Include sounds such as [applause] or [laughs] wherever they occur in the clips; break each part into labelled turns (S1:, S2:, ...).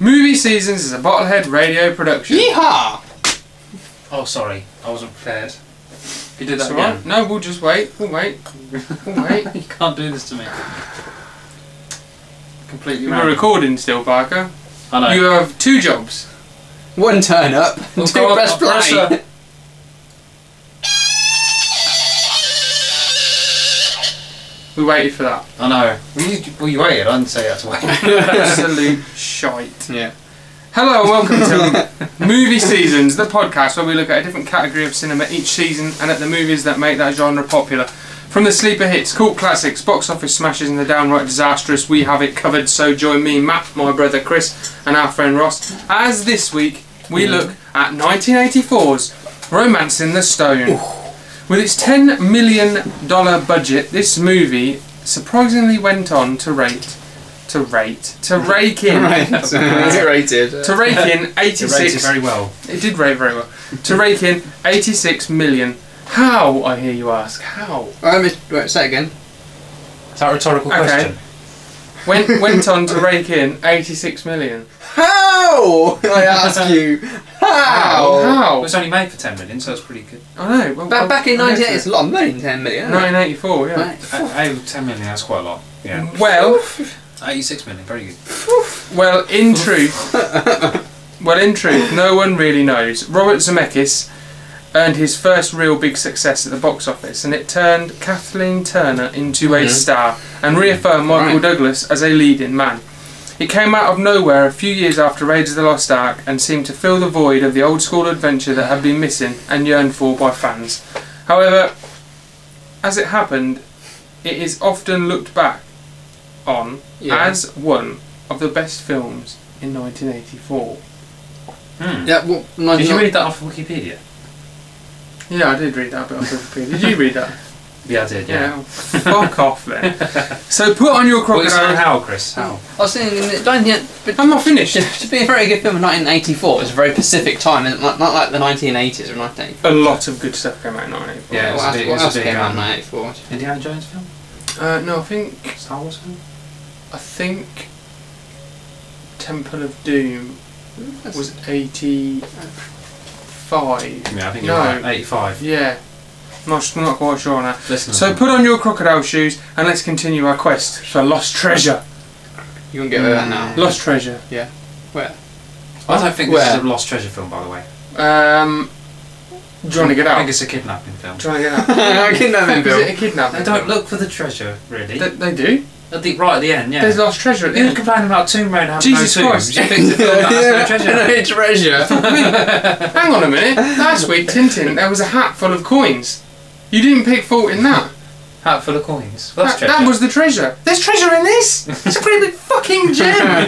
S1: Movie Seasons is a Bottlehead radio production.
S2: Yeehaw!
S3: Oh, sorry. I wasn't prepared.
S1: You did
S3: It's
S1: that
S3: alright.
S1: again. No, we'll just wait. We'll wait. We'll wait.
S3: you can't do this to me. Completely
S1: We're
S3: random.
S1: recording still, Parker.
S3: I know.
S1: You have two jobs.
S2: One turn up,
S1: Well,
S2: two
S1: go on,
S2: press play.
S1: pressure. We waited for that.
S3: I know. Well, you, well, you waited. I didn't say that's why.
S1: Absolute shite.
S2: Yeah.
S1: Hello and welcome to Movie Seasons, the podcast where we look at a different category of cinema each season and at the movies that make that genre popular. From the sleeper hits, cult classics, box office smashes, and the downright disastrous, we have it covered. So join me, Matt, my brother Chris, and our friend Ross, as this week we look at 1984's Romancing the Stone. With its $10 million budget, this movie surprisingly went on to rate. To rate. To rake in.
S2: [laughs] [laughs] Right, so it's rated.
S1: To rake in
S3: It rates it
S1: 86.
S3: very well.
S1: It did rate very well. To rake in 86 million. How, I hear you ask? How?
S2: Oh, wait, wait, say it again.
S3: [laughs] Is that a rhetorical
S1: Okay.
S3: question?
S1: Went, went on to rake in 86 million.
S2: How? [laughs] I ask you. How?
S3: It
S1: How?
S3: was only made for 10 million, so it's pretty good.
S1: I know. Well,
S2: Back, back in
S1: I- I
S2: 98,
S1: know
S2: it's a lot of money, 10 million. isn't it?
S1: 1984, yeah.
S2: Right.
S3: Uh, oh, 10 million, that's quite a lot. Yeah.
S1: Well, Mm.
S3: 86 million, very good.
S1: Well, in truth, [laughs] well, in truth, no one really knows. Robert Zemeckis earned his first real big success at the box office, and it turned Kathleen Turner into a star and reaffirmed Michael
S2: Right.
S1: Douglas as a leading man. It came out of nowhere a few years after Raiders of the Lost Ark and seemed to fill the void of the old school adventure that had been missing and yearned for by fans. However, as it happened, it is often looked back on
S2: Yeah.
S1: as one of the best films in 1984.
S3: Hmm.
S2: Yeah, well,
S3: Did you
S2: 99
S3: read that off Wikipedia?
S1: Yeah, I did read that bit on Wikipedia. Did you read that?
S3: Yeah, I did, yeah.
S1: [laughs] Yeah. Fuck off [laughs] then. So put on your
S3: Well, it's
S1: crocodile.
S3: how, Chris? How?
S2: I was thinking, that 98, but
S1: I'm not finished.
S2: to be a very good film in 1984 is a very specific time, isn't it? not, not like the 1980s or 1984.
S1: A lot of good stuff came out in 1984.
S3: Yeah,
S2: what
S3: it's a
S2: else,
S3: big-
S2: what
S3: it's a
S2: else
S3: big,
S2: came out
S3: um,
S2: in 1984?
S3: Indiana Jones film?
S1: Uh, no, I think
S3: Star Wars film?
S1: I think Temple of Doom was 85.
S3: Yeah, I think
S1: No.
S3: you're right. 85.
S1: Yeah. Not, not quite sure on that.
S3: Listen,
S1: So put on your crocodile shoes and let's continue our quest for lost treasure.
S2: You can get over that now.
S1: Lost treasure.
S3: I don't think this
S2: Where?
S3: is a lost treasure film, by the way.
S1: Um, do you want to get
S3: I
S1: out?
S3: think it's a kidnapping film.
S1: Do you want to get out?
S2: [laughs] I can
S1: [laughs]
S2: never
S1: Is it
S2: Bill.
S1: a kidnapping?
S3: They don't look for the treasure, really.
S1: They, they do.
S3: at the, right at the end, yeah.
S1: There's lost treasure at the
S3: you
S1: end.
S3: complain about Tomb Raider having
S1: Jesus
S3: no
S1: Christ.
S3: tombs. You think the film that has no
S2: [laughs] Yeah, [laughs]
S3: treasure?
S1: [laughs]
S2: no treasure.
S1: Hang on a minute. Last week, Tintin, there was a hat full of coins. You didn't pick fault in that.
S3: Hat full of coins. Well,
S1: That,
S3: That's
S1: that
S3: treasure.
S1: was the treasure. There's treasure in this. It's a great big fucking
S2: [laughs]
S3: [laughs]
S1: gem.
S2: Yeah,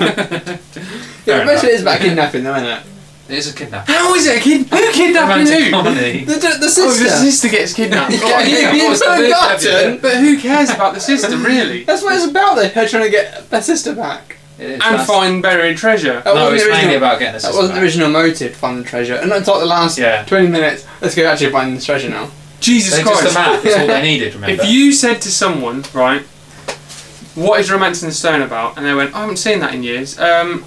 S3: Fair
S2: but it is about kidnapping, though, isn't it?
S3: It's a kidnapping.
S1: How is it a kid? Who kidnapping
S3: Romantic
S1: who? [laughs]
S3: comedy.
S2: [laughs] The, the, the
S1: Oh, the
S2: sister.
S1: sister gets kidnapped.
S3: [laughs]
S2: Yeah,
S1: Right, yeah, of
S2: you've
S1: course, the
S2: forgotten.
S1: sister. But who cares about the sister, really?
S2: That's what it's about, though. Her trying to get her sister back.
S3: It is,
S1: And
S3: that's-
S1: find buried treasure.
S2: That
S3: No,
S2: wasn't
S3: it's
S2: the
S3: mainly
S2: original-
S3: about getting a
S2: That
S3: sister
S2: wasn't the
S3: back.
S2: original motive to find the treasure. And that's like the last
S3: Yeah.
S2: 20 minutes. Let's go actually find the treasure now.
S1: Jesus
S3: They
S1: Christ.
S3: just a map. That's all they needed, remember?
S1: [laughs] If you said to someone, right, what is Romancing the Stone about? And they went, I haven't seen that in years. Um,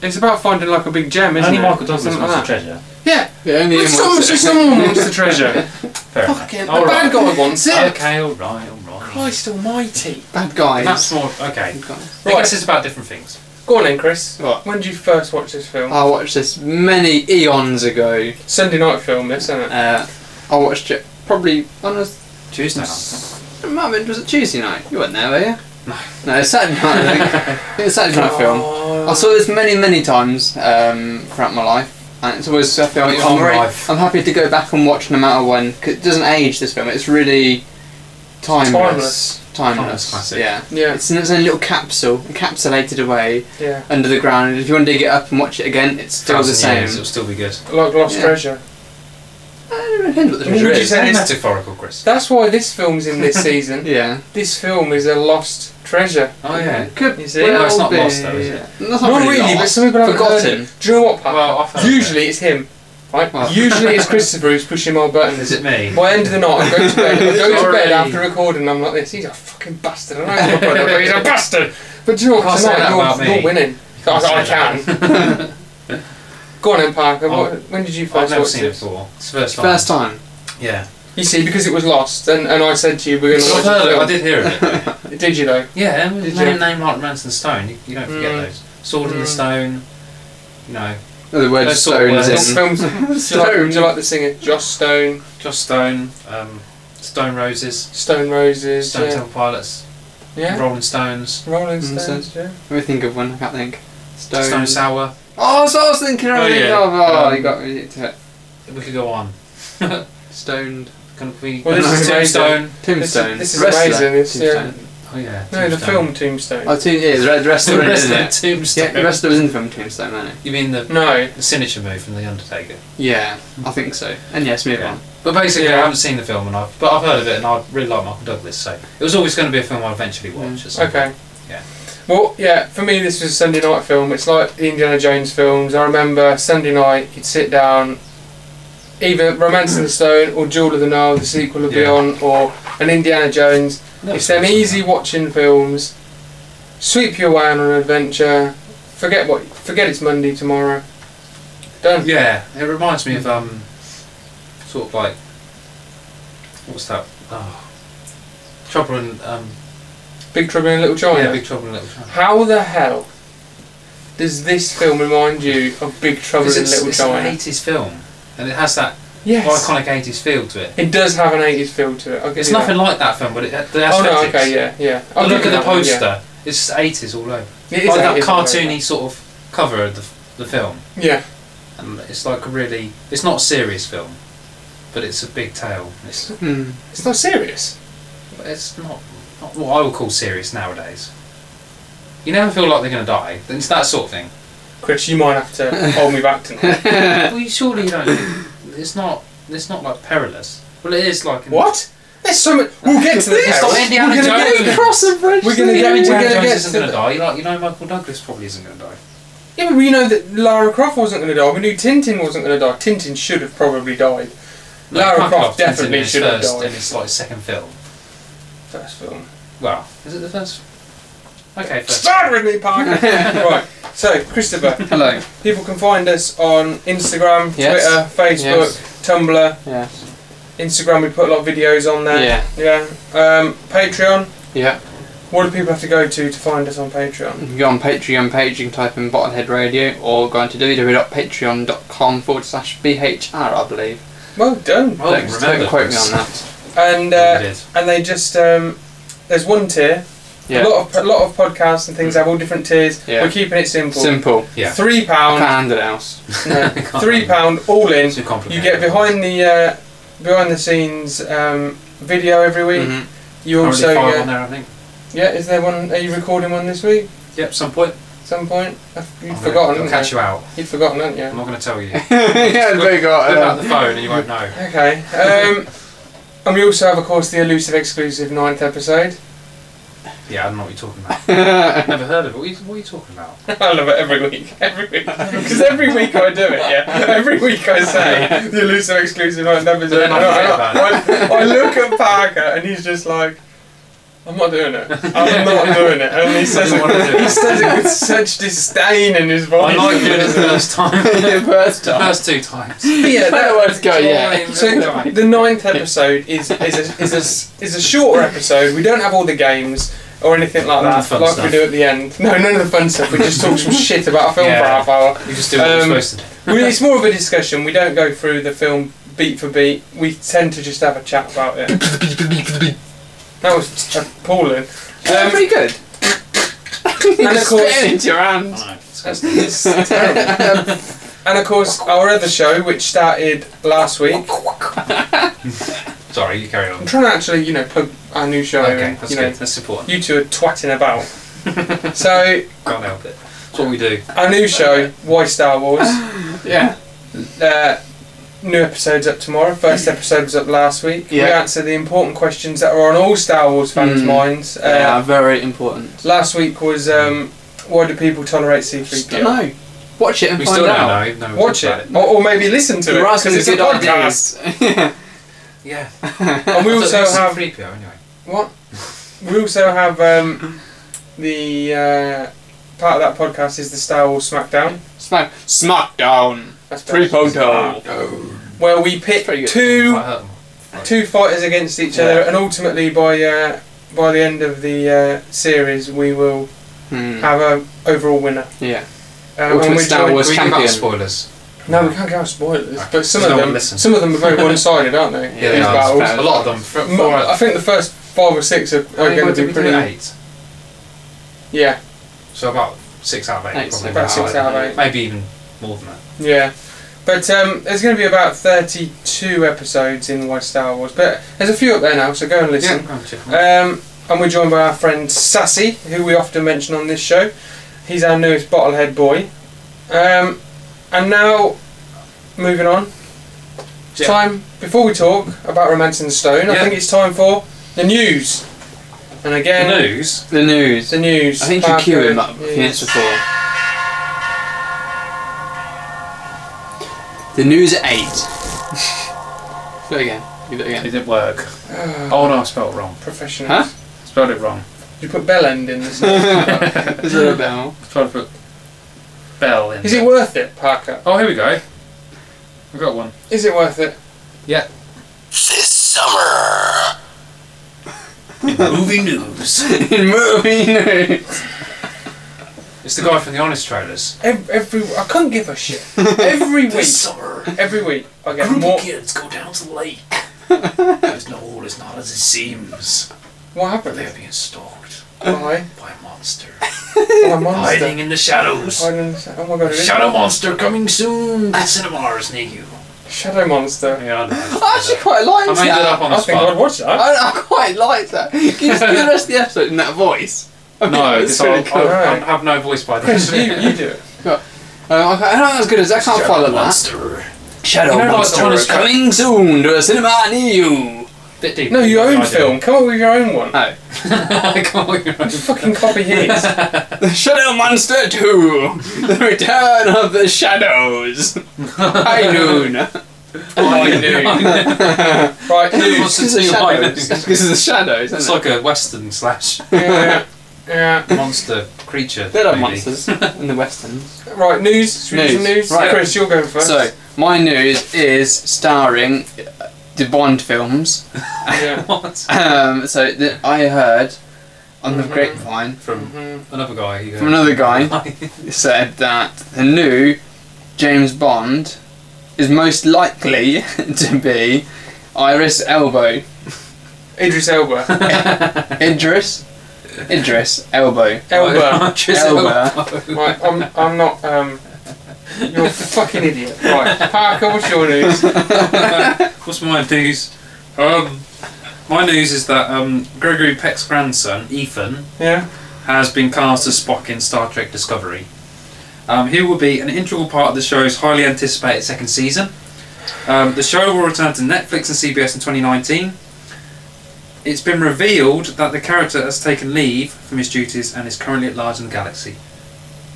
S1: it's about finding like a big gem, isn't
S3: Only
S1: it?
S3: Michael Douglas
S1: Something
S3: wants the
S1: like that.
S3: treasure.
S1: Yeah.
S2: The only
S1: But
S2: one
S1: someone,
S2: wants it.
S1: someone wants the
S2: [laughs]
S3: [laughs]
S1: treasure.
S3: Fair enough.
S1: Fucking, the
S3: All
S1: bad
S3: right.
S1: guy wants it.
S3: Okay, all right, all right.
S1: Christ almighty.
S2: Bad guys.
S3: That's more okay.
S2: Bad guys.
S3: I guess it's about different things.
S1: Go on then, Chris.
S2: What?
S1: When did you first watch this film?
S2: I watched this many eons ago.
S1: Sunday night film, this, isn't it?
S2: Uh, I watched it probably on a.
S3: Tuesday night.
S2: It might have been, was it Tuesday night? You weren't there, were you? No. No, it's Saturday night, I think. [laughs] it was Saturday night film.
S1: Oh.
S2: I saw this many, many times um, throughout my life, and it's always a film.
S3: Your
S2: I'm,
S3: whole
S2: very-
S3: life.
S2: I'm happy to go back and watch no matter when. 'cause it doesn't age this film. It's really timeless. Timeless.
S3: Timeless classic.
S2: Yeah.
S1: Yeah.
S2: It's in its own little capsule, encapsulated away
S1: Yeah.
S2: under the ground. And if you want to dig it up and watch it again, it's still the
S3: Thousand
S2: same.
S3: Years, it'll still be good.
S1: Like Lost
S2: Yeah.
S1: Treasure.
S2: It depends what the
S1: Would
S2: treasure
S1: you
S2: is.
S1: say-
S3: It's metaphorical, Chris.
S2: [laughs]
S1: That's why this film's in this season.
S2: Yeah.
S1: This film is a lost treasure.
S3: Oh yeah.
S1: Could
S2: You see?
S1: well
S3: Well, it's not lost though, is
S1: be-
S3: it?
S2: Not,
S1: Not really, but some people haven't heard
S2: Forgotten.
S1: it. Do you know what, Pat?
S3: Well, I've heard
S1: Usually it's him. Right?
S2: Well.
S1: Usually it's Christopher who's pushing my buttons.
S3: Is
S1: [laughs]
S3: it me?
S1: By the end of the night, I go to bed. I go to bed
S3: Sorry.
S1: after recording, and I'm like this. He's a fucking bastard. I
S3: [laughs]
S1: know he's my brother, but he's a bastard. But do you know what?
S3: Can't say that
S1: Tonight
S3: about
S1: you're,
S3: me.
S1: you're winning. I, was like, I
S3: Can't
S1: can.
S3: [laughs]
S1: go on, then, Parker. What,
S3: I've-
S1: when did you
S3: I've
S1: first
S3: never
S1: watch
S3: seen it
S1: this?
S3: before. It's the first time.
S2: First time.
S3: Yeah.
S1: You see, because it was lost, and, and I said to you, we're
S3: I've
S1: going to watch
S3: heard
S1: it.
S3: it. I did hear it.
S1: did. you though?
S3: [laughs] yeah. and
S1: Did
S3: with a
S1: you?
S3: name like Ransom Stone, you, you don't forget
S1: Mm.
S3: those. Sword in the
S1: Mm.
S3: Stone. You know,
S2: The word
S3: Those sort of
S2: stones
S3: words.
S2: in.
S1: Films. Do you, like, do you like the singer? Joss Stone,
S3: Joss Stone, um, Stone Roses,
S1: Stone Roses.
S3: Stone
S1: yeah.
S3: Temple Pilots,
S1: yeah.
S3: Rolling Stones,
S1: Rolling
S2: Mm,
S1: Stones.
S2: Stones.
S1: Yeah.
S2: Let me think of one. I can't think. Stone.
S3: Stone Sour.
S2: Oh, so I was thinking
S3: Oh,
S2: already. Oh,
S3: yeah.
S2: oh,
S3: Um,
S2: you got me to it.
S3: We could go on.
S2: Stoned.
S3: Can we?
S1: Well,
S2: this is
S3: Tombstone.
S2: Tombstone.
S1: this is
S2: Wrestler.
S1: amazing, this, yeah.
S2: Tombstone.
S3: Oh yeah.
S1: No, the
S3: Tombstone.
S1: film Tombstone.
S2: Oh, Tomb. Yeah, the Red
S3: The
S2: Wrestler,
S3: [laughs] rest
S2: isn't
S3: of
S2: it? Yeah,
S3: Tombstone.
S2: the Wrestler was in the film Tombstone, wasn't it?
S3: You mean the,
S1: No.
S3: the signature move from The Undertaker?
S2: Yeah, I think so. And yes, move
S3: Yeah.
S2: on.
S3: But basically,
S1: Yeah.
S3: I haven't seen the film, and I've but I've heard of it, and I really like Michael Douglas, so it was always going to be a film I eventually watch. at some
S1: Mm. Okay.
S3: Yeah.
S1: Well, yeah, for me, this was a Sunday night film. It's like the Indiana Jones films. I remember Sunday night, you'd sit down, either Romance of the Stone or Jewel of the Nile, the sequel would be
S3: Yeah.
S1: on, or an Indiana Jones.
S3: point. No,
S1: it's them
S3: not.
S1: easy watching films. Sweep you away on an adventure. Forget what. Forget it's Monday tomorrow. Done.
S3: Yeah, it reminds me of
S1: Mm.
S3: um, sort of like what's that? Oh, Trouble in um,
S1: Big Trouble in Little China.
S3: yeah, Big Trouble in Little China.
S1: How the hell does this film remind you of Big Trouble in
S3: Because it's,
S1: Little
S3: it's
S1: China?
S3: an '80s film, and it has that
S1: Yes.
S3: iconic '80s feel to it.
S1: It does have an 80s feel to it. I'll give
S3: It's
S1: you that.
S3: nothing like that film, but it, the
S1: Oh
S3: aesthetics.
S1: no, okay, yeah, yeah.
S3: I
S1: I'll
S3: look
S1: give you
S3: at the
S1: that one,
S3: poster.
S1: yeah.
S3: It's just '80s all over.
S1: It is
S3: Like that
S1: 80s, though,
S3: cartoony sort of cover of the, the film.
S1: Yeah. Yeah.
S3: and Um, it's like a really it's not a serious film but it's a big tale
S2: [laughs]
S3: it's,
S2: Hmm.
S1: It's not serious.
S3: it's not, not what i would call serious nowadays you never feel like they're going to die it's that sort
S2: [coughs]
S3: of thing
S1: Chris, you might have to hold me back tonight.
S3: [laughs] well you surely you don't it's not it's not like perilous well it is like in-
S1: what? There's so much. We'll get to the
S3: It's not
S1: perils.
S3: Indiana
S1: We're gonna
S3: Jones.
S1: get
S2: Cross and bridge.
S1: We're gonna
S2: thing.
S1: get-
S3: Indiana
S1: we're gonna
S3: Jones
S1: get
S3: isn't
S1: to
S3: going to
S1: the-
S3: die you, like, you know Michael Douglas probably isn't going to die
S1: Yeah, but we know that Lara Croft wasn't going to die. We knew Tintin wasn't going to die. Tintin should have probably died.
S3: No,
S1: Lara
S3: Krakov's
S1: Croft
S3: been in
S1: definitely
S3: his
S1: should have
S3: first
S1: died.
S3: and it's like his second film
S1: First film.
S3: well is it the first okay first
S1: Start with me, Parker.
S2: [laughs]
S1: right. So, Christopher,
S2: Hello.
S1: people can find us on Instagram,
S2: Yes.
S1: Twitter, Facebook, Tumblr.
S2: Yeah.
S1: Instagram, we put a lot of videos on there.
S2: Yeah.
S1: Yeah. Um, Patreon.
S2: Yeah.
S1: What do people have to go to to find us on Patreon?
S2: You can go on Patreon page, you can type in Bottomhead Radio, or go on to www.patreon.com forward slash BHR, I believe.
S1: Well done.
S3: Well,
S2: don't,
S3: remember.
S2: don't quote me on that. [laughs]
S1: And
S3: It
S1: uh,
S3: is.
S1: and they just um, there's one tier.
S2: Yeah.
S1: A lot of a lot of podcasts and things have all different tiers.
S2: Yeah.
S1: We're keeping it simple.
S2: Simple.
S3: yeah
S1: Three
S2: I can't
S1: pound.
S2: handle it
S1: [laughs]
S2: else. [laughs]
S1: no,
S3: Can't-
S1: three pound all in.
S3: too complicated
S1: You get behind the uh, behind the scenes um, video every week.
S2: Mhm.
S1: You
S3: Currently
S1: also
S3: five on
S1: uh,
S3: there I think
S1: yeah. Is there one? Are you recording one this week?
S3: yep some point
S1: At some point? You've
S3: I'll
S1: forgotten. haven't
S3: catch
S1: you?
S3: you out
S1: You've forgotten, haven't you?
S3: I'm not going to
S1: [laughs]
S3: tell
S2: [laughs]
S3: you.
S2: yeah, they got.
S3: Look
S2: Uh,
S3: at
S1: Um,
S3: the phone and you won't know.
S1: Okay. Um, [laughs] and we also have, of course, the elusive exclusive ninth episode. [laughs]
S3: Yeah, I don't know what you're talking about. Never heard of it. What are you, what are you talking about?
S1: I love it every week. Every week. Because every week I do it, yeah.
S3: [laughs]
S1: Every week I say the elusive exclusive ninth episode.
S3: then I
S1: And I,
S3: forget
S1: I- I look at Parker and he's just like, I'm not doing it.
S3: [laughs]
S1: I'm not doing it. And he says
S3: Doesn't
S1: it,
S3: wanna do
S1: he
S3: it.
S1: says it with such disdain in his
S3: I
S1: voice.
S3: like doing it the first
S2: [laughs]
S3: time.
S2: yeah, first
S3: [laughs] The
S2: time.
S3: first two
S1: [laughs]
S3: times.
S1: Yeah, that-
S2: Let's go, yeah.
S1: So
S2: [laughs]
S1: the ninth episode is is a, is a,
S3: [laughs]
S1: is a shorter episode. We don't have all the games or anything like
S3: None
S1: that,
S3: of the fun
S1: like we
S3: stuff.
S1: do at the end. No, none of the fun stuff. We just
S3: [laughs]
S1: talk some shit about a film
S3: Yeah.
S1: for half hour.
S3: you just do what you're
S1: Um, [laughs]
S3: supposed to do.
S1: We, it's more of a discussion. We don't go through the film beat for beat. We tend to just have a chat about it. That was appalling.
S2: Yeah,
S1: Um,
S2: pretty good.
S1: and of
S2: [laughs] Just spit it
S1: course,
S2: into your [laughs] hand.
S1: it's terrible. and of course, our other show, which started last week,
S3: Sorry, you carry on.
S1: I'm trying to actually, you know, plug our new show.
S3: Okay,
S1: and,
S3: that's
S1: you know,
S3: good. That's important.
S1: you two are twatting
S3: [laughs]
S1: about. so
S3: Can't help it. That's what we do.
S1: our new show, Why Star Wars?
S2: Yeah.
S1: Uh, new episodes up tomorrow. First episode was up last week. We
S2: Mm. Yeah.
S1: answered the important questions that are on all Star Wars fans'
S2: Mm.
S1: minds. Uh,
S2: They are very important.
S1: Last week was um, why do people tolerate C3PO?
S2: No, watch it and
S3: We
S2: find
S3: still don't
S2: out.
S3: know. No, we've
S1: Watch
S3: talked
S1: it, or, or maybe listen to it
S2: You're asking
S1: because it's a
S2: good
S1: podcast.
S2: ideas. [laughs] yeah.
S3: about it. Yeah.
S1: And
S2: [laughs]
S1: we also have
S3: three PO anyway.
S1: What? we also have um, the uh, part of that podcast is the Star Wars Smackdown.
S2: Smack Smackdown
S1: That's better.
S2: 3.0.
S1: Where we pick
S2: pretty
S1: Oh.
S2: good.
S1: two
S3: Quite hurt them.
S1: two fighters against each
S2: Yeah.
S1: other, and ultimately by uh, by the end of the uh, series, we will
S2: Hmm.
S1: have a overall winner.
S2: Yeah.
S1: Um,
S2: Ultimate
S1: we're
S2: Star
S1: joined-
S2: Wars
S3: we can
S2: champion.
S3: have spoilers.
S1: No, we can't go out spoilers,
S3: Okay.
S1: but some
S3: No
S1: of
S3: one
S1: them
S3: listens.
S1: some of them are very one sided, aren't they?
S2: [laughs]
S1: These
S2: Yeah, they are.
S1: battles.
S2: Fair.
S3: A lot of them. For,
S1: M- I think the first five or six are, are going to be pretty.
S3: eight.
S1: Yeah,
S3: So about six out of eight.
S2: Eight,
S3: probably.
S1: about six out of eight.
S3: Maybe even more than that.
S1: Yeah, but um, there's going to be about 32 episodes in Why Star Wars, but there's a few up there now, so go and listen.
S3: Yeah. I'll check 'em out.
S1: Um, and we're joined by our friend Sassy, who we often mention on this show. He's our newest bottlehead boy. Um, and now, moving on. It's
S3: Yeah.
S1: time before we talk about Romancing the Stone. I
S3: Yeah.
S1: think it's time for the news. And again,
S3: the news.
S2: The news.
S1: the news.
S2: I think you
S1: Parker,
S2: queue him up a few
S1: news.
S2: minutes before. The news at 8. Do it again. You Do it again.
S3: It
S4: [sighs]
S3: didn't work. Oh no, I spelled it wrong.
S1: Professional.
S2: Huh?
S3: Spelled it wrong.
S1: You put bell end in this.
S2: [laughs] Is there a [laughs] bell?
S3: Trying to put bell in.
S1: Is it
S3: there.
S1: worth it, Parker?
S3: Oh, here we go. I've
S4: [laughs]
S3: got one.
S1: Is it worth it?
S3: Yeah.
S4: This summer.
S3: Movie news.
S2: In [laughs] movie news.
S3: It's the guy from the Honest Trailers.
S1: Every, every I couldn't give a shit. Every week,
S4: summer.
S1: every week I
S4: A
S1: get
S4: group
S1: more.
S4: of kids go down to the
S1: [laughs]
S4: lake. it's not all is not as it seems.
S1: What happened?
S3: [laughs]
S4: They're being stalked
S1: Why?
S4: by a monster.
S1: Oh, a monster.
S4: Hiding in the shadows.
S1: I don't understand. Oh my god! it is-
S4: Shadow monster coming soon
S1: Ah,
S4: to cinemas near you.
S1: Shadow monster.
S3: Yeah, I know.
S1: Ah,
S2: I actually quite
S3: I
S2: liked
S3: made
S2: that.
S3: it up on
S1: I
S3: the
S1: think I'd
S3: spot.
S1: watch that.
S2: I, I quite liked that. Can you just [laughs] do the rest of the episode in that voice? I think
S3: No,
S2: it's
S3: this
S2: really
S3: I'll,
S2: cool.
S3: I'll, I'll have no voice by
S1: Chris, you, [laughs]
S3: then.
S1: you do it.
S2: Uh, I don't know as good as I can't follow that.
S4: monster.
S2: Shadow
S3: You know, like the
S2: Monster
S3: one
S2: is
S3: that's-
S2: coming soon to a cinema near you.
S3: Bit deep.
S1: No, your own
S3: I do.
S1: film. Come up with your own one.
S2: Oh.
S3: [laughs] I can't look
S1: [laughs]
S3: at
S1: Just fucking copy his.
S2: The Shadow Monster 2! The Return of the Shadows! [laughs] High noon!
S1: I do. Right, news.
S3: Monster
S2: This is the
S3: two, high
S2: Shadows.
S3: noon.
S2: [laughs] This is the Shadows,
S3: [laughs] It's
S2: isn't it?
S3: like a western slash
S1: Yeah, yeah.
S3: monster creature.
S2: They love
S3: movie.
S2: monsters in the [laughs] westerns.
S1: Right, news. Should we do some
S2: News.
S1: news?
S2: Right.
S1: Chris, you're going first.
S2: So, my news is starring uh, the Bond films.
S1: [laughs] Yeah.
S3: What?
S2: Um, so, that I heard on the
S1: Mhm.
S2: grapevine
S3: From
S1: Mhm.
S3: another guy. who-
S2: from another
S3: [laughs]
S2: guy said that the new James Bond is most likely [laughs] to be Iris Elbow.
S1: Idris Elba.
S2: Idris. Idris Elbow.
S1: Elba.
S3: [laughs] Just
S2: Elba.
S1: Right, I'm, I'm not. Um, you're a fucking idiot. Right, Parker, what's your news?
S3: What's my news? Um, my news is that um, Gregory Peck's grandson, Ethan,
S1: Yeah.
S3: has been cast as Spock in Star Trek Discovery. Um, he will be an integral part of the show's highly anticipated second season. Um, the show will return to Netflix and CBS in 2019. It's been revealed that the character has taken leave from his duties and is currently at large in the galaxy.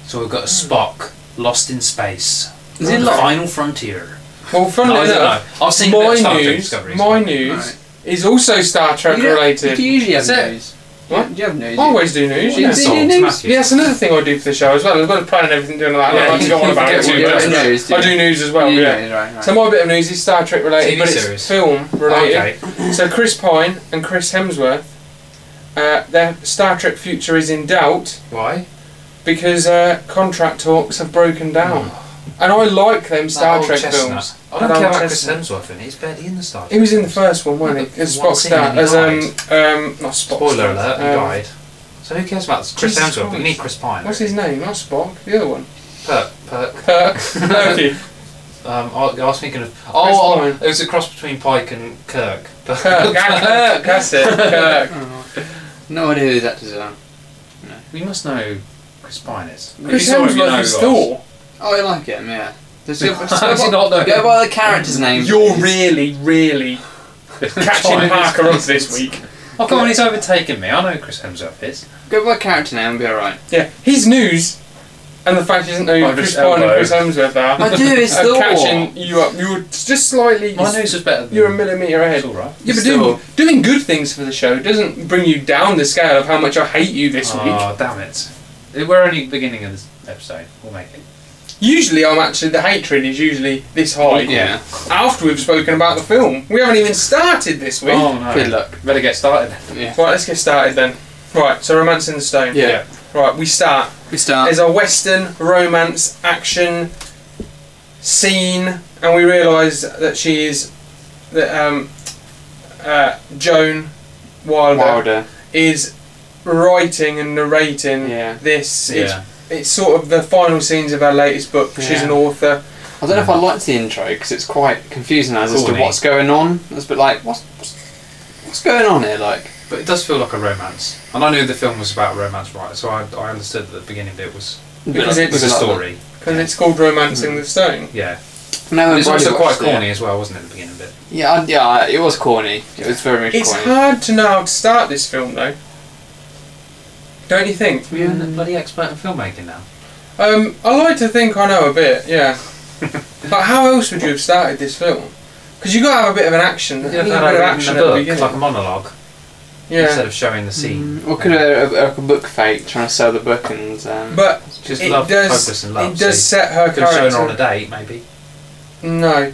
S3: So we've got a Spock lost in space.
S2: Hmm. Is he
S3: The
S2: lost?
S3: Final frontier.
S1: Well, funnily
S3: No, I don't
S1: enough,
S3: know. I've seen a bit
S1: my
S3: of Star Trek
S1: news,
S3: Discovery,
S1: my
S3: so-
S1: news
S2: Right.
S1: is also Star Trek
S2: You don't-
S1: related.
S2: You usually have
S1: That's it.
S2: news.
S1: What?
S2: Do you have news?
S1: I always do news.
S2: You
S1: Yeah.
S2: do
S3: so
S2: news?
S3: smash it.
S1: Yeah, that's another thing I do for the show as well. As well as planning everything, doing all that.
S3: [laughs] Yeah,
S1: I like to
S3: you-
S1: go on
S3: you
S1: about it
S3: forget
S1: too.
S3: to do
S1: but
S2: that. News, do
S1: I
S2: you?
S1: do news as well.
S2: You do
S1: yeah.
S2: news, right, right.
S1: So my bit of news is Star Trek related,
S3: TV
S1: but it's
S3: series.
S1: film related.
S3: Okay.
S1: So Chris Pine and Chris Hemsworth, uh, their Star Trek future is in doubt
S3: Why?
S1: because uh, contract talks have broken down.
S3: Oh.
S1: And I like them Star Trek films.
S3: I don't
S1: That
S3: care
S1: old
S3: about Chris
S1: chestnut.
S3: Hemsworth in it. He's barely in the Star Trek.
S1: He was in the
S3: films.
S1: first one, wasn't he? As
S3: One
S1: Spock
S3: scene
S1: Star,
S3: and he
S1: as um um not Spock.
S3: Spoiler
S1: Star-
S3: alert, he
S1: um,
S3: died. So who cares about Chris
S1: Jesus
S3: Hemsworth?
S1: Christ.
S3: We need Chris Pine.
S1: What's his name? Not Spock. The other
S3: [laughs]
S1: one.
S3: Perk. Perk.
S1: Kirk. Loki.
S3: Um, I, I was thinking of. Oh,
S1: Pine.
S3: it was a cross between Pike and Kirk.
S2: [laughs]
S1: Kirk. Ah, Kirk. That's it. Kirk.
S2: Oh, No idea who that is. uh,
S3: [laughs] We must know who Chris Pine is.
S1: Chris
S3: If you saw him, you know
S1: Hemsworth is
S3: [laughs] who it was.
S1: Thor.
S2: Oh, I like him, yeah. Just go, just go
S3: I do
S2: by-
S3: not know.
S2: go by the character's name.
S1: You're
S2: please.
S1: really, really catching
S3: Trying
S1: Parker
S3: his
S1: up this
S3: best.
S1: week.
S3: Oh, come on, he's overtaken me. I know Chris Hemsworth is.
S2: Go by character name and
S1: [laughs]
S2: be alright.
S1: Yeah, his news and the fact he doesn't know who
S3: Oh,
S1: Chris
S3: just
S1: Pine and
S3: elbow.
S1: Chris Hemsworth are.
S2: I do, it's
S1: are
S2: Thor.
S1: catching you up. You were just slightly.
S3: My news is better than
S1: You're a millimetre ahead.
S3: It's alright.
S1: Yeah, but
S2: Still-
S1: doing, doing good things for the show doesn't bring you down the scale of how much I hate you this week.
S3: Oh, damn it. We're only beginning of this episode. We'll make it.
S1: Usually, I'm actually the hatred is usually this high.
S2: Yeah.
S1: After we've spoken about the film, we haven't even started this week.
S3: Oh, no.
S2: Good luck.
S3: Better get started.
S2: Yeah.
S1: Right, let's get started then. Right, so romancing the stone.
S2: Yeah.
S1: Right, we start.
S2: We start.
S1: There's a western romance action scene, and we realise that she is that um, uh, Joan Wilder,
S2: Wilder.
S1: is writing and narrating
S2: Yeah.
S1: this. It's,
S3: Yeah.
S1: it's sort of the final scenes of her latest book. She's
S2: Yeah.
S1: an author.
S2: I don't know if I liked the intro because it's quite confusing as, as to
S3: Corny.
S2: what's going on. It's a bit like what's what's- what's going on here? Like
S3: But it does feel like a romance. And I knew the film was about a romance, right? So I, I understood that the beginning bit was,
S1: Because
S2: Bit
S1: it's-
S2: like-
S3: was a
S2: bit like
S3: story.
S1: Because it's called Romancing the Stone.
S3: Yeah.
S2: the- No,
S3: But it's
S2: Brody
S3: also quite
S2: Oh, watched it.
S3: corny as well, wasn't it, the beginning bit?
S2: Yeah, I- yeah, I- it was corny. It was very much
S1: It's
S2: corny.
S1: hard to know how to start this film, though. Don't you think?
S3: We're a bloody expert in filmmaking now.
S1: Um, I like to think I know a bit, yeah. but how else would you have started this film? Because you got to have a bit of an action, a little bit of action at the
S3: book, like a
S1: beginning.
S3: monologue,
S1: Yeah,
S3: instead of showing the scene.
S2: Mm, Or could a, a, a book fake trying to sell the book and um,
S1: but
S3: Just
S1: it
S3: love, focus
S1: does
S3: and love.
S1: it does
S3: so
S1: set her
S3: could have shown her on a
S1: character.
S3: date, maybe.
S1: No,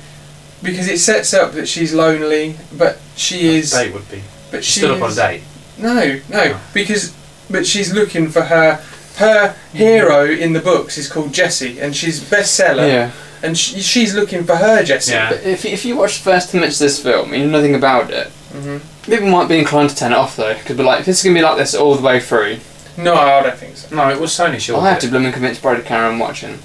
S1: because it sets up that she's lonely, but she is.
S3: date would be.
S1: But she
S3: Still up on a
S1: is-
S3: date.
S1: No, no,
S3: No.
S1: because but she's looking for her. Her hero in the books is called Jessie, and she's bestseller,
S2: yeah.
S1: and she, she's looking for her Jessie.
S3: Yeah.
S2: But if you- if you watch the first ten minutes of this film and you know nothing about it,
S1: Mhm.
S2: people might be inclined to turn it off though because be like, if this is gonna be like this all the way through,
S1: No, I don't think so.
S3: No, it was Sony Shaw.
S2: I have to blooming convince Brody Karen watching.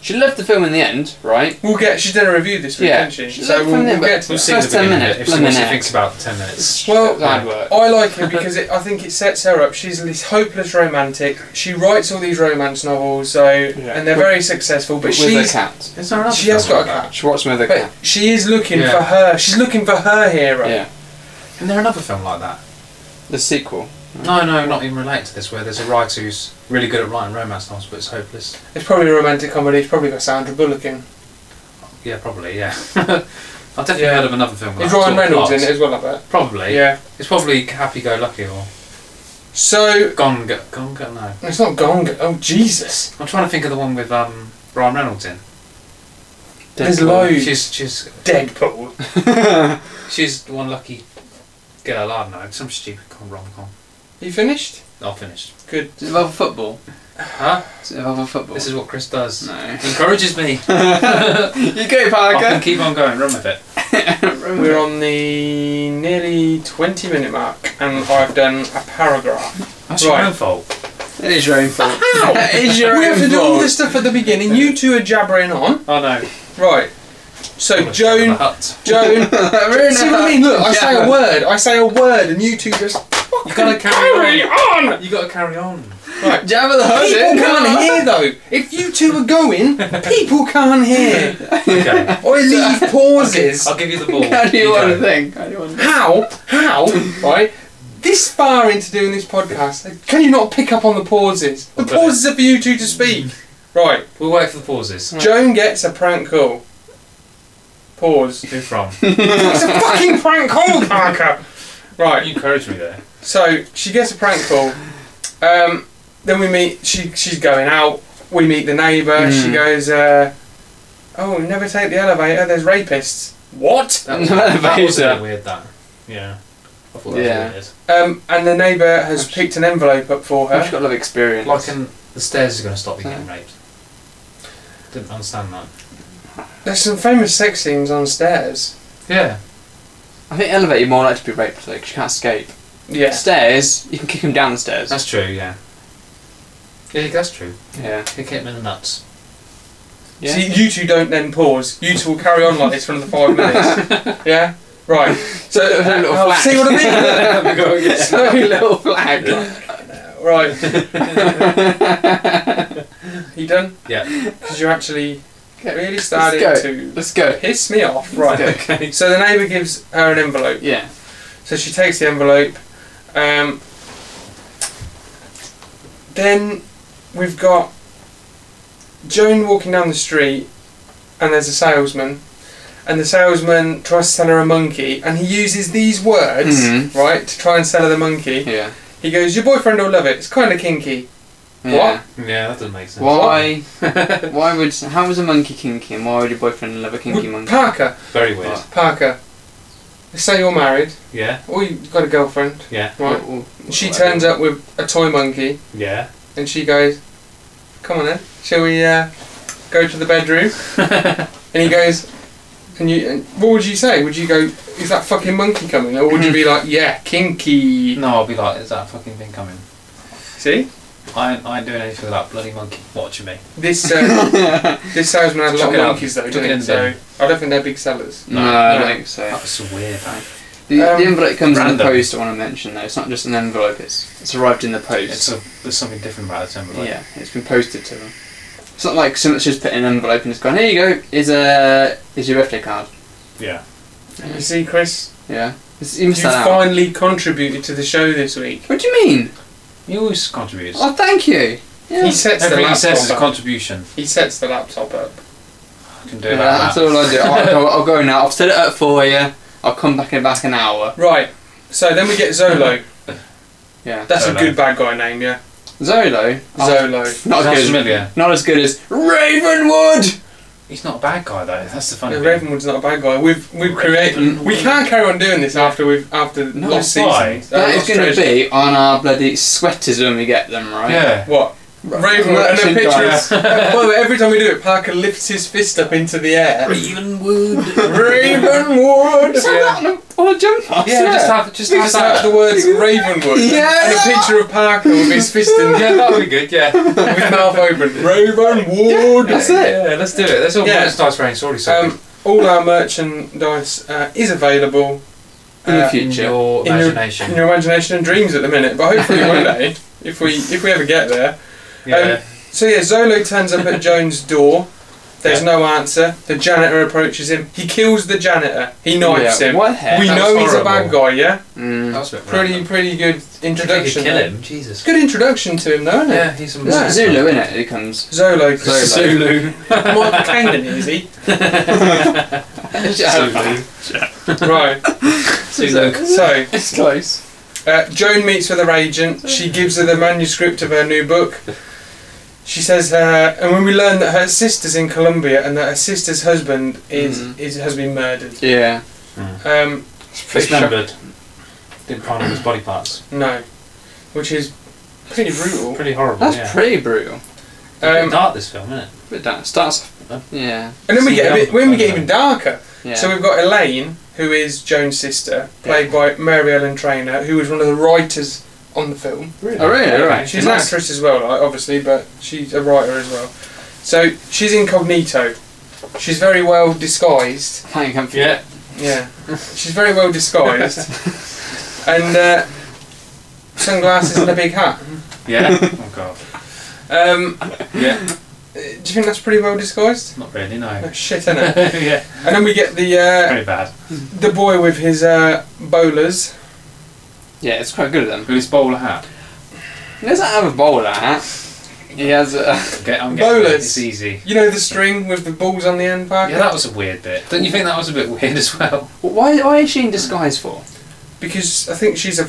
S2: She loved the film in the end, right?
S1: We'll get. She's done a review this week,
S2: Yeah.
S1: hasn't she?
S2: She's
S1: So
S2: up
S1: we'll,
S2: from
S1: we'll
S2: there, but-
S1: get to
S3: We'll
S1: that.
S3: see
S2: First
S3: the
S2: 10
S3: beginning
S2: minutes,
S3: of it, if someone
S2: blimmin'
S3: thinks about 10 minutes.
S1: Well,
S2: hard work.
S1: I like it because it, I think it sets her up. She's this hopeless romantic. She writes all these romance novels, so
S2: Yeah.
S1: and they're very successful. But
S2: But with a
S1: she's
S2: cat.
S3: Is there another
S1: she has
S3: film
S1: got a
S3: like that?
S1: cat.
S2: She watched them with a
S1: But
S2: cat.
S1: she is looking
S3: Yeah.
S1: for her. She's looking for her hero.
S2: Yeah,
S3: Isn't there another film like that?
S2: the sequel.
S3: No, no, not even related to this, where there's a writer who's really good at writing romance novels, but it's hopeless.
S1: It's probably a romantic comedy. It's probably got Sandra Bullock in.
S3: Yeah, probably, yeah. [laughs] I've definitely
S1: Yeah.
S3: heard of another film like
S1: Is
S3: that.
S1: Ryan
S3: sort of
S1: Reynolds in
S3: plot.
S1: it as well? I bet.
S3: Probably.
S1: Yeah.
S3: It's probably Happy Go Lucky or
S1: So
S3: Gone Go, Gone Go, no.
S1: it's not Gone Girl. Oh Jesus!
S3: I'm trying to think of the one with um, Ryan Reynolds in.
S1: There's
S2: Deadpool.
S1: loads. Who?
S3: She's, she's,
S1: Deadpool.
S3: she's one lucky girl, I don't know, some stupid con rom com.
S1: You finished?
S3: I'll finish.
S1: Good.
S2: [laughs] Does it involve football?
S3: Huh?
S2: Does it involve football?
S3: This is what Chris does.
S2: no.
S3: He encourages me.
S2: you go,
S3: I can
S2: Parker.
S3: keep on going, run with it.
S1: We're on the nearly 20 minute mark, and I've done a paragraph.
S3: That's your
S1: Right.
S3: own fault.
S2: It is your
S1: [laughs]
S2: own fault. it is your
S1: we
S2: own
S1: have to do all
S2: fault. [laughs]
S1: this stuff at the beginning. You two are jabbering on.
S3: Oh no.
S1: Right. So, Joan. Joan.
S2: We're in
S1: See
S2: a-
S1: what I mean? Look, I say
S2: Yeah.
S1: a word, I say a word, and you two just.
S3: You
S1: Carry
S3: gotta carry on.
S1: on!
S3: You gotta carry on.
S2: [laughs] Jabba the Hutt.
S1: People
S2: in.
S1: can't
S2: [laughs]
S1: hear though. If you two are going, people can't hear.
S3: Okay.
S1: Or leave pauses.
S3: I'll give you the ball.
S2: How do you,
S3: You
S2: want
S3: go.
S2: to think? How do you want to think?
S1: How? How? Right? This far into doing this podcast, can you not pick up on the pauses? The
S3: Okay.
S1: pauses are for you two to speak. Right.
S3: We'll wait for the pauses.
S1: Joan gets a prank call. Pause.
S2: [laughs]
S3: Who from?
S1: It's a fucking prank call, Parker. Right.
S3: You encouraged me there.
S1: So she gets a prank call. Um, then we meet. She she's going out. We meet the neighbour. She
S2: Mm.
S1: goes, uh, "Oh, never take the elevator. There's rapists." What?
S3: That was,
S2: No,
S3: that was a
S2: Vader.
S3: bit weird. That. Yeah. I thought that
S2: Yeah.
S3: was
S1: Um, and the neighbour has picked an envelope up for
S2: I've
S1: her.
S2: got a lot of experience.
S3: weird. Like, in the stairs are going to stop you getting
S2: Yeah.
S3: raped. Didn't understand that.
S1: There's some famous sex scenes on stairs.
S3: Yeah.
S2: I think elevator you're more likely to be raped though, 'cause you can't escape.
S1: Yeah.
S2: Stairs, you can kick him down the stairs.
S3: That's true. Yeah. Yeah, that's true.
S2: yeah.
S3: Kick him in the nuts.
S2: Yeah.
S1: See, you two don't then pause. You two will carry on like this for another five
S2: [laughs]
S1: minutes. yeah. Right. So
S2: A little- a little
S1: oh,
S2: flack.
S1: see what I
S2: [laughs]
S1: mean. [laughs]
S2: so little flag. [laughs]
S1: right. you done?
S3: Yeah.
S2: [laughs]
S1: Because you're actually
S2: Okay.
S1: Really started
S2: Let's
S1: to
S2: Let's go.
S1: piss me off. Right.
S2: go.
S1: Okay. So the neighbour gives her an envelope.
S2: Yeah.
S1: So she takes the envelope. Um, then we've got Joan walking down the street, and there's a salesman, and the salesman tries to sell her a monkey, and he uses these words,
S2: Mhm.
S1: right, to try and sell her the monkey.
S2: Yeah.
S1: He goes, "Your boyfriend will love it. It's kind of kinky."
S2: Yeah.
S3: Yeah, that doesn't make sense.
S2: Why? why would? How was a monkey kinky? And why would your boyfriend love a kinky
S1: Well,
S2: monkey?
S1: Parker,
S3: Very weird.
S2: What?
S1: Parker. Say you're married,
S3: Yeah,
S1: or you've got a girlfriend,
S3: yeah,
S1: right?
S2: Oh, Well,
S1: She turns up with a toy monkey.
S3: yeah.
S1: And she goes, Come on then, shall we uh, go to the bedroom? and he goes, and you, and what would you say? Would you go, is that fucking monkey coming? Or would you be like, yeah, kinky?
S3: No, I'll be like, is that fucking thing coming?
S1: See,
S3: I ain't, I ain't doing anything with that bloody monkey watching me.
S1: this uh, this salesman had a
S3: Chuck
S1: lot
S3: it
S1: of
S3: out.
S1: monkeys though,
S3: Chuck
S1: didn't
S3: it in
S1: he?
S3: the
S1: So
S3: bin.
S1: I don't think they're big sellers.
S2: No, I
S1: No.
S2: don't think so.
S3: That was weird. man.
S2: The,
S1: Um,
S2: the envelope comes in the
S3: random.
S2: post. I want to mention though. It's not just an envelope. It's it's arrived in the post.
S3: It's a, there's something different about the envelope.
S2: yeah, it's been posted to them. It's not like someone's just put in an envelope and it's gone. Here you go. Is a is your birthday card.
S3: yeah.
S1: You see, Chris,
S2: Yeah. It's, you
S1: you
S2: missed that out.
S1: finally contributed to the show this week.
S2: What do you mean?
S3: He always contributes.
S2: Oh, thank you. Yeah.
S1: He sets the
S3: Everything he
S1: laptop
S3: says is a
S1: up.
S3: contribution.
S1: he sets the laptop up.
S3: I can do
S2: Yeah,
S3: that.
S2: that's all I do. [laughs] I'll go, I'll go now. I've set it up for you. I'll come back in about an hour.
S1: Right. So then we get Zolo.
S2: Yeah.
S1: That's
S3: Zolo.
S1: a good bad guy name, yeah.
S2: Zolo.
S1: Zolo.
S2: Not
S3: Sounds
S2: as good.
S3: familiar.
S2: Not as good as Ravenwood.
S3: He's not a bad guy though. That's the funny
S1: No,
S3: thing.
S1: Ravenwood's not a bad guy. We've we've created.
S2: Ravenwood.
S1: We can't carry on doing this after we've after
S2: No,
S1: lost
S3: why?
S1: season.
S2: that is
S1: lost
S2: going to
S1: treasure.
S2: be on our bloody sweaters when we get them, right?
S3: Yeah.
S1: what Ravenwood and a picture.
S2: Merchandise.
S1: Of, Uh, by the way, every time we do it, Parker lifts his fist up into the air.
S3: [laughs]
S1: Ravenwood.
S2: Is
S1: yeah.
S2: that on a, on a jump?
S3: Yeah, Just have just
S1: We
S3: have
S1: just have
S3: that.
S1: the words Ravenwood
S2: Yeah.
S1: and a picture of Parker with his fist in the
S3: yeah, that would be good. Yeah.
S1: with mouth open. Ravenwood.
S2: That's it.
S3: Yeah, let's do it. That's all
S1: Yeah.
S3: merchandise range already sorted.
S1: Um, all our merchandise uh, is available
S2: In the
S1: uh,
S3: in
S2: future.
S3: your
S1: in your-
S3: imagination.
S1: in your imagination and dreams at the minute, but hopefully one
S2: [laughs]
S1: day, if we if we ever get there.
S3: yeah.
S1: So yeah, Zolo turns up at Joan's door. There's no answer. The janitor approaches him. He kills the janitor. He knifes
S2: yeah.
S1: him.
S2: What the heck?
S1: We
S3: That
S1: know
S3: was
S1: he's a bad
S3: horrible.
S1: guy, yeah.
S2: Mm.
S3: that was a bit
S1: Pretty
S3: random.
S1: pretty good
S3: Think you
S1: introduction.
S3: could kill
S1: there.
S3: him. Jesus.
S1: It's a good introduction to him, though, isn't
S3: Yeah, he's some
S2: It's Zulu, isn't it? It
S3: [laughs]
S2: comes.
S1: it? Zolo.
S2: Zolo.
S3: Zulu.
S1: Michael Caine, is he?
S3: Zulu.
S1: [laughs] Right.
S3: Zulu.
S1: So
S2: It's close.
S1: uh, Joan meets with her agent. She gives her the manuscript of her new book. She says, uh, and when we learn that her sister's in Colombia and that her sister's husband is,
S2: Mhm.
S1: is has been murdered.
S2: Yeah.
S1: Um,
S3: Dismembered. Didn't find all his body parts.
S1: No, which is pretty brutal.
S3: Pretty horrible.
S2: That's
S3: yeah.
S2: pretty brutal.
S3: It's a bit
S1: Um,
S3: dark. This film, isn't it?
S2: But that starts. Yeah.
S1: and then we get a bit, when we get even darker.
S2: Yeah.
S1: So we've got Elaine, who is Joan's sister, played by Mary Ellen Trainer, who was one of the writers on the film.
S3: Really?
S2: Oh, really? Right.
S1: She's an actress as well, like, obviously, but she's a writer as well. So she's incognito. She's very well disguised.
S2: Can't come for
S3: Yeah.
S1: Yeah, [laughs] she's very well disguised, and uh, sunglasses and a big hat.
S3: [laughs] Yeah. oh god.
S1: Um, uh,
S3: Yeah.
S1: do you think that's pretty well disguised?
S3: Not really.
S1: Oh, [laughs]
S3: No.
S1: shit, isn't it?
S3: yeah.
S1: And then we get the uh,
S3: Very bad.
S1: the boy with his uh, bowlers.
S2: Yeah, it's quite good of them.
S3: With his bowler hat.
S2: He doesn't have a bowler hat. He has a. [laughs]
S3: Get, I'm getting
S1: Bowlers.
S3: it. It's easy.
S1: You know the string with the balls on the end, Parker?
S3: Yeah, that was a weird bit. Don't you think that was a bit weird
S2: [laughs]
S3: as well?
S2: Why, why is she in disguise for?
S1: Because I think she's a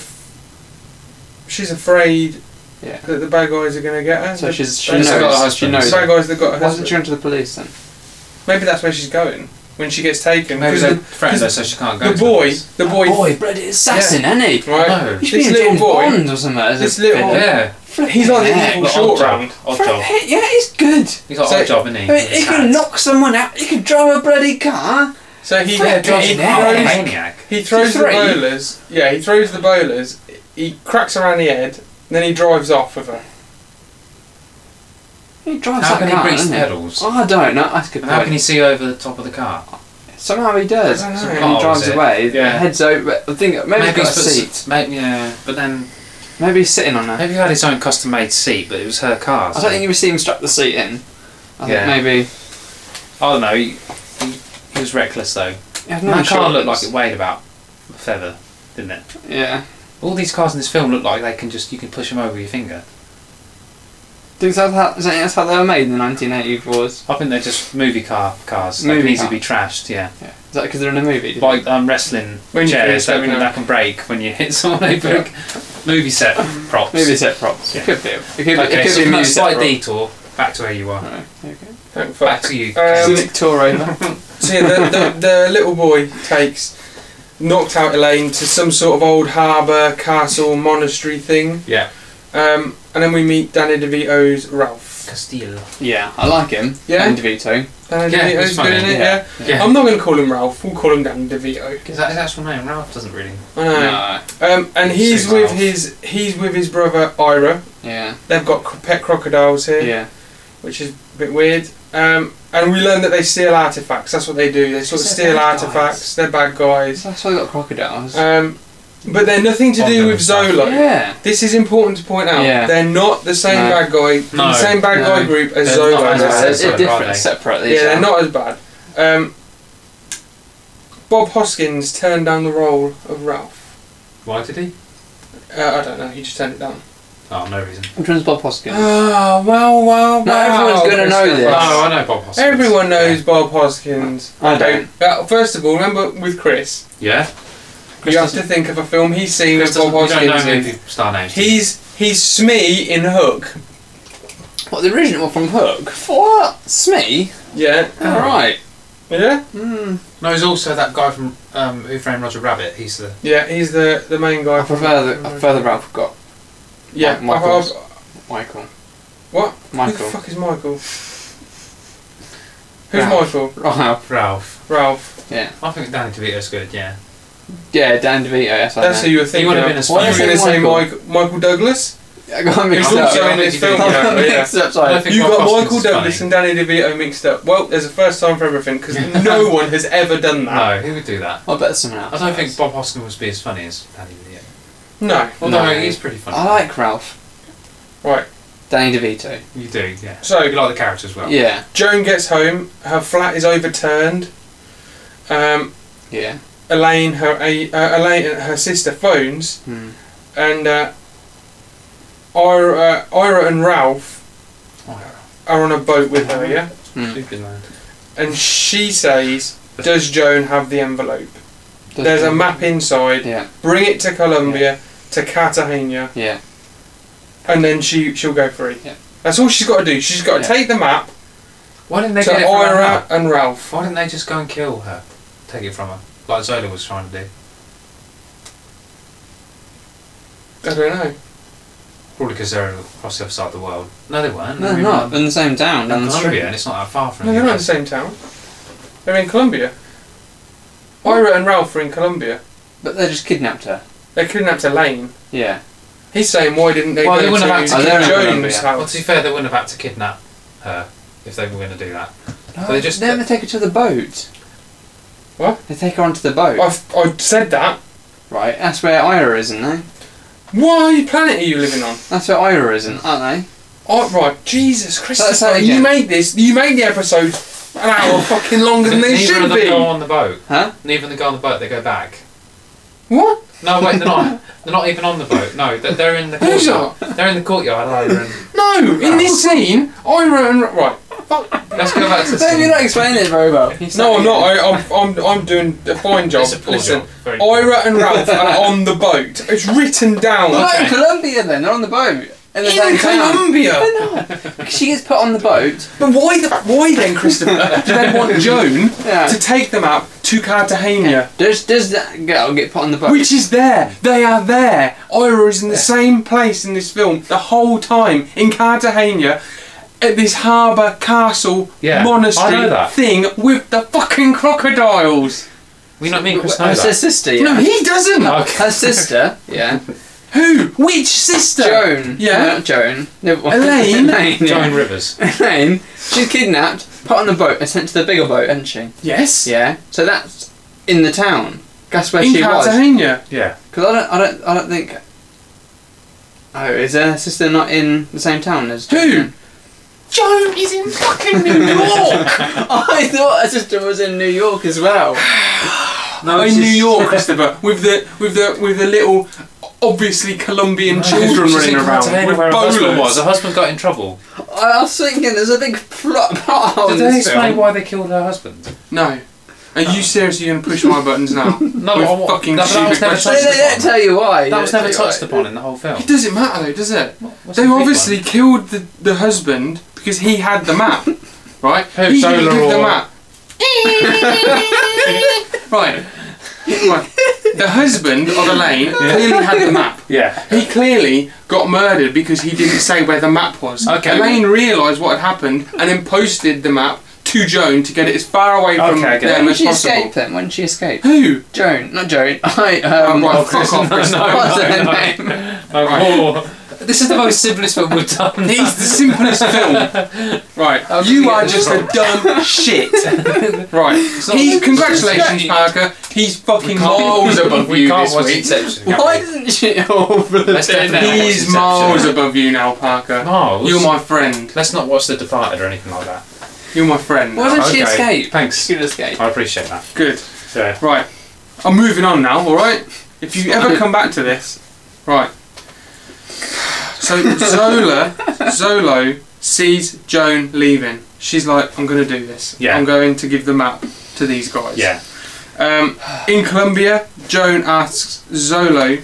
S1: she's afraid
S2: Yeah.
S1: that the bad guys are going to get her.
S2: So
S1: The-
S2: she's, she
S1: they've
S2: knows.
S3: She's got a
S2: she
S3: husband.
S1: The
S2: knows.
S1: bad guys that got her.
S2: Why hasn't she
S1: husband.
S2: gone to the police then?
S1: Maybe that's where she's going when she gets taken.
S3: Maybe
S1: Because
S3: they're
S1: the,
S3: friends, though, so she can't go.
S1: the
S3: to
S1: boy,
S3: this.
S1: the boy,
S2: boy, bloody assassin, ain't he?
S1: right?
S3: No.
S2: He
S1: This
S2: should be in
S1: little
S2: James
S1: boy,
S2: Bond or something. as a
S1: this little-
S2: villain.
S3: Yeah.
S1: he's like the
S2: Yeah.
S1: evil
S3: Like
S1: short
S3: odd
S1: round.
S3: job. Odd
S2: For a
S3: job.
S2: hit, Yeah, he's good.
S3: He's got
S1: So-
S3: odd job, isn't he?
S2: I mean, he can knock someone out. He can drive a bloody car.
S1: So he
S2: Fair
S1: he,
S2: judge
S1: he
S2: now.
S1: throws-
S3: maniac.
S1: He throws the
S2: three.
S1: bowlers. Yeah, he throws the bowlers. He cracks around the head, and then he drives off with her.
S2: He drives
S3: How
S2: that
S3: can
S2: car,
S3: he grease
S2: doesn't
S3: the
S2: he?
S3: pedals?
S2: Oh, I don't know. That's a good
S3: And how
S2: point.
S3: can he see over the top of the car?
S2: Somehow he does.
S1: I don't know.
S2: Somehow
S3: Oh,
S2: he drives
S3: is it?
S2: away.
S3: Yeah.
S2: Heads over. I think maybe, he's got a
S3: put s-
S2: seat.
S3: Maybe, yeah, but then
S2: Maybe he's sitting on her.
S3: maybe he had his own custom-made seat, but it was her car.
S2: I
S3: so-
S2: don't think you ever see him strap the seat in. I
S3: Yeah.
S2: think maybe.
S3: I don't know. He, he, he was reckless though.
S2: He had no
S3: that car looked
S2: insurance.
S3: like it weighed about a feather, didn't it?
S2: Yeah.
S3: All these cars in this film look like they can just you can push them over your finger.
S2: Do you think that's how- do you think that's how they were made in the 1984s?
S3: I think they're just movie car cars. They can
S2: Movie car.
S3: easily be trashed. Yeah,
S2: Yeah. Is that because they're in a movie? did
S3: like um, wrestling
S1: When you
S3: chairs
S1: finish
S3: that
S1: having
S3: come
S1: a-
S3: back and break when you hit [laughs] someone. They break. Movie set props.
S2: Maybe set props.
S3: Yeah.
S2: It could be. It could be, it
S3: Okay,
S2: could
S3: so
S2: be a
S3: from that
S2: movie set
S3: slight
S2: prop.
S3: detour, back to where you are.
S2: Alright, okay.
S1: Thank
S3: Back
S1: fuck.
S3: to you.
S1: Um,
S2: Nick Tour over.
S1: So yeah, the, the, the little boy takes knocked out Elaine to some sort of old harbour, castle, monastery thing.
S3: Yeah.
S1: Um, and then we meet Danny DeVito's Ralph.
S3: Castile.
S2: yeah, I like him.
S1: Yeah?
S2: And DeVito.
S1: Danny
S3: Yeah,
S1: DeVito's
S3: he's
S1: good
S3: funny,
S1: in it, yeah.
S2: yeah.
S3: Yeah.
S1: I'm not going to call him Ralph. We'll call him Dan DeVito.
S3: Is that his actual name? Ralph doesn't really.
S1: I know. Um, and he's
S3: Six
S1: with
S3: Ralph.
S1: his he's with his brother Ira.
S2: Yeah.
S1: They've got cro- pet crocodiles here,
S2: Yeah.
S1: which is a bit weird. Um, and we learn that they steal artifacts. That's what they do. They sort of
S3: Is
S1: steal
S3: they're bad guys?
S1: artifacts. They're bad guys.
S2: That's why I got crocodiles.
S1: Um, but they're nothing to do
S3: Bonding
S1: with
S3: and stuff.
S1: Zolo.
S2: yeah.
S1: This is important to point out.
S2: Yeah.
S1: They're not the same
S2: No.
S1: bad guy,
S3: No.
S1: the same bad
S2: No.
S1: guy group as
S3: They're
S1: Zolo.
S3: not as
S1: Yeah,
S3: bad.
S2: They're,
S3: separate,
S2: they're different,
S3: aren't they?
S2: separate. These
S1: they're
S2: are.
S1: not as bad. Um, Bob Hoskins turned down the role of Ralph.
S3: Why did he?
S1: Uh, I don't know. He just turned it down.
S3: Oh, no reason.
S2: Which one's Bob Hoskins?
S1: Oh well, well,
S2: No, everyone's gonna know
S1: Christopher.
S2: this.
S3: Oh, I know Bob Hoskins.
S1: Everyone knows Bob Hoskins.
S2: I don't.
S1: Uh, first of all, remember with Chris,
S3: Yeah. Chris
S1: you have
S3: doesn't-
S1: to think of a film he's seen
S3: Chris
S1: with Bob
S3: doesn't- you don't know
S1: Hoskins. in.
S3: movie star names. do you?
S1: He's he's Smee in Hook.
S2: What, the original one from Hook? What? Smee?
S1: Yeah,
S2: Alright.
S1: yeah,
S2: Mm.
S3: No, he's also that guy from um, Who Framed Roger Rabbit. He's the
S1: yeah. He's the the main guy.
S2: I prefer the, I prefer the Ralph got
S1: Yeah,
S2: Mi- Michael's. Michael.
S1: What? Who the
S2: Michael.
S1: fuck is Michael? Who's
S2: Ralph.
S1: Michael?
S2: Ralph.
S3: Ralph.
S1: Ralph.
S2: Yeah.
S3: I think Danny DeVito's good. Yeah.
S2: Yeah, Dan DeVito. Yes, I
S1: That's
S2: know.
S1: who you were thinking.
S3: would have
S1: of.
S3: been a
S1: You were
S3: Why is
S1: gonna
S2: it
S1: say
S2: Michael?
S1: Michael, Michael Douglas.
S2: I got
S1: Who's
S2: mixed
S3: He's
S1: also
S3: I
S2: up.
S1: in
S3: don't
S1: this
S3: think you
S1: film.
S3: do.
S1: yeah,
S2: [laughs] I got
S1: yeah.
S2: mixed up,
S3: I don't
S2: sorry.
S3: think
S1: You
S3: Bob
S1: got
S3: Hoskins
S1: Michael
S3: is
S1: Douglas
S3: funny.
S1: and Danny DeVito mixed up. Well, there's a first time for everything because no [laughs] one has ever done that.
S3: No, who would do that?
S2: I bet someone else.
S3: I don't think
S2: does.
S3: Bob Hoskins would be as funny as Danny DeVito.
S1: No.
S3: Although
S2: No.
S3: he's pretty funny.
S2: I like Ralph.
S1: Right.
S2: Danny DeVito.
S3: You do, yeah.
S1: So-
S3: So you like the character
S1: Oh.
S3: as well.
S2: Yeah.
S1: Joan gets home. Her flat is overturned. Um,
S2: Yeah.
S1: Elaine, her a- uh, Elaine, and her sister phones,
S2: Hmm.
S1: and uh, Ira, uh, Ira and Ralph
S3: Oh,
S1: are on a boat with her. Yeah.
S2: Hmm.
S3: stupid man.
S1: And she says, "Does Joan have the envelope?"
S2: Does
S1: There's a
S2: Dan-
S1: map inside.
S2: Yeah.
S1: Bring it to Colombia, to Cartagena,
S2: Yeah.
S1: and then she she'll go free.
S2: Yeah.
S1: That's all she's got to do. She's got to
S2: Yeah.
S1: take the map
S3: Why didn't they
S1: to
S3: get it from her?
S1: Ira and Ralph.
S3: Why didn't they just go and kill her? Take it from her, like Zola was trying to do.
S1: I don't know.
S3: Probably because they're across the other side of the world. No, they weren't.
S2: No,
S3: They
S2: they're
S3: were
S2: not. They're in the same town.
S3: in
S2: Down the
S3: Colombia, and
S2: street.
S3: it's not that far from
S1: No, they're
S3: here.
S1: not in the same town. They're in Colombia. Ira and Ralph are in Colombia.
S2: But they just kidnapped her.
S1: They kidnapped Elaine.
S2: Yeah.
S1: He's saying, why didn't they
S3: Well, they
S1: go
S3: wouldn't
S1: to,
S3: have had
S1: to
S3: to
S1: Jones'
S2: kidnap Colombia.
S3: Well, to be
S1: house?
S3: fair, they wouldn't have had to kidnap her if they were going to do that.
S2: No,
S3: They just-
S2: then they take her to the boat.
S1: What?
S2: They take her onto the boat.
S1: I've, I said that.
S2: Right, that's where Ira is, isn't they?
S1: Why planet are you living on?
S2: That's where Ira is, isn't aren't
S1: Oh, right, Jesus Christ!
S2: that
S1: You
S2: again.
S1: made this. You made the episode an hour fucking longer than they
S3: Neither
S1: should
S3: of them go
S1: be.
S3: on the boat.
S2: they? Huh?
S3: Neither of them go on the boat. They go back.
S1: What?
S3: No, wait, they're not. They're not even on the boat. No, they're, they're in the
S1: Who's
S3: courtyard. They're in the courtyard. Ira and-
S1: No, in
S3: [laughs]
S1: this scene, Ira and right. Fuck.
S3: Let's go back to the
S2: Maybe
S3: scene.
S2: you're not explaining it very well.
S1: No, I'm not. I, I'm, I'm, I'm doing a fine job.
S3: It's a poor
S1: Listen,
S3: job. Very poor.
S1: Ira and Ralph are on the boat. It's written down.
S2: They're
S3: Okay.
S2: in Colombia then, they're on the boat. And they're
S1: In Colombia.
S2: She gets put on the boat.
S1: But why the why then, Christopher? Do they want Joan
S2: Yeah.
S1: to take them out to Cartagena,
S2: Does, does that girl get put on the boat?
S1: which is there? They are there. Ira is in the same place in this film the whole time in Cartagena. At this harbour castle
S3: Yeah, I
S1: monastery
S3: know that.
S1: thing with the fuking crocodiles.
S3: We not mean Chris
S2: That's her
S3: Nolan.
S2: sister, yeah.
S1: No, he doesn't.
S2: Her sister, yeah.
S1: Who? Which sister?
S2: Joan.
S1: Yeah.
S2: Not Joan. No, [laughs]
S1: Elaine?
S2: Elaine, yeah.
S3: Joan Rivers.
S2: Elaine. She's kidnapped, put on the boat, and sent to the bigger boat, isn't she?
S1: Yes.
S2: Yeah. So that's in the town. That's where
S1: In
S2: she was.
S1: Cartagena.
S3: Yeah.
S2: Because I don't, I don't, I don't think. Oh, is her sister not in the same town as?
S1: Who?
S2: Jason?
S1: Joan is in fucking New York.
S2: [laughs] I thought Azista was in New York as well.
S5: No,
S1: in
S5: it's
S1: New
S5: just-
S3: [laughs]
S1: York,
S5: [laughs]
S1: [laughs] Christopher, with the with the with the little obviously Colombian children
S3: She's
S1: running
S3: in
S1: around
S3: Cartagena
S1: with
S3: where her husband was.
S1: bowlers.
S3: Her husband got in trouble.
S2: I was thinking there's a big plot [laughs] part on
S3: Did they
S2: this
S3: explain
S2: film.
S3: why they killed her husband?
S1: No, are you seriously going to push my buttons
S3: [laughs]
S1: now?
S3: No,
S1: With
S3: I wa-
S1: fucking
S3: no, but
S1: stupid
S3: that was never
S1: questions.
S2: They, they don't
S3: touched upon.
S2: tell you why.
S3: That was
S2: They don't
S3: never
S2: tell you
S3: touched
S2: why.
S3: upon in the whole film.
S1: It doesn't matter though, does it?
S3: What- what's
S1: They
S3: the big
S1: obviously
S3: one?
S1: killed the, the husband because he had the map, [laughs] right?
S3: Who,
S1: he didn't
S3: Zola
S1: give the
S3: or- [laughs]
S1: map. right. right. The husband of Elaine clearly had the map.
S3: Yeah.
S1: He clearly got murdered because he didn't say where the map was.
S3: Okay.
S1: Elaine realised what had happened and then posted the map to Joan to get it as far away from
S3: Okay, I get it.
S1: them
S2: When
S1: as
S2: she
S1: possible.
S2: escaped then? When she escaped?
S1: Who?
S2: Joan, not Joan. [laughs] I um.
S1: oh, right, fuck off, Chris.
S2: what's
S3: no,
S2: her
S3: no.
S2: name?
S3: Oh,
S1: Right.
S3: oh. This is the most simplest film we've [laughs] done.
S1: He's the simplest film. Right. you are just a dumb
S3: [laughs]
S1: shit. Right. He, congratulations, Parker. He's fucking miles above
S3: we
S1: you
S3: can't
S1: this
S3: watch
S1: week.
S3: Inception. can
S2: [laughs] Why
S3: we?
S2: didn't she? Oh,
S3: Let's do it now.
S1: He's
S3: Inception.
S1: miles above you now, Parker.
S3: No, let's-
S1: You're my friend.
S3: Let's not watch The Departed or anything like that.
S1: You're my friend.
S2: Why did she
S3: Okay,
S2: escape?
S3: Thanks.
S2: She escaped.
S3: I appreciate that.
S1: Good.
S3: Yeah.
S1: Right. I'm moving on now, alright? If you ever come back to this. Right. So Zola Zolo sees Joan leaving. She's like, I'm gonna do this.
S3: Yeah.
S1: I'm going to give the map to these guys.
S3: Yeah.
S1: Um, in Colombia, Joan asks Zolo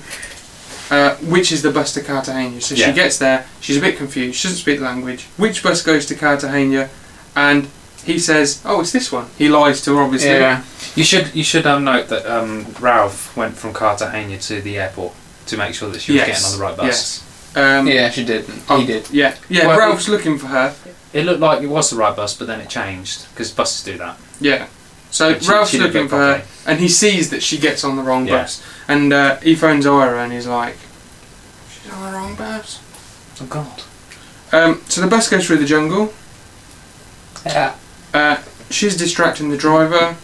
S1: uh, which is the bus to Cartagena. So
S3: Yeah.
S1: she gets there, she's a bit confused, she doesn't speak the language. Which bus goes to Cartagena? And he says, Oh, it's this one. He lies to her, obviously.
S2: Yeah.
S3: You should you should um, note that um, Ralph went from Cartagena to the airport to make sure that she was
S1: Yes,
S3: getting on the right bus.
S1: yes. Um,
S2: Yeah, she did.
S1: oh,
S2: He did.
S1: Yeah, yeah.
S3: Well,
S1: Ralph's looking for her.
S3: It looked like it was the right bus, but then it changed because buses do that.
S1: Yeah. So
S3: But she-
S1: Ralph's
S3: she didn't
S1: looking
S3: look
S1: for her,
S3: properly.
S1: and he sees that she gets on the wrong
S3: Yeah.
S1: bus, and uh, he phones Ira, and he's like, "She's on the wrong bus."
S3: Oh God.
S1: Um, so the bus goes through the jungle.
S2: Yeah.
S1: Uh, she's distracting the driver.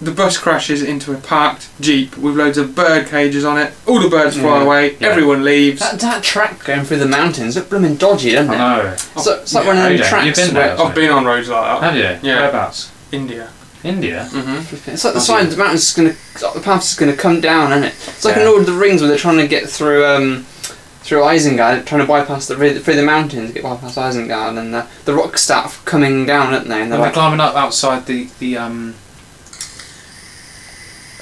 S1: The bus crashes into a parked jeep with loads of bird cages on it. All the birds fly
S2: Yeah.
S1: away.
S3: Mm. Yeah.
S1: Everyone leaves.
S2: That, that track going through the mountains looked blooming dodgy, doesn't
S3: I
S2: it?
S3: know.
S2: So, it's like one of
S3: Oh,
S2: them
S3: yeah.
S2: tracks.
S3: You've been
S2: where-
S3: there.
S1: I've been on roads like that.
S3: Have you?
S1: Yeah.
S3: Whereabouts?
S1: India.
S3: India.
S1: hmm
S2: It's
S3: Oh,
S2: like the side of the mountain's gonna, the path's gonna come down, isn't it? It's like in
S3: Yeah.
S2: Lord of the Rings where they're trying to get through, um, through Isengard, trying to bypass the through the mountains, get bypast Isengard, and the, the rocks start coming down, aren't they? And
S3: And
S2: they're
S3: they're
S2: like,
S3: climbing up outside the the um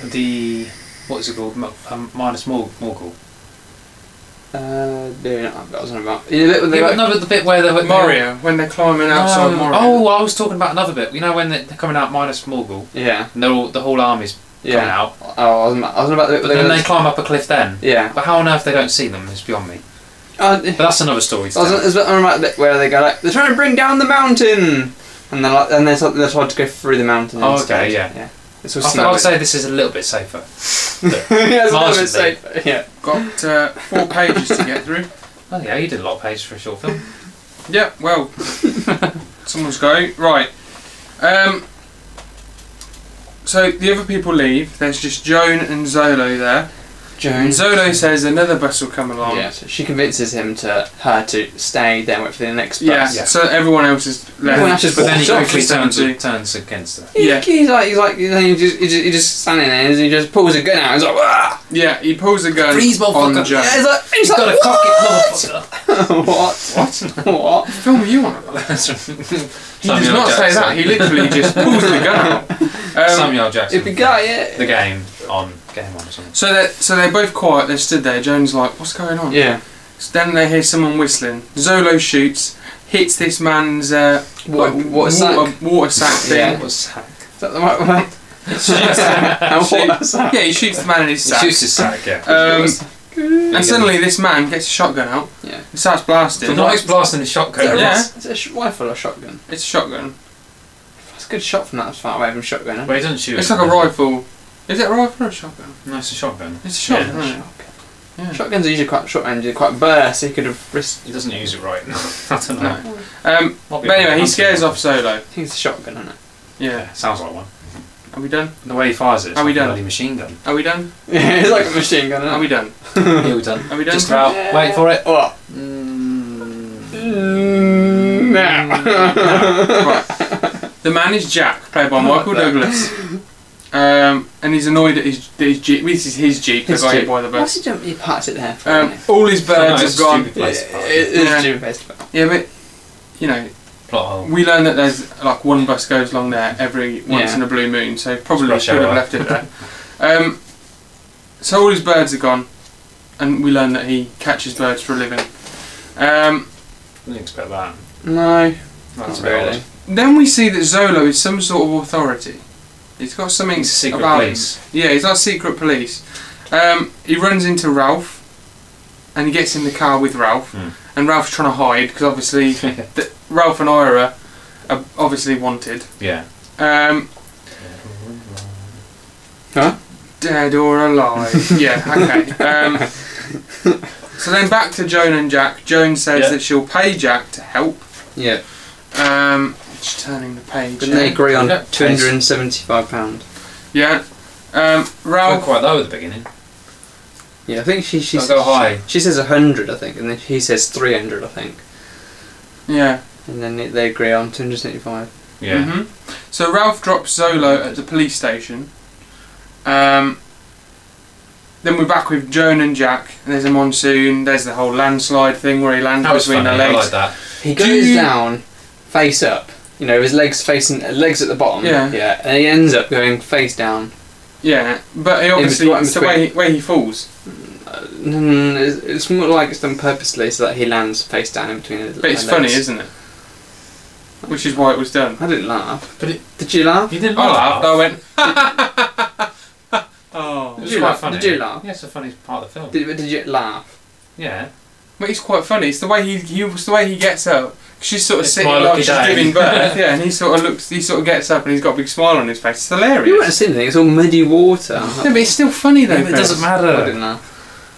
S3: the what is it called? Mo- Um, minus Morg- Morgul.
S2: uh, they're not, that was not about. You know, the bit where they
S3: Yeah,
S2: like,
S3: no, but the bit where they're
S1: Moria, when they're climbing
S3: No.
S1: outside Moria.
S3: Oh, I was talking about another bit. You know when they're they're coming out minus Morgul,
S2: yeah,
S3: and they're all, the whole army's coming
S2: yeah.
S3: out,
S2: Oh, I wasn't, I wasn't about the bit
S3: but
S2: where
S3: then
S2: they,
S3: they climb up a cliff. Then,
S2: yeah.
S3: but how on earth they don't see them is beyond me.
S2: Uh,
S3: But that's another story. To
S2: I wasn't,
S3: tell.
S2: I was about the bit where they go like, they're trying to bring down the mountain, and they're like, and they're, sort- they're told to go through the mountain.
S3: Oh, okay,
S2: instead.
S3: yeah.
S2: yeah. It's all
S3: I
S2: snowy.
S3: would say this is a little bit safer.
S2: [laughs]
S3: [laughs]
S2: yeah, it's a little bit
S3: Marginally.
S2: safer. Yeah.
S1: Got uh, four pages to get through.
S3: Oh yeah, you did a lot of pages for a short film.
S1: Yeah,
S3: [laughs]
S1: well, someone's go right. Um, so the other people leave. There's just Joan and Zolo there. And
S2: Jones.
S1: Zolo says another bus will come along.
S2: Yeah, so she convinces him to her to stay there wait for the next bus.
S1: Yeah, So everyone else is left.
S2: Everyone else is
S3: but then he
S2: Well,
S3: quickly
S1: sure.
S3: turns turns against her.
S2: He-
S1: Yeah.
S2: He's like, he's like, then he just, he just, he just standing there and he just pulls a gun out. He's like, "Wah!"
S1: Yeah, he pulls a gun
S3: Freeze,
S1: on
S3: motherfucker.
S1: Joan.
S2: Yeah, he's like, he's
S3: Got
S2: like,
S3: a cock it,
S2: what?
S1: What?
S2: [laughs] what? What?
S1: What film are you
S3: [laughs]
S1: on about?
S3: motherfucker.
S1: He does not say that. He
S3: [laughs]
S1: literally just pulls the gun out. Um,
S3: Samuel L. Jackson.
S2: If you got it.
S3: the game on game on or something.
S1: so they're so they're both quiet. They stood there. Joan's like, "What's going on?"
S2: Yeah.
S1: So then they hear someone whistling. Zolo shoots, hits this man's uh,
S2: What?
S1: like,
S2: What is that?
S1: Water, water sack thing.
S2: Yeah.
S3: What's sack?
S2: Is that the right word?
S1: [laughs]
S2: And what is that?
S1: Yeah, he shoots the man in his sack.
S3: It's his sack, [laughs] yeah.
S1: Um,
S2: Is
S1: and suddenly this man gets a shotgun out.
S2: Yeah.
S1: It starts blasting.
S3: The knife's blasting his
S2: that a
S3: shotgun.
S1: Yeah.
S2: ris- Is it a sh- rifle or shotgun?
S1: It's a shotgun.
S2: That's a good shot from that it's far away from shotgun. eh?
S3: But he doesn't shoot.
S1: It's like a rifle. Is it a rifle or a shotgun?
S3: No, it's a shotgun.
S1: It's a
S3: Yeah,
S1: shotgun. isn't it? Yeah.
S2: Shotguns are usually quite short range, they're quite burst, so he could have risked.
S3: He doesn't use it right. [laughs] I don't know.
S1: No. Um,
S3: Might be
S1: but
S3: a
S1: anyway, he
S3: hunting
S1: scares
S3: rifle.
S1: off Solo.
S2: I think it's a shotgun, isn't it? [laughs]
S1: Yeah.
S3: Yeah, sounds like one.
S1: Are we done?
S3: The way he fires it, it's
S1: Are we
S3: like a
S1: done?
S3: bloody machine gun.
S1: Are we done?
S2: Yeah, it's like a machine gun.
S1: Are we done?
S3: yeah, we
S1: [laughs]
S3: done.
S1: Are we done?
S3: Just about. Wait for it.
S2: What?
S3: Mm.
S2: Oh. Mm, no. [laughs]
S1: right. The man is Jack, played by Michael Douglas. Um, and he's annoyed at his, that his Jeep. This is his Jeep that
S2: His
S1: got hit
S2: Jeep.
S1: by the
S2: Why
S1: bus.
S2: did you, you parked it there for
S1: Um,
S2: me?
S1: all his birds
S3: it's
S1: have gone.
S3: stupid place to
S2: Yeah,
S3: park.
S2: it- it's
S1: Yeah.
S2: a stupid place to park.
S1: Yeah, but you know,
S3: Plot hole.
S1: we learn that there's like one bus goes along there every once
S2: Yeah.
S1: in a blue moon, so probably
S3: rush
S1: should have
S3: hour.
S1: left it there. [laughs] um, so all his birds are gone, and we learn that he catches birds for a living. Um,
S3: Didn't expect that.
S2: No,
S3: That's
S2: not
S3: very
S2: really.
S3: odd.
S1: then we see that Zolo is some sort of authority. He's got something
S3: He's secret
S1: about him.
S3: police.
S1: Yeah, he's our secret police. Um, he runs into Ralph, and he gets in the car with Ralph,
S3: Hmm.
S1: and Ralph's trying to hide because
S3: [laughs]
S1: obviously th- Ralph and Ira are obviously wanted.
S3: Yeah.
S1: Um,
S2: Huh?
S1: Dead or
S3: [laughs]
S1: alive? yeah. Okay. Um, so then back to Joan and Jack. Joan says
S3: Yeah.
S1: that she'll pay Jack to help.
S2: Yeah,
S1: Um, just turning the page.
S2: didn't they agree on
S3: Yeah.
S2: two hundred and seventy-five pound?
S1: Yeah. Um,
S3: Well,
S1: Ralph.
S3: quite low at the beginning.
S2: Yeah, I think she she
S3: Don't go high.
S2: she says hundred, I think, and then he says three hundred, I think,
S1: Yeah.
S2: and then they- they agree on two hundred seventy-five.
S3: Yeah.
S1: hmm So Ralph drops Zolo at the police station. Um, then we're back with Joan and Jack. And there's a monsoon. There's the whole landslide thing where he lands
S3: That was
S1: between
S3: funny.
S1: the
S3: I
S1: legs.
S3: like that.
S2: He
S1: Do
S2: goes
S1: you-
S2: down, face up. You know, his legs facing legs at the bottom.
S1: Yeah.
S2: yeah, and he ends up going face down.
S1: Yeah, but he obviously
S2: between-
S1: it's the way he, way he falls.
S2: Mm, it's, it's more like it's done purposely so that he lands face down in between his
S1: But it's funny, isn't it? Which is why it was done.
S2: I didn't laugh.
S3: But it-
S2: did you laugh?
S3: He didn't
S1: I laughed. I
S3: laugh. [laughs]
S1: went. oh,
S3: It
S2: Did
S3: was
S2: you
S3: quite
S2: laugh?
S3: funny.
S2: Did you laugh?
S3: Yeah, it's the funniest part of the film.
S2: Did, but did you laugh?
S3: yeah.
S1: but it's quite funny. It's the way he, he it's the way he gets up. She's sort of
S3: It's
S1: sitting
S3: my
S1: like
S3: lucky
S1: she's
S3: day.
S1: giving
S3: [laughs]
S1: birth. yeah, and he sort of looks. He sort of gets up and he's got a big smile on his face. It's
S2: You wouldn't
S1: hilarious.
S2: have seen anything. It's all muddy water.
S1: No, but it's still funny though.
S3: it
S1: Chris.
S3: doesn't
S2: I
S3: matter.
S2: didn't laugh.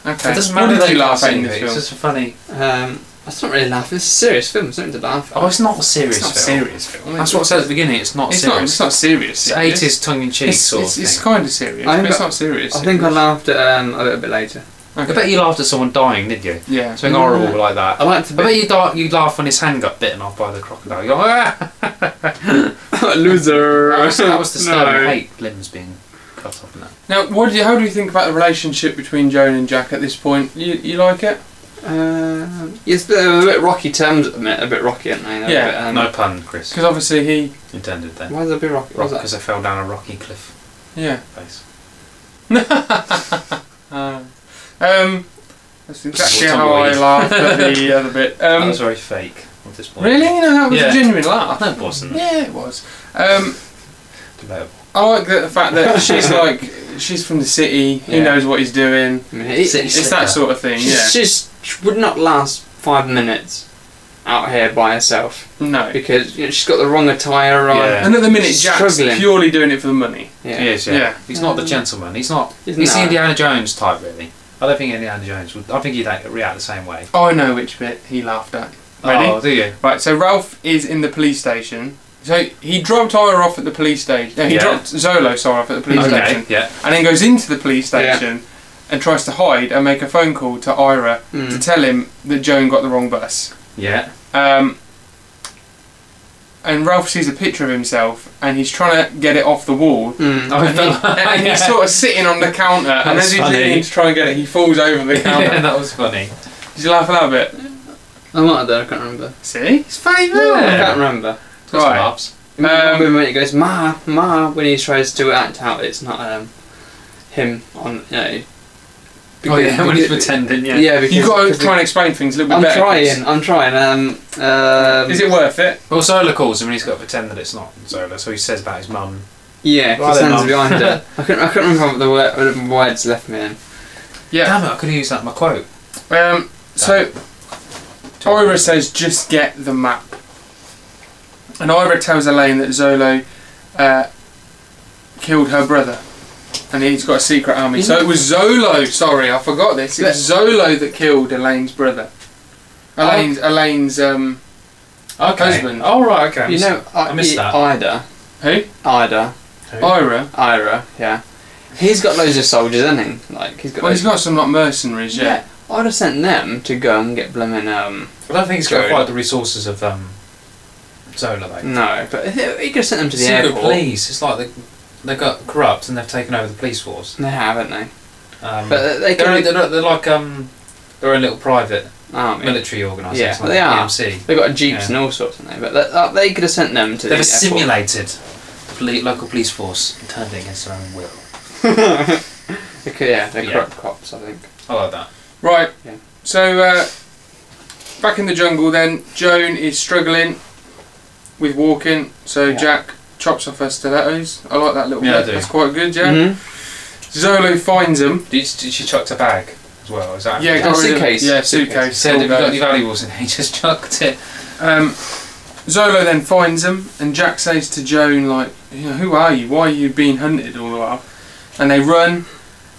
S1: Okay.
S3: It doesn't
S1: what
S3: matter.
S1: did
S3: that
S1: you
S3: you
S1: laugh
S3: can't
S1: at in
S3: see
S1: this
S3: it.
S1: film?
S3: It's just a funny.
S2: Um, that's not really laughing. It's a serious film. It's nothing to laugh. At.
S3: Oh, it's not a serious
S1: It's not
S3: film.
S1: serious film.
S3: That's what I said at the beginning. It's not
S1: It's not.
S3: serious.
S1: It's not serious.
S3: it's 80s tongue in cheek
S1: It's,
S3: sort
S1: it's,
S3: of
S1: it's
S3: thing.
S1: kind of serious,
S2: I
S1: but it's
S2: bet-
S1: not serious.
S2: I think I laughed at um, a little bit later.
S3: I bet you laughed at someone dying, did you?
S1: Yeah.
S3: Something horrible like that.
S2: I liked the
S3: I bet
S2: bit.
S3: you, di- you laugh when his hand got bitten off by the crocodile. You go, ah!
S2: [laughs] Loser.
S3: That was, that was disturbing.
S2: [laughs] No.
S3: I hate limbs being cut off and that.
S1: Now, what do you, how do you think about the relationship between Joan and Jack at this point? You, you like it?
S2: Um, yes, but they're a bit rocky terms at the minute. A bit rocky, aren't they? They're a
S1: Yeah,
S2: bit, um,
S3: no pun, Chris.
S1: Because obviously he,
S3: Intended there.
S2: Why is it a bit rocky? What's that?
S3: Because I fell down a rocky cliff
S1: yeah.
S3: face.
S1: Uh, um, that's exactly
S3: What
S1: how I
S3: tumbleweed.
S1: laughed at the other bit.
S3: that
S1: Um,
S3: was very fake at this point.
S1: really? No, that was a
S3: Yeah.
S1: genuine laugh.
S3: No, it wasn't.
S1: Yeah, it was. Um,
S3: Debatable.
S1: I like the, the fact that she's like, she's from the city. Who
S2: Yeah.
S1: knows what he's doing?
S2: I mean, it-
S3: Six.
S1: It's that sort of thing.
S2: she's,
S1: Yeah.
S2: she's- she would not last five minutes out here by herself
S1: No.
S2: because you know, she's got the wrong attire on.
S3: Yeah.
S1: And at the minute, Jack's
S2: Struggling.
S1: purely doing it for the money.
S2: Yeah.
S3: He is, yeah.
S1: Yeah.
S3: He's not the gentleman. He's not.
S2: Isn't
S3: He's the
S2: that-
S3: Indiana Jones type, really. I don't think Indiana Jones would. I think he'd act, react the same way.
S1: I know which bit he laughed at. Ready?
S3: Oh, do you?
S1: Right, so Ralph is in the police station. So he dropped Ira off at the police station. No, he
S3: Yeah.
S1: dropped Zolo, sorry, off at the police
S3: Okay.
S1: station.
S3: Yeah.
S1: And then goes into the police
S2: Yeah.
S1: station and tries to hide and make a phone call to Ira to
S3: Hmm.
S2: Mm.
S1: tell him that Joan got the wrong bus.
S3: Yeah.
S1: Um, and Ralph sees a picture of himself and he's trying to get it off the wall.
S2: Mm.
S3: Oh,
S1: And, he- and he's sort of sitting on the counter, and
S3: That's
S1: as he's
S3: funny.
S1: leaning to try and get it, he falls over
S3: [laughs]
S1: the counter.
S3: yeah, Oh, that was funny.
S1: Did you laugh at that bit?
S2: I might have done. I can't remember.
S1: See? It's funny,
S2: I
S3: Yeah.
S2: can't remember.
S3: Just
S1: Right.
S3: laughs.
S2: Um,
S1: Um,
S2: when he goes ma ma when he tries to act out, it's not um, him on you know.
S3: Oh yeah, when he's
S2: because-
S3: pretending. Yeah.
S2: Yeah, because
S1: You've got to
S2: because
S1: try and explain things a little bit
S2: I'm
S1: better.
S2: trying.
S1: 'cause-
S2: I'm trying. Um, um,
S1: Is it worth it?
S3: Well, Zola calls him and he's got to pretend that it's not Zola, so he says about his mum.
S2: Yeah, because
S3: Right then,
S2: stands
S3: Mum.
S2: behind it. I couldn't. I couldn't remember what the word, what the words left me in.
S1: Yeah.
S3: Damn it! I could have used that in my quote.
S1: Um, so Ira says, "Just get the map," and Ira tells Elaine that Zolo uh, killed her brother, and he's got a secret army. So it was Zolo. Sorry, I forgot this. It was Zolo that killed Elaine's brother. Elaine's Elaine's um
S3: Okay.
S1: husband.
S3: Oh right. Okay.
S2: You know, I, E,
S3: I missed that.
S2: Ida,
S1: who?
S2: Ida,
S1: Ira.
S2: Ira. Yeah, he's got loads of soldiers, hasn't he? Like he's got.
S1: Well,
S2: loads
S1: he's got some like mercenaries.
S2: yeah.
S1: Yeah.
S2: I'd have sent them to go and get blooming. Um,
S3: I don't think he's got
S2: Good.
S3: quite the resources of um,
S5: Zola though.
S2: No, but he he could have sent them to the
S5: Secret
S2: airport.
S5: police. It's like they they got corrupt and they've taken over the police force.
S2: They haven't they?
S5: Um,
S2: But uh, they
S5: they're,
S2: could
S5: they're, they're like um their own little private
S2: army.
S5: military organisation.
S2: Oh, Yeah,
S5: like
S2: they are.
S5: PMC.
S2: They've got jeeps
S5: Yeah.
S2: and all sorts, haven't they? But that, that, they could have sent them to
S5: They've
S2: the airport.
S5: assimilated the poli- local police force and turned it against their own will.
S2: They could- yeah, they're
S5: Yeah.
S2: corrupt cops, I think.
S5: I like that.
S1: Right.
S2: Yeah.
S1: So uh, back in the jungle, then Joan is struggling with walking. So
S2: Yeah.
S1: Jack chops off her stilettos. I like that little
S5: Yeah, I
S1: bit.
S5: do.
S1: That's quite good. Yeah.
S2: Mm-hmm.
S1: Zolo finds him.
S3: Did, did she chucked a bag as well? Is that?
S1: Yeah, got
S2: Oh,
S3: [laughs]
S1: rid of-
S2: suitcase.
S1: Yeah,
S3: He
S1: suitcase.
S3: said,
S1: all
S3: "Have you got
S1: goes.
S3: any valuables?" And he [laughs] just chucked it.
S1: Um, Zolo then finds him, and Jack says to Joan, like, you know, who are you? Why are you being hunted all the while? And they run.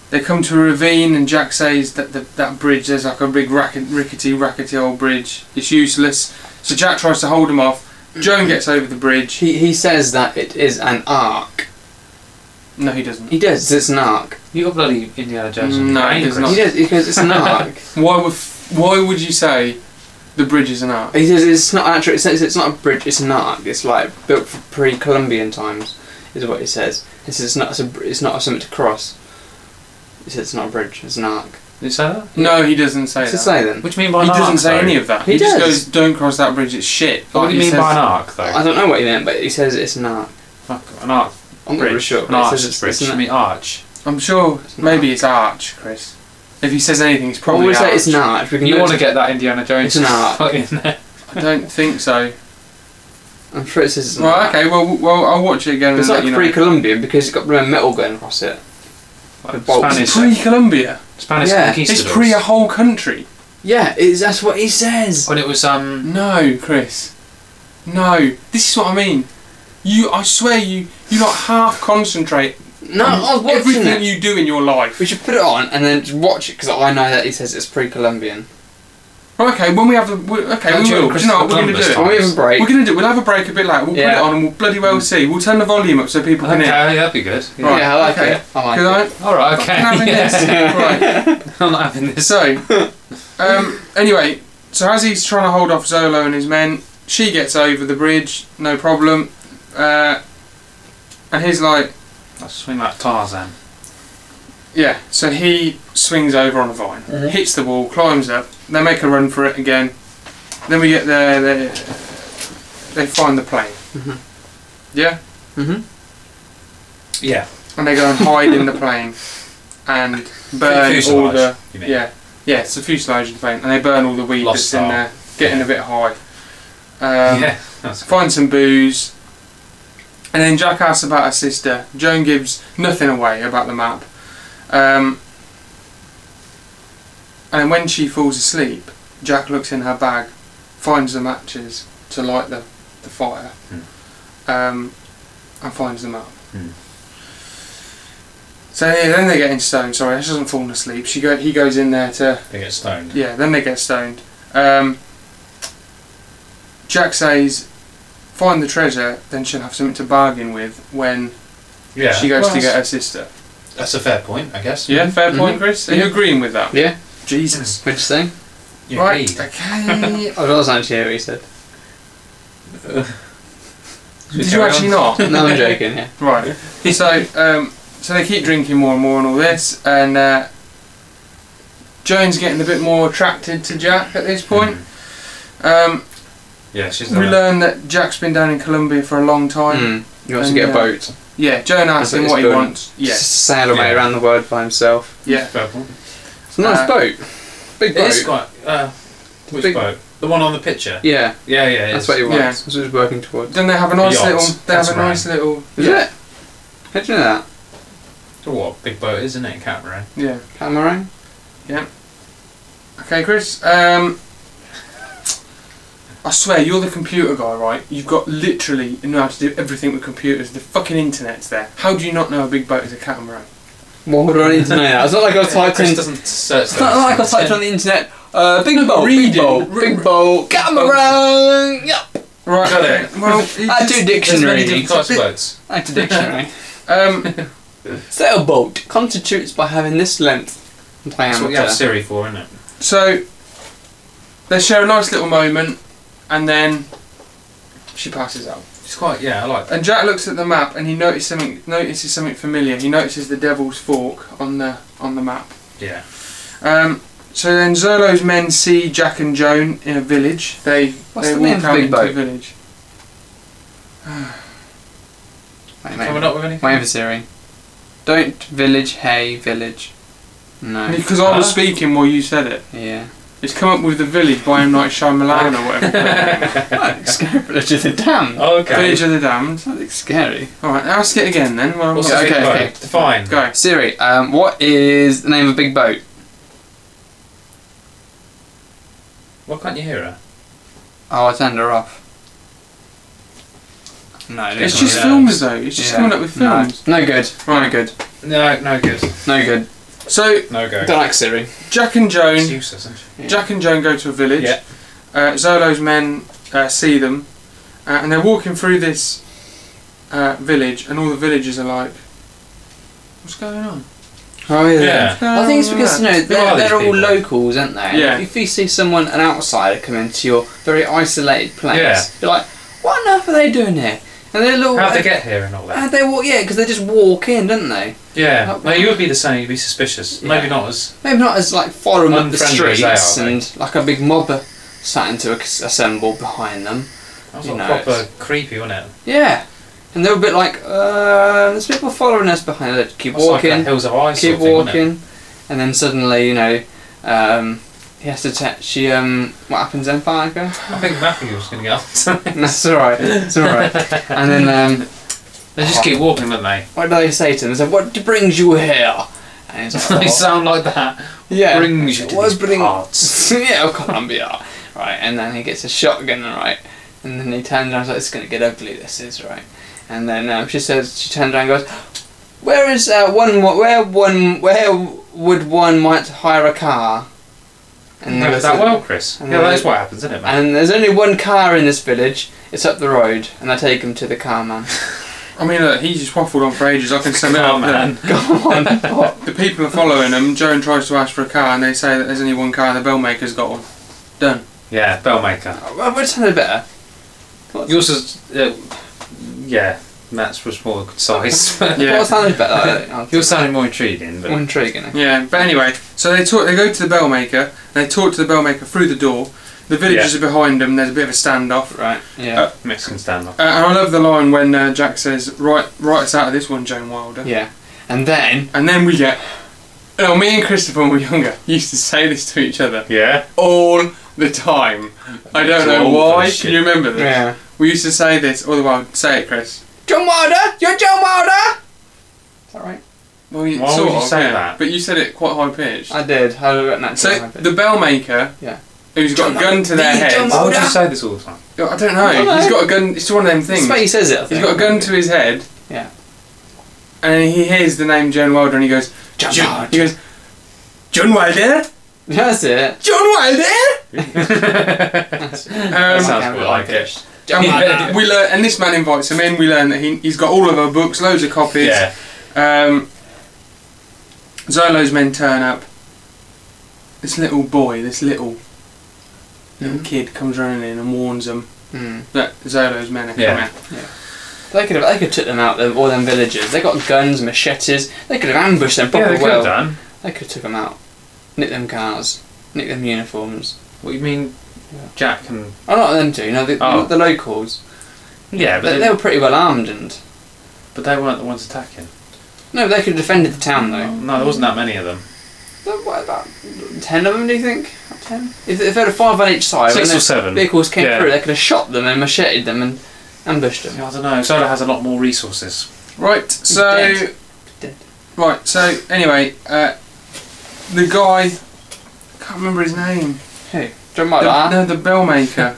S1: They come to a ravine, and Jack says that the, that bridge, there's like a big racket, rickety, rackety old bridge. It's useless. So Jack tries to hold him off. Joan gets over the bridge.
S2: He, he says that it is an arc.
S1: No, he doesn't.
S2: He does, it's an arc.
S3: You got bloody Indiana Jones. on
S1: No,
S3: your brain,
S1: there's
S3: Chris.
S1: not.
S2: He does, because it's an arc.
S1: Why would Why would you say the bridge is an arc?
S2: He says it's not actually. It says it's not a bridge. It's an arc. It's like built for pre-Columbian times, is what he says. He says it's not. It's, a, br- it's not something to cross. He says it's not a bridge. It's an arc.
S3: Did it say that?
S1: No, he doesn't say
S2: What's it
S1: that.
S2: say then?
S3: What do you mean by
S1: he
S3: an arc?
S1: doesn't say
S3: though?
S1: any of that.
S2: He
S1: He, just
S2: does.
S1: goes, "Don't cross that bridge. It's shit."
S3: What
S1: Like
S3: do you
S1: he
S3: mean
S1: says-
S3: by an arc, though?
S2: I don't know what he meant, but he says it's an arc.
S3: Fuck, an arc
S2: I'm not really
S3: bridge.
S2: sure.
S3: An
S2: but he
S3: arch
S2: says it's-
S3: bridge.
S2: it's
S3: I
S2: an-
S3: mean arch.
S1: I'm sure
S2: It's an
S1: maybe it's Arch, Chris. If he says anything, it's
S2: I
S1: probably
S2: always
S1: Arch.
S2: say it's an arc. We can
S3: You
S2: know
S3: want to
S2: it's-
S3: get that Indiana Jones?
S2: It's
S3: [laughs]
S2: an arc.
S3: in there.
S1: I don't think so.
S2: I'm sure it says [laughs] it's an
S1: Well,
S2: arc.
S1: okay. Well, well, I'll watch it again.
S2: But
S1: And
S2: It's
S1: let
S2: like
S1: you know.
S2: pre-Columbian because it's got blue metal going across it.
S3: Like
S2: bolts.
S3: Spanish,
S1: Pre-Columbia.
S3: Spanish
S2: Yeah.
S1: It's
S3: conquistadors.
S1: pre a whole country.
S2: Yeah, it's, that's what he says.
S3: When it was um.
S1: No, Chris. No. This is what I mean. You, I swear, you, you not half concentrate
S2: No, I was
S1: on
S2: watching
S1: everything
S2: it.
S1: you do in your life.
S2: We should put it on and then just watch it because I know that he says it's pre-Columbian.
S1: Well, okay. When we have the, we, okay,
S3: Don't
S1: we
S3: you
S1: will.
S3: and
S1: Do you know what? We're gonna do
S3: Christopher
S1: it.
S2: Can we have a break?
S1: We're gonna do. it. We'll have a break a bit later. We'll put
S2: Yeah.
S1: it on, and we'll bloody well see. We'll turn the volume up so people can
S3: Okay,
S1: hear.
S3: that'd be good.
S1: Right.
S2: Yeah, I like
S1: okay.
S2: it. I like
S1: Because
S2: it.
S1: I,
S3: All right. Okay.
S1: Fucking having
S3: [laughs]
S1: this. Right.
S3: I'm not having this.
S1: So, um, anyway, so as he's trying to hold off Zolo and his men, she gets over the bridge, no problem. Uh, and he's like,
S3: I swing like Tarzan.
S1: yeah. So he swings over on a vine, hits the wall, climbs up. They make a run for it again. Then we get there. They, they find the plane.
S2: Mhm.
S1: Yeah,
S2: Mm-hmm.
S5: Yeah.
S1: and they go and hide in the plane and burn all
S5: Fuselage,
S1: the
S5: you
S3: [laughs]
S5: mean?
S1: Yeah, yeah, it's a fuselage of the paint, and they burn all the weed
S5: Lost
S1: that's in
S5: style.
S1: there, getting a bit high.
S5: [laughs]
S1: Um,
S3: yeah. That's cool.
S1: Find some booze, and then Jack asks about her sister. Joan gives nothing away about the map, um, and then when she falls asleep, Jack looks in her bag, finds the matches to light the the fire, um, and finds the map.
S3: Hmm.
S1: So yeah, then they get in stone. Sorry, she doesn't fall asleep. She go, he goes in there to
S5: They get stoned.
S1: yeah, then they get stoned. Um, Jack says, "Find the treasure, then she'll have something to bargain with when
S5: Yeah.
S1: she goes to
S5: Well,
S1: get her sister."
S5: That's a fair point, I guess.
S3: Mm-hmm.
S1: Yeah, fair point,
S2: Mhm.
S1: Chris. Are
S2: Yeah.
S1: you agreeing with that?
S2: Yeah.
S1: Jesus.
S2: What'd you say?
S5: You
S1: right.
S5: agreed.
S2: [laughs]
S1: Okay.
S2: I was actually hear what he said.
S1: Did you actually not?
S2: [laughs] No, I'm joking. Yeah.
S1: Right. So, um, so they keep drinking more and more and all this, and uh, Joan's getting a bit more attracted to Jack at
S3: Mm-hmm.
S1: this point. Um,
S3: Hmm. Yeah, she's
S1: we learn that Jack's been down in Colombia for a long time.
S2: Mm. He wants to
S1: And,
S2: get a
S1: uh,
S2: boat.
S1: Yeah, Joan asks
S2: That's what
S1: him
S2: he's
S1: what he
S2: doing.
S1: wants. Yeah,
S2: Just sail away
S3: Yeah.
S2: around the world by himself.
S1: yeah.
S5: Fair point.
S2: It's a nice
S1: Uh,
S2: boat. Big
S5: It
S2: boat.
S5: is quite. Uh, which
S2: Big-
S5: boat? The one on the picture.
S2: Yeah,
S5: Yeah, yeah. It
S2: that's
S5: is.
S2: what he wants.
S1: Yeah.
S2: That's what he's working towards.
S1: Then they have a nice
S5: Yacht.
S1: little. They
S5: That's
S1: have a
S5: right.
S1: nice little.
S2: Is it? How do you know that?
S5: So what? Big boat, isn't it? Catamaran.
S1: Yeah.
S2: Catamaran?
S1: Okay, Chris. Um, I swear you're the computer guy, right? You've got literally you know how to do everything with computers. The fucking internet's there. How do you not know a big boat is a catamaran?
S2: What would I need to know that? It's not like I typed
S5: Chris
S2: in.
S5: doesn't search.
S2: It's not like I
S5: those.
S2: typed on the internet. Uh, big boat, big
S1: reading.
S2: boat, big boat, catamaran. Yep.
S1: Right.
S5: Got it.
S1: Well,
S2: [laughs] I
S5: There's many
S2: do
S5: different
S2: dictionary.
S5: types of boats.
S2: I do dictionary. [laughs]
S1: um,
S2: Sailboat constitutes by having this length and
S5: That's what you
S2: diameter.
S5: have Siri for, isn't it?
S1: So they share a nice little moment, and then she passes out.
S3: It's quite yeah, I like that.
S1: And Jack looks at the map and he notices something notices something familiar. He notices the Devil's Fork on the on the map.
S3: Yeah.
S1: Um, so then Zolo's men see Jack and Joan in a village. They
S2: What's
S1: they
S2: the
S1: walk
S2: name of the
S1: out
S2: big
S1: into the
S2: boat?
S1: village.
S2: Wait,
S3: Coming
S2: wait,
S3: up
S2: [laughs]
S3: with anything?
S2: wait for Siri. Don't village, hey, village. No.
S1: Because I was
S3: Huh?
S1: speaking while you said it.
S2: Yeah.
S1: It's come up with the village by M Night Shyamalan or whatever.
S2: Oh, scary [laughs] village of the damned.
S3: [laughs] Oh, [laughs] okay.
S1: Village of the Damned.
S2: Something scary.
S1: All right, ask it again then. Well,
S3: What's
S2: Yeah,
S3: the big
S2: okay,
S3: boat?
S2: okay.
S3: Define.
S1: Go.
S2: Siri, um, what is the name of a big boat?
S3: Why can't you hear her?
S2: Oh, I turned her off. No, it
S1: It's
S2: isn't.
S1: just
S3: Yeah.
S1: films though. It's just
S2: Yeah.
S1: coming up with films.
S2: No, no good.
S1: Right.
S2: No good.
S3: No, no good.
S2: No good.
S1: So
S3: No go.
S2: Don't like Siri.
S1: Jack and Joan
S3: It's useless, isn't it?
S1: Jack and Joan go to a village.
S3: Yeah.
S1: Uh, Zolo's men uh, see them, uh, and they're walking through this uh, village, and all the villagers are like, "What's going on?"
S2: Oh yeah.
S3: Yeah.
S2: I think it's because you know they're,
S3: are these
S2: they're all
S3: people?
S2: locals, aren't they? And
S1: Yeah.
S2: If you see someone, an outsider, come into your very isolated place,
S3: Yeah.
S2: you're like, what on earth are they doing here? And they're little.
S3: How'd they get here and all that?
S2: How'd they walk? Yeah, because they just walk in, don't they?
S3: Yeah.
S2: How-
S3: No, you would be the same. You'd be suspicious. Maybe
S2: Oh, Yeah.
S3: not as.
S2: Maybe not as like forum up the
S3: Unfriendly as
S2: streets
S3: they are,
S2: and like a big mob starting to ac- assemble behind them.
S3: That was
S2: You
S3: like
S2: know,
S3: proper
S2: it's-
S3: creepy, wasn't it?
S2: Yeah. And they were a bit like, uh, there's people following us behind. Let's keep
S3: That's like a
S2: walking.
S3: Hills of Eyes
S2: keep
S3: sort of thing, wasn't it?
S2: walking, and then suddenly, you know, um, he has to. Te- she um, what happens then, Parker? [laughs]
S3: I think Matthew was going to get up.
S2: That's all right. It's all right. and then um,
S3: they just keep walking, don't they? [laughs]
S2: what do they say to him? They say, "What brings you here?" And he's like,
S3: [laughs] they
S2: "Oh,
S3: sound like that.
S2: "Yeah,
S3: brings you to
S2: what
S3: these
S2: bring-
S3: [laughs]
S2: [laughs]
S3: parts?"
S2: yeah, Colombia." Right, and then he gets a shotgun, right, and then he turns around. He's like, "It's gonna get ugly. This is right." And then um, she says, she turns around and goes, "Where is uh, one? mo- Where one? Where would one might hire a car?" And
S3: No,
S2: they
S3: is
S2: go,
S3: that well, Chris?
S2: and
S3: Yeah,
S2: then-
S3: that is what happens, isn't it, man?
S2: And there's only one car in this village. It's up the road, and I take him to the car man.
S1: I mean, look, he just waffled on for ages. I can sum it up.
S3: man. [laughs]
S1: Go on. the people are following him. Joan tries to ask for a car, and they say that there's only one car. The bellmaker's got one. Done.
S3: Yeah, Bellmaker.
S2: Oh, Which sounded better?
S3: Yours is. Uh, yeah, Matt's was more good [laughs] size.
S1: Yeah.
S2: What sounded better? I
S3: Yours
S2: don't
S3: sounded more intriguing,
S2: know.
S3: but.
S2: intriguing.
S1: Yeah, but anyway, so they talk. They go to the bellmaker. And they talk to the bellmaker through the door. The villagers are behind them. There's a bit of a standoff.
S2: Right. Yeah.
S3: Mexican standoff.
S1: Uh, and I love the line when uh, Jack says, "Write, write us out of this one, Joan Wilder."
S2: yeah. And then
S1: And then we get, no, me and Christopher when we were younger [laughs] used to say this to each other
S3: Yeah.
S1: all the time. I don't
S3: It's
S1: know
S3: all
S1: why.
S3: bullshit.
S1: Can you remember this?
S2: yeah.
S1: We used to say this all the while. Say it, Chris.
S2: John Wilder, you're John Wilder. Is that right?
S1: Well, you,
S3: Why
S1: sort
S3: would you
S1: of,
S3: say
S1: yeah,
S3: that?
S1: But you said it quite high pitched.
S2: I did. How did that
S1: So
S2: naturally happen?
S1: the bellmaker,
S2: Yeah.
S1: who's got a gun to their
S2: Please
S1: head.
S2: don't-
S3: Why would you say this all the [laughs] time?
S1: I don't know.
S2: don't know.
S1: He's got a gun. It's one of them
S2: That's
S1: things.
S2: the way he says it. I
S1: He's
S2: think.
S1: got a gun to his head.
S2: Yeah.
S1: And he hears the name Joan Wilder, and he goes,
S2: John
S1: "Jo-
S2: Wilder." [laughs]
S1: He goes, John Wilder.
S2: That's it.
S1: John Wilder.
S3: That
S1: Um,
S3: sounds
S2: Okay,
S3: more
S2: I
S3: like it.
S1: and we, we learn, and this man invites him in. We learn that he, he's got all of her books, loads of copies.
S3: Yeah.
S1: Um, Zolo's men turn up. This little boy, this little
S2: Mm-hmm.
S1: little kid, comes running in and warns them
S2: Hmm.
S1: that Zolo's men are coming.
S3: Yeah.
S2: They could have. They could have took them out. Them all them villagers. They got guns, machetes. They could have ambushed them
S3: Yeah,
S2: proper
S3: they could
S2: well.
S3: have done.
S2: They could have took them out. Nick them cars. Nick them uniforms.
S3: What do you mean, Jack and.
S2: Oh, not them two. No, the,
S3: Oh.
S2: the locals.
S3: Yeah, but
S2: They,
S3: they,
S2: they were pretty well armed and.
S3: but they weren't the ones attacking.
S2: No, they could have defended the town though.
S3: No, there wasn't that many of them.
S2: There were about ten of them, do you think? About ten? If, if they had five on each side,
S3: Six
S2: when
S3: or
S2: the
S3: seven.
S2: vehicles came
S3: Yeah.
S2: through, they could have shot them and macheted them and ambushed them.
S3: Yeah, I don't know. Solar has a lot more resources.
S1: Right. So.
S2: dead. Dead.
S1: Right. So anyway, uh, the guy. I can't remember his name.
S2: Hey, John
S1: The,
S2: Mulder,
S1: no, the bellmaker.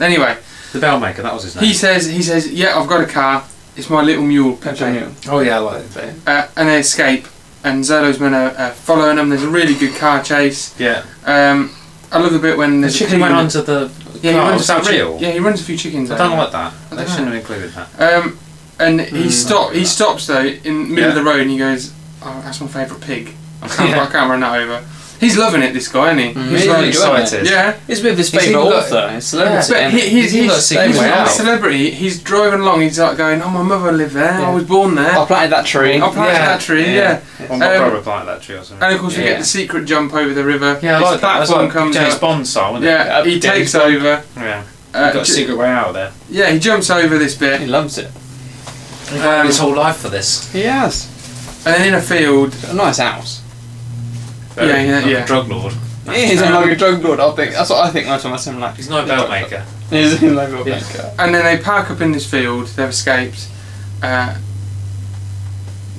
S1: anyway,
S3: The Bellmaker, that was his name.
S1: he says. He says, "Yeah, I've got a car. It's my little mule,
S2: John
S1: Pepe."
S2: Mulder.
S3: oh, yeah, I like that.
S1: uh, and they escape. And Zolo's men are uh, following them. There's a really good car chase.
S3: Yeah.
S1: Um, I love the bit when
S3: The
S1: there's a
S3: chicken went
S1: pig-
S3: onto the.
S1: Yeah, he
S3: car.
S1: runs
S3: was
S1: a
S3: that
S1: few chi-
S3: real?
S1: Yeah, he runs a few chickens.
S3: I
S1: over.
S3: don't like that.
S1: I
S3: They
S1: don't
S3: shouldn't
S1: know.
S3: have included that.
S1: Um, and he
S2: Mm.
S1: stop. He stops though in the middle
S3: Yeah.
S1: of the road, and he goes, "Oh, that's my favourite pig. I can't,
S3: Yeah. Hmm.
S1: I can't run that over." He's loving it, this guy, isn't he?
S2: Mm.
S3: He's
S2: He's
S3: really
S2: enjoying it.
S3: excited.
S1: Yeah.
S2: It's with his
S3: He's
S2: favourite
S3: even got-
S2: author, and celebrity.
S1: But
S2: and
S1: he, he's,
S3: He's
S1: he's,
S3: got a secret
S1: he's
S2: way
S1: not a
S2: out.
S1: celebrity. He's driving along. He's like going, "Oh, my mother lived there.
S2: Yeah.
S1: I was born there.
S2: I
S1: I
S2: planted that tree.
S1: planted that tree." Yeah.
S3: Yeah. Well, my
S1: Um,
S3: brother planted that tree or something.
S1: And of course, we
S2: Yeah.
S1: get the secret jump over the river.
S3: yeah, I
S1: His
S3: like that. That's
S1: platform
S3: like
S1: comes
S3: James
S1: up.
S3: Bond style, isn't
S1: Yeah,
S2: Yeah,
S1: he
S2: James
S1: takes
S2: Bond.
S1: over.
S3: it? Yeah.
S1: Uh,
S3: You've got a
S1: ju-
S3: secret way out of there.
S1: yeah, he jumps over this bit,
S2: He
S1: and
S2: loves it.
S6: He
S3: Um,
S6: waited his whole life for this.
S2: He has.
S1: then in a field.
S2: Got a nice house.
S1: Yeah, yeah,
S3: like a
S1: yeah.
S3: drug lord.
S2: He's in like a drug lord. I think that's what I think most of my sim like.
S3: He's no belt maker.
S2: He's in like a
S3: Yeah.
S2: banker.
S1: And then they park up in this field. They've escaped. Uh,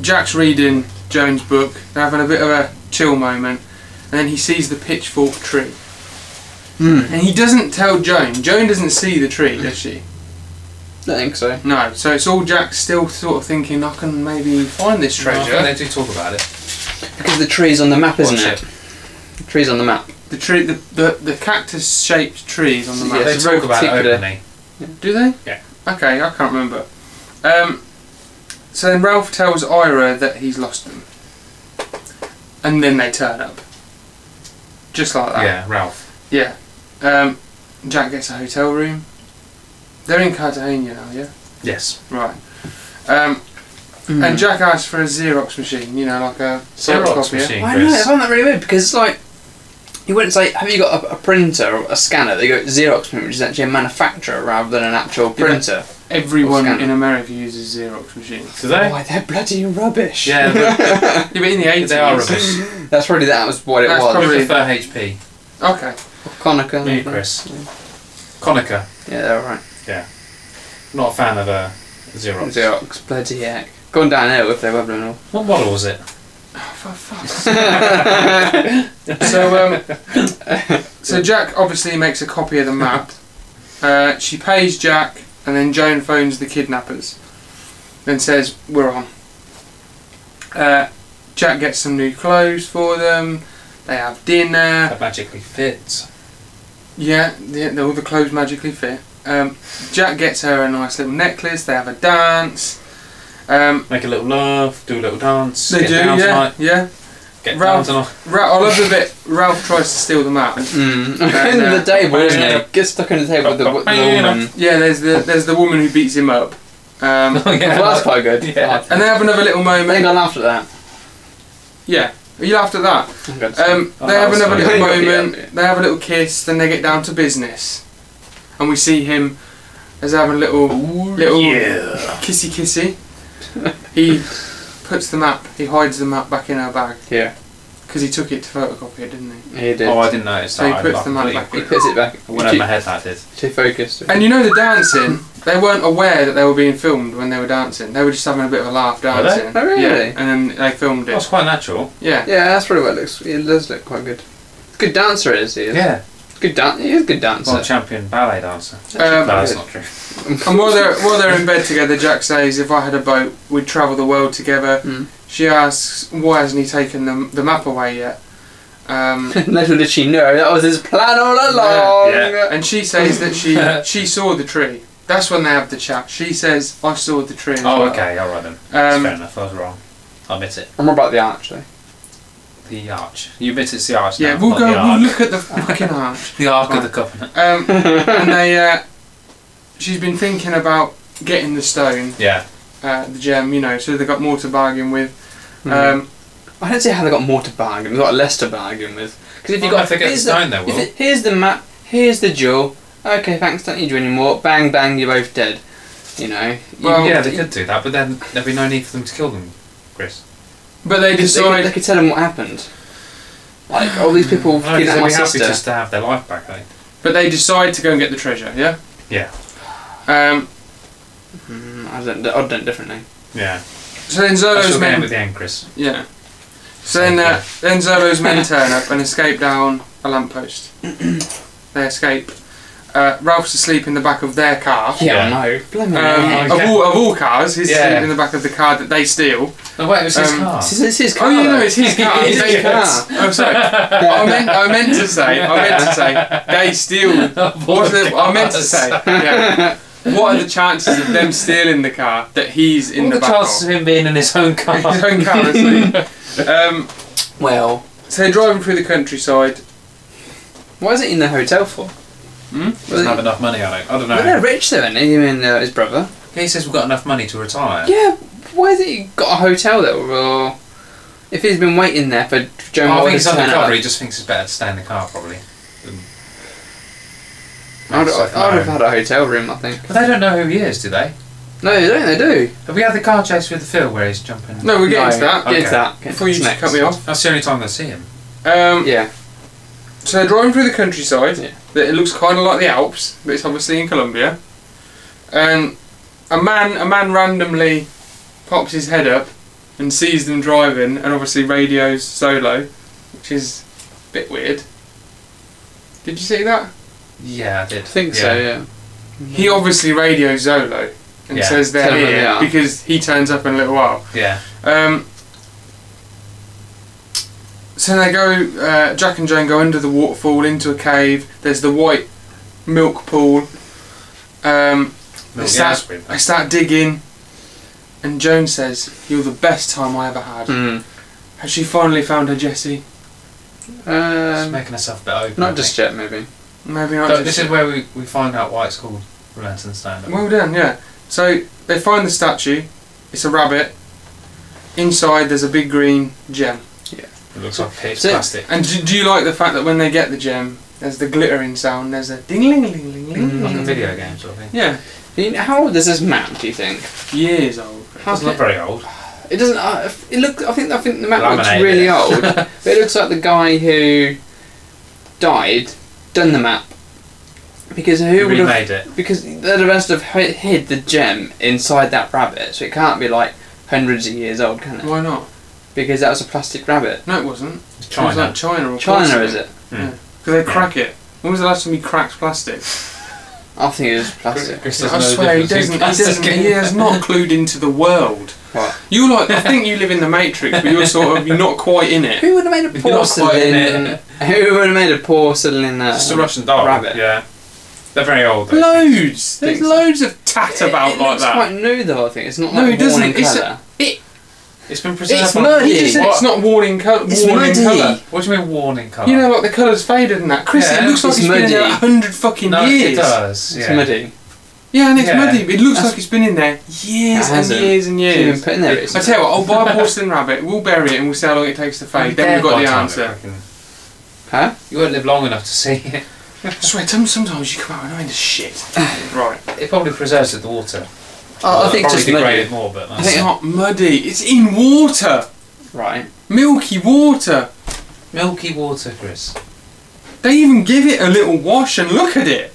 S1: Jack's reading Joan's book. They're having a bit of a chill moment, and then he sees the pitchfork tree. And he doesn't tell Joan. Joan doesn't see the tree, does she?
S2: I think so.
S1: No. So it's all Jack still sort of thinking, I can maybe find this treasure.
S3: No, I think they do talk about it.
S2: Because the tree's on the map, isn't
S3: Watch
S2: it? The tree's on the map.
S1: The tree, the, the, the cactus shaped trees on the map.
S2: Yeah,
S3: They
S2: it's
S3: talk
S2: very
S3: about it
S2: particular.
S3: openly.
S1: Do they?
S3: Yeah.
S1: Okay, I can't remember. Um, so then Ralph tells Ira that he's lost them. And then they turn up. Just like that.
S3: Yeah, Ralph.
S1: Yeah. Um, Jack gets a hotel room. They're in Cartagena now, yeah?
S3: Yes.
S1: Right. Um,
S2: Hmm.
S1: And Jack asks for a Xerox machine, you know, like a
S3: Xerox
S1: photocopier.
S3: machine,
S2: I know, I
S3: Chris.
S2: found that really weird because it's like you wouldn't say, "Have you got a, a printer or a scanner?" They go Xerox print, which is actually a manufacturer rather than an actual printer.
S1: Everyone
S2: Scanner.
S1: in America uses Xerox
S3: [laughs]
S1: machines.
S3: Do they?
S2: Why they're bloody rubbish.
S3: Yeah, but
S1: Yeah, but in the [laughs] 80s.
S3: they are rubbish.
S2: that's probably that was what it
S1: That's
S2: was.
S3: I
S1: Probably.
S3: prefer HP.
S1: Okay.
S2: Conica.
S3: Me, Chris. Konica.
S2: Yeah, they're right.
S3: Not a fan of uh, Xerox.
S2: Xerox, bloody heck. Gone downhill if they were blown off.
S3: What model was it?
S1: For fuck's sake. so, um, so Jack obviously makes a copy of the map. Uh, she pays Jack, and then Joan phones the kidnappers, and says we're on. Uh, Jack gets some new clothes for them. They have dinner.
S3: That magically fits.
S1: Yeah, the, the, all the clothes magically fit. Um, Jack gets her a nice little necklace. They have a dance. Um,
S3: Make a little love, do a little dance.
S1: they
S3: get
S1: do, yeah,
S3: down tonight.
S1: yeah.
S3: Get
S1: Ralph-
S3: down
S1: [laughs]
S3: tonight.
S1: Ra- I love the bit. Ralph tries to steal the map.
S2: [laughs] Mm.
S1: And, uh,
S2: Under the table, isn't it? Gets stuck under the table with the, with the woman.
S1: Yeah, there's the there's the woman who beats him up. Um,
S3: [laughs] yeah.
S2: Well, that's quite good. Oh,
S3: Yeah.
S1: and they have another little
S2: I think
S1: moment.
S2: I laughed at that.
S1: Yeah, are you laughed at that.
S2: I'm good.
S1: Um,
S3: Oh,
S1: they have
S3: that's
S1: another
S3: good.
S1: little
S2: Yeah, yeah, yeah.
S1: moment. They have a little kiss. Then they get down to business, and we see him as having a little little kissy
S3: [laughs]
S1: kissy. he puts the map. He hides the map back in her bag
S2: yeah,
S1: because he took it to photocopy it, didn't he?
S2: he did.
S3: Oh, I didn't notice
S1: So
S3: that.
S1: he
S3: I
S1: puts
S3: like
S1: the map
S3: completely-
S1: back.
S2: he puts it back.
S3: I went over
S2: Too,
S3: my head that did.
S2: too focused.
S1: And you know the dancing. They weren't aware that they were being filmed when they were dancing. They were just having a bit of a laugh
S3: Were they?
S1: dancing.
S2: Oh, really?
S1: Yeah, and then they filmed
S3: That's
S1: it.
S3: quite natural.
S1: Yeah.
S2: Yeah, that's probably what it looks. It does look quite good. Good dancer is he?
S3: Yeah.
S2: Good dan- He is a good dancer.
S3: Well, champion ballet dancer.
S1: Um,
S3: No, that's not true. Oh,
S1: And while they're while they're in bed together, Jack says, "If I had a boat, we'd travel the world together."
S2: Mm.
S1: She asks, "Why hasn't he taken the, the map away yet?"
S2: [laughs]
S1: Um,
S2: Little did she Hmm. know that was his plan all along.
S3: Yeah,
S1: and she says that she she saw the tree. That's when they have the chat. She says, "I saw the tree." as
S3: Oh,
S1: well."
S3: okay, alright then. That's fair
S1: Um,
S3: enough, I was wrong. I admit it.
S2: I'm about the actually. [laughs]
S3: The arch. You admit it's the arch
S1: yeah,
S3: now,
S1: we'll
S3: not
S1: go.
S3: the
S1: We'll
S3: arc.
S1: look at the fucking arch.
S3: The arc
S1: Right.
S3: of the covenant.
S1: Um, and they, uh, she's been thinking about getting the stone,
S3: Yeah.
S1: uh, the gem. You know, so they've got more to bargain with.
S3: Hmm.
S2: Mhm.
S1: Um,
S2: I don't see how they got more to bargain. They've got less to bargain with. Because if you
S3: Well,
S2: got
S3: if they get
S2: here's
S3: the stone, they
S2: if
S3: will.
S2: it- here's the map. Here's the jewel. Okay, thanks. Don't need you anymore. Bang, bang. You're both dead. You know. You-
S1: Well,
S3: yeah, they could do that, but then there'd be no need for them to kill them, Chris.
S1: but they
S2: They could, they, could,
S1: decide
S2: they could tell them what happened. Like all these
S3: [sighs]
S2: people
S3: No, 'cause
S2: kidnapped
S3: they'd
S2: my
S3: be happy
S2: sister.
S3: just to have their life back, I think.
S1: But they decide to go and get the treasure, yeah?
S3: Yeah.
S1: Um,
S2: Mm, I don't. I'd done it differently.
S3: Yeah.
S1: so then
S3: That's
S1: Zolo's
S3: your game
S1: men.
S3: at the end, Chris.
S1: Yeah. So then, uh, then Zolo's men turn up and escape down a lamppost. they escape. Uh, Ralph's asleep in the back of their car.
S3: Yeah.
S2: Yeah, I know. Blimey.
S1: Um,
S3: okay.
S1: of, all, of all cars, he's
S3: Yeah.
S1: asleep in the back of the car that they steal.
S3: No, wait, it was his
S1: Um,
S3: [laughs] car.
S2: This is- this is
S1: Oh, yeah, no,
S2: Carlo.
S1: it's his car.
S2: [laughs] It's his
S1: They-
S2: car.
S1: Oh, sorry. I meant, I meant to say, I meant to say, they steal. What's the, [laughs] I meant to say, yeah. What are the chances of them stealing the car that he's in
S3: All
S1: the,
S3: the
S1: back of?
S3: chances of him being in his own car.
S1: His own car, isn't he? um,
S2: Well,
S1: So they're driving through the countryside.
S2: Why is it in the hotel for?
S1: Hmm?
S2: Well,
S3: Doesn't have enough money, I don't. I don't
S2: well, they're
S3: know.
S2: rich though, and him and uh, his brother.
S3: He says we've got enough money to retire.
S2: Yeah, why has he got a hotel there? Or if he's been waiting there for Joe
S3: Oh, I
S2: Moore
S3: think
S2: to
S3: he's
S2: turn up,
S3: undercover. He just thinks it's better to stay in the car, probably. than-
S2: I'd,
S3: Stuff at
S2: I'd have
S3: home.
S2: had a hotel room, I think.
S3: But they don't know who he is, do they?
S2: No, they don't. They do.
S3: Have we had the car chase with the field where he's jumping?
S1: No, we're getting to
S2: No,
S1: that.
S2: Get
S3: Okay.
S2: to that. Get
S1: Before you
S2: to
S1: just
S2: next.
S1: cut me off.
S3: That's the only time they see him.
S1: Um,
S2: Yeah.
S1: So they're driving through the countryside.
S2: Yeah.
S1: That It looks kind of like the Alps, but it's obviously in Colombia. And a man, a man randomly pops his head up and sees them driving, and obviously radios solo, which is a bit weird. Did you see that?
S3: Yeah, I did.
S2: I think so. Yeah.
S1: He obviously radios Zolo and
S3: Yeah.
S1: says
S2: Mm-hmm. Tell
S1: they're
S2: him
S1: here
S2: they are.
S1: because he turns up in a little while.
S3: Yeah.
S1: Um, so they go, uh, Jack and Jane go under the waterfall into a cave. There's the white milk pool. Um,
S3: Milk,
S1: Is
S3: yeah,
S1: that-
S3: that's weird.
S1: I start digging, and Joan says, You're the best time I ever had.
S3: Hmm.
S2: Mm.
S1: Has she finally found her Jesse?
S3: Just
S2: Um,
S3: making herself a bit open. I
S2: not
S3: think.
S2: just yet, maybe.
S1: Maybe
S3: So
S1: not. just-
S3: Uh, this is where we, we find out why it's called Relenting Stone.
S1: Well done, yeah. So they find the statue. It's a rabbit. Inside, there's a big green gem.
S3: It looks like pitch
S2: So-
S3: plastic.
S1: And do, do you like the fact that when they get the gem, there's the glittering sound? There's a ding ling ling ling ling.
S2: Mm.
S3: Like a video game sort of thing.
S1: Yeah,
S2: You know, how old is this map? Do you think?
S1: years old.
S2: How's
S3: Doesn't look very old.
S2: It doesn't. Uh, it look. I think. I think the map looks
S3: Laminated.
S2: really old.
S3: [laughs]
S2: but it looks like the guy who died done the map because who would have?
S3: Remade it.
S2: Because the rest have hi- hid the gem inside that rabbit, so it can't be like hundreds of years old, can it?
S1: Why not?
S2: Because that was a plastic rabbit.
S1: No, it wasn't.
S3: It's
S1: It was like
S3: China.
S1: China
S3: Hmm.
S1: or
S2: China is it?
S1: Because they crack it. When was the last time you cracked plastic?
S2: I think it was plastic.
S3: Chris
S1: I
S3: doesn't know the
S1: swear he
S3: difference
S1: doesn't. He doesn't.
S3: between plastic and-
S1: He is not clued into the world.
S2: Right.
S1: You like? I think you live in the Matrix, but you're sort of you're not quite in
S2: [laughs]
S1: it.
S2: Who would have made a
S1: [laughs]
S3: You're not quite in
S2: porcelain? [laughs] Who would have made a porcelain? Uh,
S3: It's just a Russian doll.
S2: rabbit.
S3: Yeah. They're very old. though.
S1: Loads. There's
S2: Things-
S1: loads of tat about
S2: it, it
S1: like
S2: looks
S1: that.
S2: quite new though. I think it's not.
S1: No,
S2: like
S1: it doesn't.
S2: worn in
S1: It's a-
S2: colour.
S3: It's been preserved.
S2: It's
S3: on-
S2: murky.
S1: He just said it's not worn in colour.
S2: It's
S1: Worn in
S2: muddy.
S1: colour.
S3: What do you mean warning colour?
S1: You know, like the colours faded and that. Chris, it
S3: Oh. Yeah,
S1: looks like
S2: it's
S1: it's been in there
S2: muddy.
S1: a hundred fucking
S3: no,
S1: years.
S3: it does.
S2: It's
S3: yeah.
S2: muddy.
S1: Yeah, and it's
S3: Yeah.
S1: muddy. But it looks
S2: That's-
S1: like it's been in there years
S2: It
S1: and
S2: hasn't.
S1: years and
S2: It's
S1: years.
S2: even put in there.
S1: I
S2: It's
S1: tell you what, I'll buy a porcelain rabbit, we'll bury it and we'll see how long it takes to fade, then we've got
S3: By
S1: the
S3: time it
S1: answer.
S3: fucking-
S2: Huh?
S3: You won't live long enough to see it.
S1: I swear, some- sometimes you come out and the
S3: [laughs]
S1: shit. right.
S3: It probably preserves it, the water.
S2: Oh, I
S3: Well,
S2: think
S3: probably
S2: just
S3: degraded
S2: muddy.
S3: more, but that's
S1: It's not muddy, it's in water!
S2: Right.
S1: Milky water!
S3: milky water, Chris.
S1: They even give it a little wash and look at it!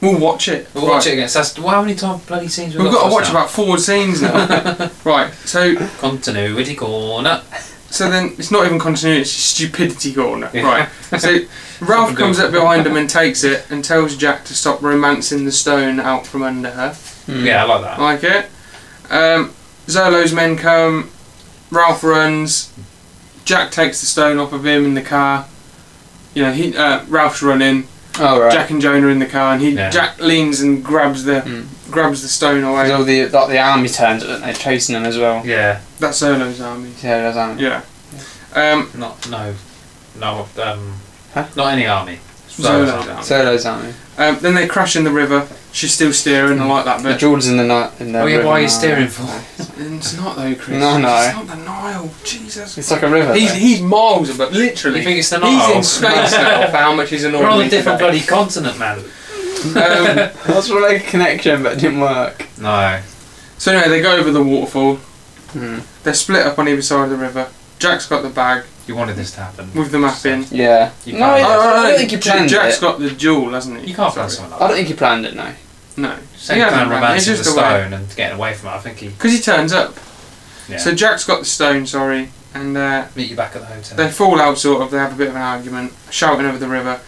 S1: We'll watch it.
S3: We'll watch
S1: Right.
S3: it against us. Well, how many time bloody scenes
S1: We've got to watch about four scenes
S3: [laughs]
S1: now. right, so
S3: about continuity corner.
S1: So then it's not even continuity, it's just stupidity corner.
S3: Yeah.
S1: Right.
S3: [laughs]
S1: So Ralph comes up behind him and takes it and tells Jack to stop romancing the stone out from under her.
S2: Mm.
S3: Yeah, I like that.
S1: Like it. Um, Zolo's men come, Ralph runs, Jack takes the stone off of him in the car. You know, he uh, Ralph's running,
S2: Oh right.
S1: Jack and Joan are in the car and he
S3: Yeah. Hmm.
S1: Jack leans and grabs the
S2: Mm.
S1: grabs the stone
S2: 'Cause
S1: away.
S2: all the like, the army turns, don't they? Chasing them as well.
S3: Yeah,
S1: That's Zolo's army.
S2: Yeah, that's army.
S1: Yeah. Um
S3: not no, no, um,
S2: Huh?
S3: not any army.
S1: Zolo's
S3: Zolo's
S1: army.
S2: Solo's army.
S1: Um, then they crash in the river. She's still steering. I like that
S2: The
S1: bit.
S2: Jordan's in the night. In the
S3: Oh, yeah,
S2: river
S3: why are you
S2: now.
S3: steering for?
S1: It's not though, Chris.
S2: No, no.
S1: It's not the Nile. Jesus.
S2: It's like a river.
S1: He's,
S2: though.
S1: he's miles above, literally.
S3: You think it's the
S1: He's
S3: Nile?
S1: in space
S3: [laughs]
S1: now. for how much he's annoying
S3: We're on
S1: me
S3: a different
S1: today.
S3: bloody continent, man.
S1: [laughs] Um,
S2: I was trying to make a connection, but it didn't work.
S3: No.
S1: so anyway, they go over the waterfall.
S2: Hmm.
S1: They're split up on either side of the river. Jack's got the bag
S3: You wanted this to happen.
S1: with the map in.
S2: Oh,
S1: Oh,
S2: Yeah.
S3: You
S2: no, I,
S3: planned it.
S2: I don't think you
S1: J-
S2: planned
S1: Jack's
S2: it.
S1: got the jewel, hasn't he?
S3: You can't
S1: Sorry.
S3: plan something like
S2: I
S3: that.
S2: don't think you planned it. No.
S1: No.
S3: Same
S1: Yeah,
S3: plan
S1: no, it's
S3: romancing the
S1: just a way.
S3: stone and getting away from it. I think he.
S1: Because he turns up.
S3: Yeah.
S1: So Jack's got the stone, sorry. And uh,
S3: meet you back at the hotel.
S1: they fall out, sort of. They have a bit of an argument, shouting over the river.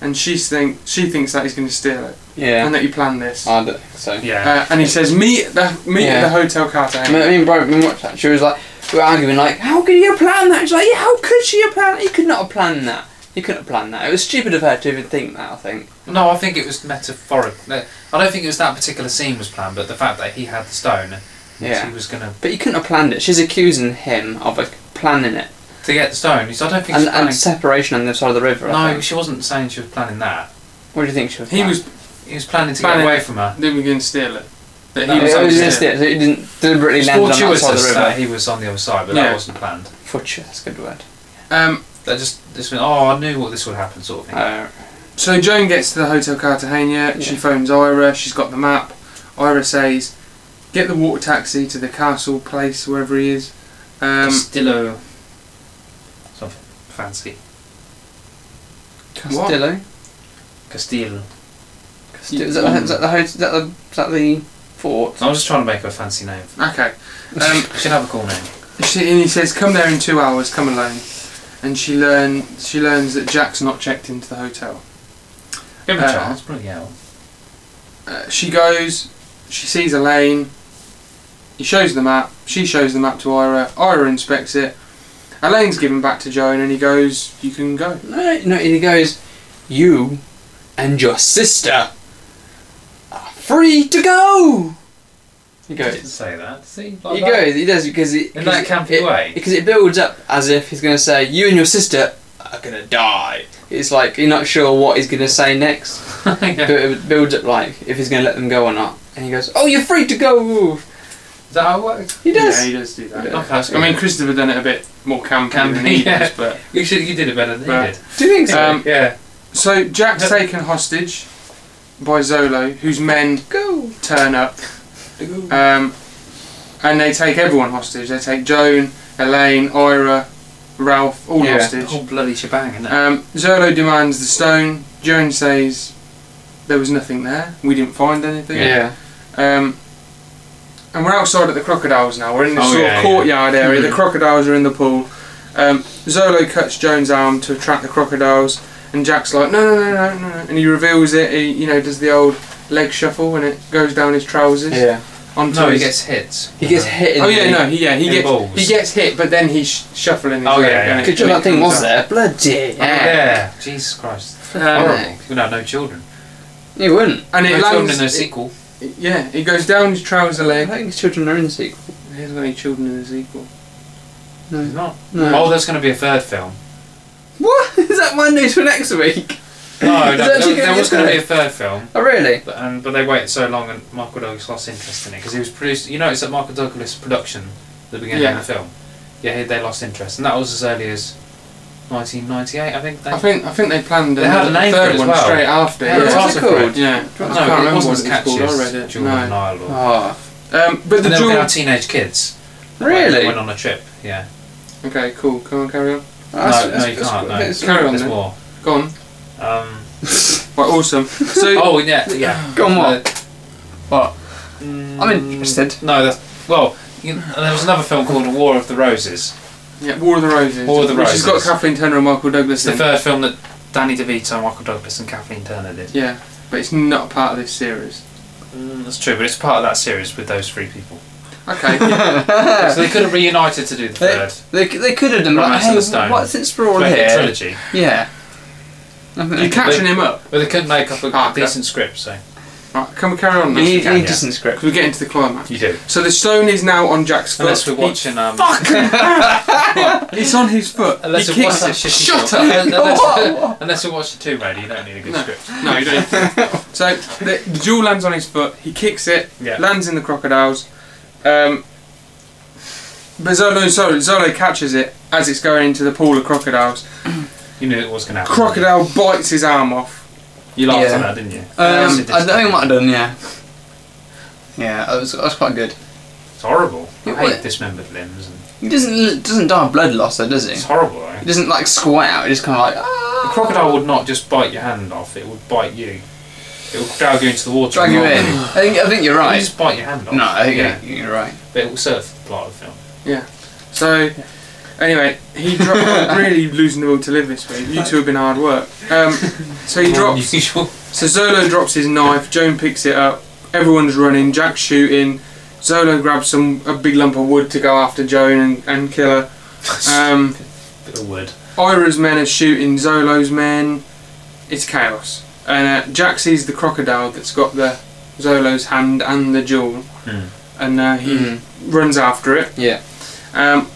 S1: And she's think, she thinks that he's going to steal it. And
S2: Yeah.
S1: that he planned this.
S2: I don't think so.
S3: yeah.
S1: Uh, and he says, "Meet at the meet at
S2: Yeah.
S1: the hotel car
S2: I mean, I mean, bro, when we watched that, she was like, we were arguing, like, how could you have planned that? She's like, yeah, how could she have planned? You could not have planned that. You couldn't have planned that. It was stupid of her to even think that. I think.
S3: no, I think it was metaphoric. I don't think it was that particular scene was planned, but the fact that he had the stone, and
S2: Yeah.
S3: he was gonna.
S2: But you couldn't have planned it. She's accusing him of like, planning it.
S3: to get the stone. He said, I don't think
S2: And,
S3: she's planning.
S2: and separation on the side of the river. I
S3: no,
S2: think.
S3: she wasn't saying she was planning that.
S2: What do you think she was?
S1: He
S2: like?
S1: was
S3: He was planning to
S1: Planning-
S3: get away from her.
S1: they were going to steal it. That
S3: No,
S1: he was
S2: it
S1: going
S2: was
S1: to
S2: just
S1: steal it.
S2: it. so It didn't deliberately land on that
S3: Fortuitous
S2: side of the
S3: that
S2: river.
S3: he was on the other side, but
S1: Yeah.
S3: that wasn't planned.
S2: Fortune. That's a good word.
S1: Um,
S3: They just just went, oh, I knew what this would happen, sort of thing.
S2: Uh,
S1: so Joan gets to the Hotel Cartagena. She
S2: Yeah.
S1: phones Ira. She's got the map. Ira says, "Get the water taxi to the castle place, wherever he is." Um,
S3: Castillo. Something fancy.
S1: what?
S2: Castillo.
S3: Castile.
S2: Castillo. Is that, the- is that the hotel? Is that the, is that the fort?
S3: I was just trying to make her a fancy name.
S1: Okay.
S3: [laughs]
S1: Um,
S3: She'd have a cool name.
S1: She, and he says, "Come there in two hours. Come alone." And she learn she learns that Jack's not checked into the hotel.
S3: Give him
S1: Uh,
S3: a chance, bloody hell.
S1: Uh, she goes. She sees Elaine. He shows the map. She shows the map to Ira. Ira inspects it. Elaine's given back to Joan, and he goes, "You can go."
S2: No, no. He goes, you and your sister are free to go. He
S3: He didn't
S2: goes.
S3: say that. See,
S2: He goes. He does because he
S3: In that campy
S2: it,
S3: way.
S2: because it builds up as if he's going to say you and your sister are going to die. It's like you're not sure what he's going to say next.
S3: [laughs] Yeah.
S2: But it builds up like if he's going to let them go or not. And he goes, "Oh, you're free to go."
S3: Is that how it works?
S2: He does.
S1: Yeah, he does do that.
S2: Yeah.
S3: Okay, that's
S1: I
S3: good.
S1: mean, Christopher done it a bit more campy than
S3: Campy,
S1: he
S3: yeah.
S1: does, but
S3: you, should, you did it better than
S1: Right.
S3: he did.
S2: Do you think so?
S1: Um,
S3: yeah.
S1: so Jack's taken hostage by Zolo, whose men
S2: go.
S1: turn up, um, and they take everyone hostage. They take Joan, Elaine, Ira, Ralph, all
S2: Yeah. Oh,
S3: The
S1: hostage.
S3: whole bloody shebang, isn't it?
S1: Um, Zerlo demands the stone. Joan says there was nothing there. We didn't find anything.
S2: Yeah.
S1: Um, and we're outside at the crocodiles now. We're in this
S3: Oh,
S1: sort
S3: yeah,
S1: of
S3: yeah.
S1: courtyard area.
S3: [laughs]
S1: The crocodiles are in the pool. Um, Zolo cuts Joan's arm to attract the crocodiles, and Jack's like, no, no, no, no, no, no," and he reveals it. He, you know, does the old leg shuffle, and it goes down his trousers onto
S3: no, he
S1: his.
S3: gets hit.
S2: He gets hit. In
S1: oh yeah,
S2: the,
S1: no, he, yeah, he
S3: in
S1: gets
S3: balls.
S1: he gets hit, but then he's sh- shuffling. His
S3: Oh,
S1: leg,
S3: yeah, yeah.
S1: and it-
S2: Good job that thing
S1: comes
S2: was
S1: up.
S2: there. Bloody hell.
S3: Oh, Yeah. Jesus Christ.
S2: Um,
S3: Horrible. We'd have no children.
S2: you wouldn't.
S1: And
S3: no
S1: it
S3: children in
S1: lands.
S3: a
S1: it-
S3: sequel.
S1: Yeah, it goes down his trouser
S2: I
S1: leg.
S2: don't think his children are in the sequel.
S1: There's any children in the sequel.
S3: It's not.
S2: No.
S3: Oh, there's going to be a third film.
S2: What [laughs] is that my news for next week? [laughs]
S3: No,
S2: Is
S3: [laughs]
S2: that
S3: no there,
S2: actually gonna
S3: there
S2: be a
S3: was going to be a
S2: third?
S3: third film.
S2: Oh really?
S3: But, um, but they waited so long, and Michael Douglas lost interest in it because he was produced. You notice that Michael Douglas production, at the beginning
S1: Yeah.
S3: of the film, yeah, he- they lost interest, and that was as early as 1998, I think. They,
S1: I think I think they planned
S3: They had a
S1: another
S3: name for it
S1: third
S3: as
S1: one
S3: well.
S1: straight after.
S3: Yeah,
S2: What's
S1: Yeah,
S3: Castle
S2: it called?
S3: Crate.
S1: yeah.
S3: no,
S1: I can't
S3: it
S1: remember
S3: wasn't
S1: what
S3: as
S1: it's called.
S3: catchy
S1: I
S3: as
S1: read it.
S3: Jordan
S1: No.
S3: Nile. Or,
S2: Oh,
S1: Um, but
S3: and
S1: the
S3: then we had
S1: jewel.
S3: teenage kids. They
S2: really?
S3: went on a trip. Yeah.
S1: Okay, cool. Come on, carry on.
S2: Ah, That's-
S3: no,
S2: that's-
S3: you
S2: that's-
S3: can't, no.
S2: that's-
S1: Carry on
S3: There's
S1: then.
S3: more.
S1: Go on.
S3: Um,
S1: Right, awesome. So
S3: [laughs] oh yeah, yeah.
S2: [gasps] Go on, what?
S3: What?
S2: I'm interested.
S3: No, that's well. You, and there was another film called War of the Roses.
S1: yeah, War of the Roses.
S3: War of the
S1: which has got
S3: Roses.
S1: Kathleen Turner and Michael Douglas
S3: It's the
S1: in.
S3: third film that Danny DeVito, Michael Douglas, and Kathleen Turner did.
S1: Yeah, but it's not part of this series.
S3: Mm, that's true, but it's part of that series with those three people. [laughs]
S1: Okay. yeah.
S3: so they could have reunited to do the
S2: They-
S3: third
S2: They, they could have done like,
S3: Romance of
S2: hey,
S3: the Stone.
S2: what since we're all
S3: make it a
S2: here?
S3: trilogy,
S2: Yeah. I think
S1: You're catching him up.
S3: but they couldn't make up a
S1: Ah,
S3: decent script. So
S1: Right, can we carry on
S2: we
S1: now?
S2: need, we
S1: Because
S2: need
S3: yeah.
S2: decent script.
S1: we're getting to the climax.
S3: you do,
S1: So the stone is now on Jack's foot.
S3: unless we're watching. Um, Fuck!
S1: [laughs] It's on his foot.
S3: Unless
S1: he
S3: we're
S1: kicks
S3: watching
S1: it.
S3: that shitty
S1: Shut
S3: film.
S1: up.
S3: [laughs] unless, unless we're watching Tomb Raider, you don't need a good
S1: No.
S3: script.
S1: No, you don't. so the, the jewel lands on his foot. He kicks it.
S3: Yeah.
S1: Lands in the crocodiles. Um, but Zolo, sorry, Zolo catches it as it's going into the pool of crocodiles.
S3: [laughs] You knew it was going to happen.
S1: Crocodile bites his arm off.
S3: You laughed
S2: Yeah.
S3: at that, didn't you?
S2: Um, I
S3: It's
S2: don't know what I've done. Yeah. Yeah, that was, that was quite good.
S3: It's horrible.
S2: It
S3: I
S2: was-
S3: hate dismembered limbs. And
S2: He doesn't doesn't die of blood loss though, does he?
S3: it's horrible. Though.
S2: He doesn't like squat out. He just kind of like
S3: The
S2: ah.
S3: crocodile would not just bite your hand off; it would bite you. It would drag you into the water.
S2: drag
S3: and
S2: you
S3: roll
S2: in. I think I think you're
S3: It would
S2: right.
S3: [laughs] just bite your hand off.
S2: No, I think
S3: yeah.
S2: you're, you're right.
S3: But it will serve for part of the film.
S1: So anyway, he dro- [laughs] I'm really losing the will to live this week. You two have been hard work. Um, so he drops.
S3: Unusual.
S1: So Zolo drops his knife, Joan picks it up, everyone's running, Jack's shooting, Zolo grabs some a big lump of wood to go after Joan and, and kill her. Um,
S3: [laughs] Bit of wood.
S1: Ira's men are shooting Zolo's men. It's chaos. And uh, Jack sees the crocodile that's got the Zolo's hand and the jewel,
S3: Hmm.
S1: and uh, he
S2: Mhm.
S1: runs after it.
S2: Yeah.
S1: Um,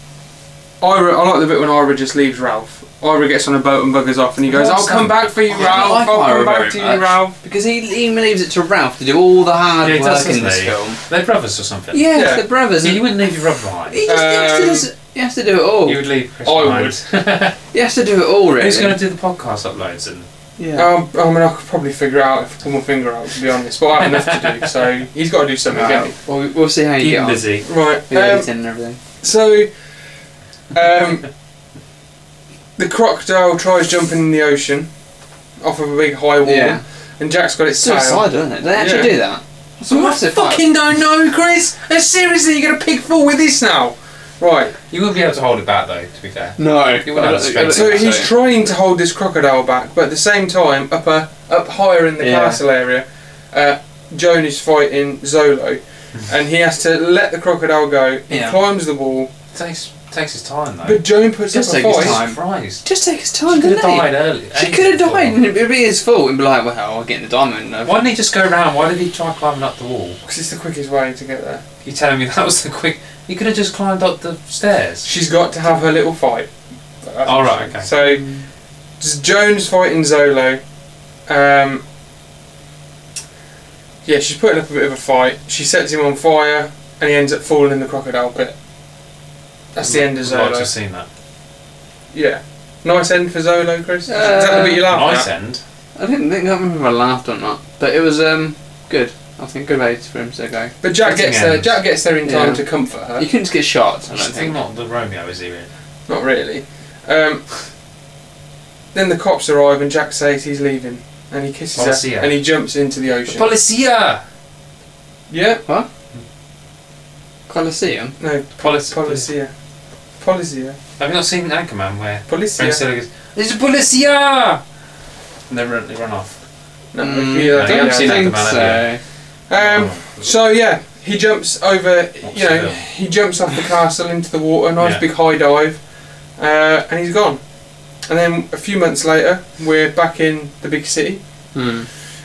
S1: Ira, I like the bit when Ira just leaves Ralph. Ira gets on a boat and buggers off, and he goes,
S2: I like
S1: "I'll come
S2: Sam.
S1: back for you,
S2: I
S1: Ralph.
S2: like
S1: I'll
S2: Ira
S1: come
S2: very
S1: back to you,
S2: much.
S1: Ralf."
S2: Because he, he leaves it to Ralph to do all the hard
S5: Yeah, he does,
S2: work
S5: doesn't
S2: in this
S5: he?
S2: film.
S5: They're brothers or something.
S2: Yeah, Um,
S1: Yeah.
S2: it's the brothers.
S5: So you
S2: He,
S5: wouldn't leave your brother behind.
S2: he just he has, to, just- he has to do it all.
S5: You would leave Chris
S1: I would.
S5: behind.
S3: [laughs]
S2: He has to do it all, really.
S5: Who's Oh, going to do the podcast uploads? And
S2: yeah.
S1: Um, I mean, I could probably figure out if I pull my finger out, to be honest. But I have enough to do,
S2: [laughs]
S1: so he's got to do something.
S2: Well,
S1: Right.
S2: we'll, we'll see how you
S5: keep
S2: get
S5: him
S2: on.
S5: busy.
S1: Right.
S2: With
S1: Um,
S2: editing and everything.
S1: so, um, the crocodile tries jumping in the ocean off of a big high wall,
S2: Yeah.
S1: and Jack's got its
S2: It's
S1: tail.
S2: suicidal, isn't it? Do they actually
S1: Yeah.
S2: do that? It's a
S1: I
S2: massive
S1: fucking don't know, Chris. Uh, seriously, you're gonna pick four with this now, right?
S3: You wouldn't be able to hold it back though. To be fair.
S2: No.
S3: You wouldn't have the strength
S1: So
S3: to
S1: he's trying to hold this crocodile back, but at the same time, up a, up higher in the
S2: Yeah.
S1: castle area, uh, Joan is fighting Zolo, and he has to let the crocodile go. He
S2: Yeah.
S1: climbs the wall,
S3: Takes takes his time though.
S1: but Oh, Joan puts
S2: Just
S1: up a
S2: take his
S1: fight.
S2: time.
S3: Christ.
S2: Just take his
S3: She
S2: time,
S3: could
S2: didn't
S3: have died early.
S2: She
S3: ages
S2: could have
S3: before.
S2: died, and it'd be his fault. And be like, well, I'll get the diamond. No.
S3: Why didn't he just go round? Why did he try climbing up the wall?
S1: Because it's the quickest way to get there.
S3: You telling me [laughs] that was the quick? He could have just climbed up the stairs.
S1: She's got to have her little fight.
S3: All right, okay.
S1: So s- Joan's fighting Zolo. Um, yeah, she's putting up a bit of a fight. She sets him on fire, and he ends up falling in the crocodile pit. That's the end of
S3: I've
S1: Zolo.
S3: just seen that.
S1: Yeah. Nice end for Zolo, Chris. Is that the bit you laughed
S3: Nice
S1: at?
S3: end.
S2: I didn't think I can't remember if I laughed or not, but it was um good. I think good way for him to go.
S1: But Jack
S3: Fitting
S1: gets there.
S3: end.
S1: Jack gets there in time
S2: Yeah.
S1: to comfort her.
S2: You couldn't just get shot. I don't
S3: She's still
S2: think.
S3: not the Romeo, is he? Really?
S1: Not really. Um, then the cops arrive, and Jack says he's leaving, and he kisses
S3: Policia.
S1: her, and he jumps into the ocean.
S3: Policia.
S1: yeah.
S2: Colosseum.
S1: No.
S3: Polic-
S1: Policia. Policia.
S3: Have you not seen Anchorman where Ben
S1: Policia.
S3: Stiller goes, "It's a policia," and they run, they run off.
S1: No, uh,
S2: Mm,
S1: yeah,
S3: I haven't
S1: yeah.
S3: seen that
S2: think
S3: command,
S2: so.
S3: have
S1: Um, so yeah, he jumps over.
S3: What's
S1: You know,
S3: the-
S1: he jumps off the castle into the water. Nice
S3: Yeah.
S1: big high dive, uh, and he's gone. And then a few months later, we're back in the big city,
S2: Hmm.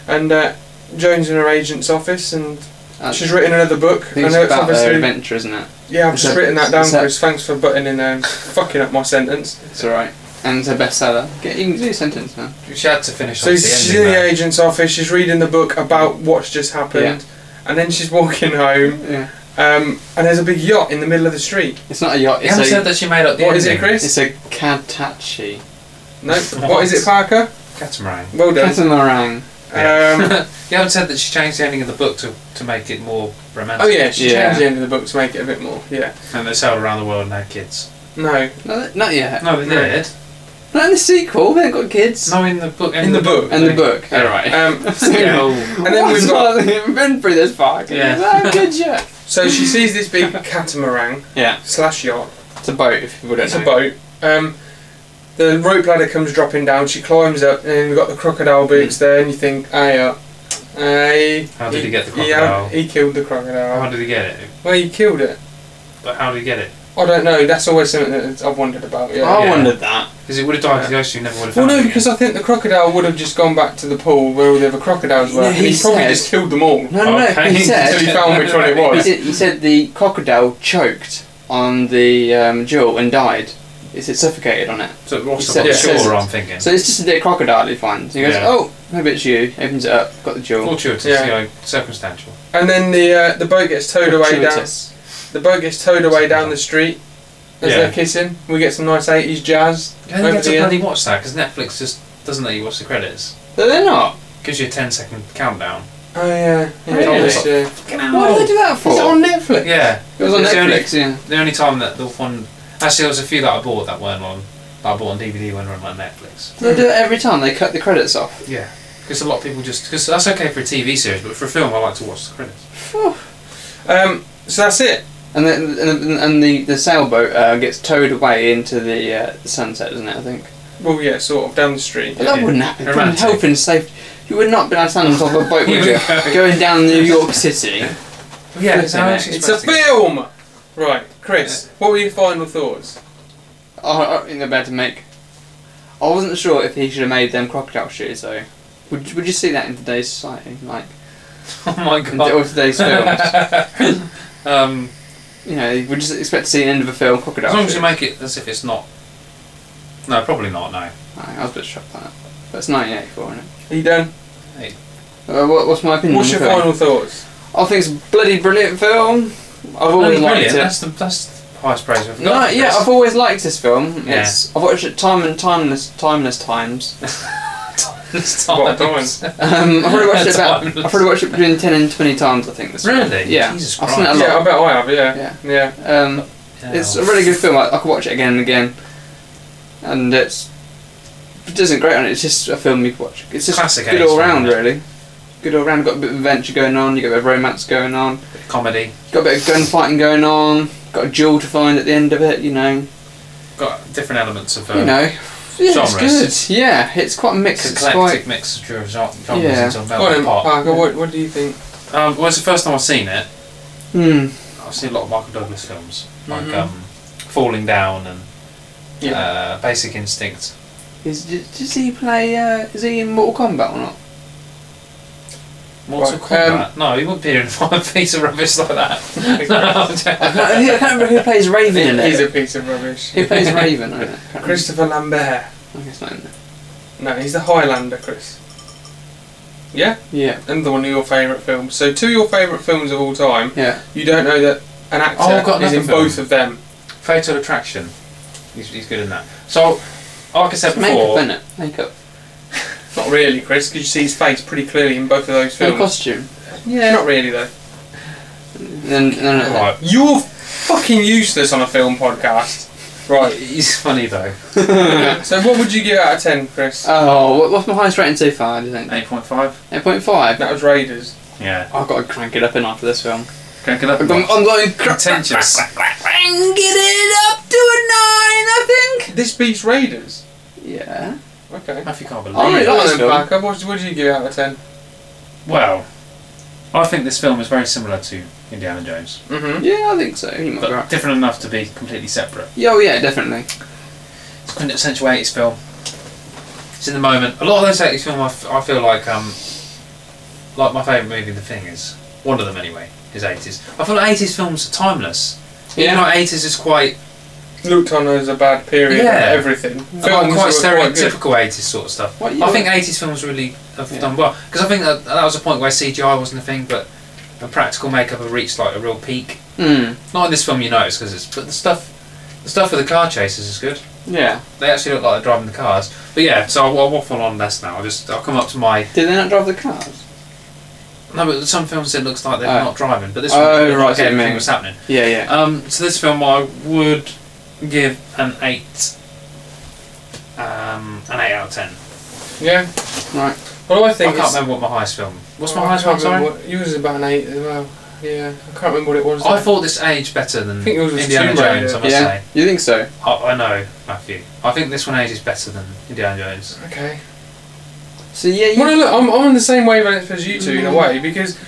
S1: and uh, Joan's in her agent's office, and
S2: That's-
S1: she's written another book.
S2: I think it's Hmm. about their adventure, isn't it?
S1: Yeah, I've
S2: Is
S1: just
S2: that-
S1: written that down,
S2: is that-
S1: Chris. Thanks for butting in um, [laughs] fucking up my sentence.
S2: It's alright. And it's a bestseller. Get, you can do a sentence now.
S3: She had to finish off
S1: So
S3: the
S1: she's in
S3: ending.
S1: the
S3: there.
S1: agent's office. She's reading the book about what's just happened, and then she's walking home.
S2: Yeah.
S1: Um, and there's a big yacht in the middle of the street.
S2: It's not a yacht.
S3: You
S2: It's
S3: haven't said
S2: a
S3: that she made up the
S1: What is it,
S3: ending.
S1: Chris?
S2: it's a Katachi.
S3: [laughs]
S1: No, what is it, Parker?
S3: Catamaran.
S1: Well done.
S3: [laughs]
S2: Catamarang.
S1: Um,
S3: You haven't said that she changed the ending of the book to, to make it more romantic.
S1: oh yeah, she
S2: Yeah.
S1: changed the end of the book to make it a bit more. Yeah.
S3: And they sailed around the world and had kids.
S1: No,
S2: No, not yet.
S3: No, they
S1: No.
S3: did.
S2: Not in the sequel. They haven't got kids.
S3: No, in the book.
S1: in the book.
S2: And the book. Alright. [laughs]
S1: Um,
S3: [laughs] Yeah.
S1: and then we've got.
S2: I've been through this park.
S3: Yeah.
S2: Oh, good shit.
S1: So she sees this
S3: [laughs]
S1: big catamaran
S2: Yeah.
S1: slash yacht.
S2: It's a boat, if people don't
S1: It's
S2: know.
S1: a boat. Um, the rope ladder comes dropping down. She climbs up, and we've got the crocodile boots there. And you think, hey, uh, hey,
S3: Mm. How did he get the
S1: had-
S3: crocodile?
S1: He, killed the
S3: Oh, How
S1: crocodile.
S3: did he get it?
S1: Well, he killed it.
S3: But how did he get it?
S1: I don't know. That's always something that I've wondered about. Yeah.
S2: I
S3: Yeah.
S2: wondered that.
S3: Because it would have died to the ocean, you never would have
S1: Well,
S3: found
S1: no,
S3: it
S1: because
S3: again.
S1: I think the crocodile would have just gone back to the pool where all the other crocodiles were,
S2: Yeah,
S1: and
S2: he
S1: he probably
S2: said-
S1: just killed them all.
S2: No, no, no.
S3: [laughs] Okay.
S2: He
S1: So he
S2: said,
S1: found which one it
S2: he
S1: was.
S2: said, he said the crocodile choked on the um, jewel and died. It's it suffocated on it.
S3: So it
S2: He
S3: was
S2: said-
S3: on
S1: yeah.
S3: shore, I'm thinking.
S2: So it's just a dead crocodile he finds. He goes,
S3: Yeah.
S2: oh, maybe it's you. Opens it up, got the jewel.
S3: Fortuitous,
S1: Yeah.
S3: you know, circumstantial.
S1: And then the uh, the boat gets towed away down.
S2: Fortuitous.
S1: The boat gets towed away down the street. As
S3: Yeah.
S1: they're kissing, we get some nice '80s jazz.
S3: You don't
S1: over
S3: get to
S1: the end.
S3: bloody watch that because Netflix just doesn't let you watch the credits.
S2: No, they're not.
S3: Gives you a 10 second countdown.
S1: Oh yeah, yeah,
S2: Really?
S1: Thomas, yeah.
S2: Why did they do that for?
S1: It's on Netflix.
S3: Yeah.
S2: It was on
S3: It's the only-
S2: Netflix, yeah.
S3: The only time that the one. Actually, there was a few that I bought that weren't on. That I bought on DVD when weren't on Netflix.
S2: They do it every time. They cut the credits off.
S3: Yeah. Because a lot of people just. Because that's okay for a TV series, but for a film, I like to watch the credits.
S1: Um, so that's it.
S2: And the, and the, and the, the sailboat uh, gets towed away into the uh, sunset, doesn't it, I think?
S1: Well, yeah, sort of down the street.
S2: But that
S3: Yeah.
S2: wouldn't happen. From
S3: Romantic.
S2: health and safety, you would not be allowed to stand on top of a
S3: [laughs]
S2: boat, would you? Going down New York City.
S3: Yeah,
S2: it's how it's
S1: It's a film. Right, Chris. What were your final thoughts?
S2: Oh, I think they're better to make. I wasn't sure if he should have made them crocodile shoes though. Would Would you see that in today's society, like
S3: [laughs] Oh my [laughs]
S2: in t- or
S3: god.
S2: today's films?
S3: Um,
S2: you know, we just expect to see an end of a film crocodile.
S3: As long as
S2: shit.
S3: you make it as if it's not. No, probably not. No.
S2: Right, I was a bit shocked by that. But it's 1984, isn't it? Are you done?
S3: Hey.
S2: Uh, what, what's my opinion?
S1: What's your
S2: on the film?
S1: final thoughts?
S2: I think it's a bloody brilliant film. I've always
S3: Bloody
S2: Oh, liked
S3: brilliant.
S2: it.
S3: That's the that's the highest praise we've
S2: No,
S3: got.
S2: yeah, I've always liked this film.
S3: Yeah.
S2: It's, I've watched it time and timeless, timeless times.
S3: [laughs] This
S1: What
S3: time.
S1: times?
S2: [laughs] Um, I've probably watched it about.
S3: Timeless.
S2: I've probably watched it between ten and twenty times. I think this. film.
S3: Really?
S2: Yeah.
S3: Jesus
S2: I've seen it a
S3: Christ.
S1: Yeah, I
S2: lot.
S1: bet I have. Yeah.
S2: Yeah.
S1: Yeah.
S2: Um, it's a really good film. I, I could watch it again and again. And it's it isn't great on it. It's just a film you could watch. It's just
S3: Classic
S2: good
S3: Ace
S2: all round,
S3: film, isn't
S2: really. Good all round. Got a bit of adventure going on. You got a bit of romance going on.
S3: comedy.
S2: Got a bit of gunfighting going on. Got a jewel to find at the end of it. You know.
S3: Got different elements of. Uh,
S2: You know. Yeah, it's
S3: genres.
S2: good. Yeah, it's quite mixed.
S3: It's
S2: It's
S3: eclectic
S2: quite
S3: mix of genres genres
S2: Yeah.
S3: into a
S1: Go on,
S3: melting
S1: then,
S3: pot.
S1: Parker. What, what do you think?
S3: Um, well, it's the first time I've seen it.
S2: Hmm.
S3: I've seen a lot of Michael Douglas films, like
S1: Mhm.
S3: um, Falling Down and
S2: Mm-hmm. Yeah.
S3: uh, Basic Instinct.
S2: Is, does he play? Uh, is he in Mortal Kombat or not?
S3: Mortal
S1: Right, um,
S3: Kombat. no, he wouldn't be in [laughs] a piece of rubbish
S2: [laughs]
S3: like that. No, I'm
S2: I
S3: joking.
S2: can't, I can't remember who plays
S3: [laughs]
S2: Raven in
S1: He's
S2: it.
S1: a piece of rubbish.
S2: Who plays Raven? I don't know. I can't
S1: Christopher Lambert.
S2: remember. I guess not in there.
S1: No, he's the Highlander, Chris. Yeah,
S2: Yeah,
S1: another one of your favourite films. So two of your favourite films of all time.
S2: yeah.
S1: You don't know that an actor
S3: Oh, I've got
S1: is
S3: another
S1: in
S3: film.
S1: both of them.
S3: Fatal Attraction. He's, he's good in that. So, like I said
S2: It's makeup,
S3: before,
S2: isn't it? Makeup.
S1: Not really, Chris, because you see his face pretty clearly in both of those
S2: And
S1: films.
S2: a costume.
S1: Yeah, not really though.
S2: And then, and then
S3: right,
S1: You're fucking useless on a film podcast.
S2: [laughs]
S1: Right.
S3: he's funny though.
S1: so what would you give out of ten, Chris?
S2: Oh, what, what's my highest rating so far? Do you think?
S3: Eight point five.
S2: Eight point five.
S1: that was Raiders.
S3: Yeah.
S2: I've got to crank it up in after this film.
S3: Crank it up. a
S2: I'm, I'm
S3: notch.
S2: going to crank
S3: Contentious.
S2: it up to a nine, I think.
S1: This beats Raiders.
S2: Yeah.
S1: Okay.
S3: Matthew can't believe.
S2: I really
S3: it.
S1: Go on
S2: like this
S1: then,
S2: film.
S1: Parker. What, what do you give out of ten?
S3: Well, I think this film is very similar to Indiana Jones,
S1: Mm-hmm.
S2: Yeah, I think so. You might
S3: but
S2: be right.
S3: different enough to be completely separate.
S2: Yeah, oh, yeah, definitely.
S3: It's quintessential 80s film. It's in the moment. A lot of those 80s films, I, f- I feel like, um, like my favourite movie, The Thing, is one of them anyway, is 80s. I feel like 80s films are timeless.
S2: Yeah.
S3: You know, 80s is quite,
S1: Looked on as a bad period.
S3: Yeah.
S1: of Everything. Films
S3: quite,
S1: were
S3: quite
S1: good.
S3: stereotypical 80s sort of stuff.
S2: What year
S3: I think 80s films really have
S2: Yeah.
S3: done well because I think that, that was a point where CGI wasn't a thing, but the practical makeup had reached like a real peak.
S2: Mm.
S3: Not in this film, you notice, because it's but the stuff, the stuff with the car chases is good.
S2: Yeah.
S3: They actually look like they're driving the cars. But yeah, so I'll, I'll waffle on less now. I'll just I'll come up to my
S2: Did they not drive the cars?
S3: no, but some films it looks like they're
S2: Oh.
S3: not driving, but this
S2: Oh,
S3: one it looked
S2: right,
S3: like
S2: so you
S3: everything
S2: mean-
S3: was happening.
S2: Yeah, yeah.
S3: Um, so this film I would give an eight, um, an eight out of ten.
S1: Yeah.
S3: Oh.
S2: Right.
S1: Well, I
S3: I
S1: think
S3: can't
S1: it's-
S3: remember what my highest film. What's my
S1: Oh, I
S3: highest
S1: can't
S3: one? Sorry,
S1: remember what- Yours is about an eight as well. Yeah, I can't remember what it was.
S3: I thought this aged better than
S1: I think yours was
S3: Indiana
S1: Tomb Raider.
S3: Jones. I must
S2: yeah.
S3: say.
S2: You think so?
S3: I, I know Matthew. I think this one ages better than Indiana Jones.
S1: Okay.
S2: So yeah, you,
S1: Well, no, look, I'm, I'm on the same wavelength as you two in
S3: Mm.
S1: a way because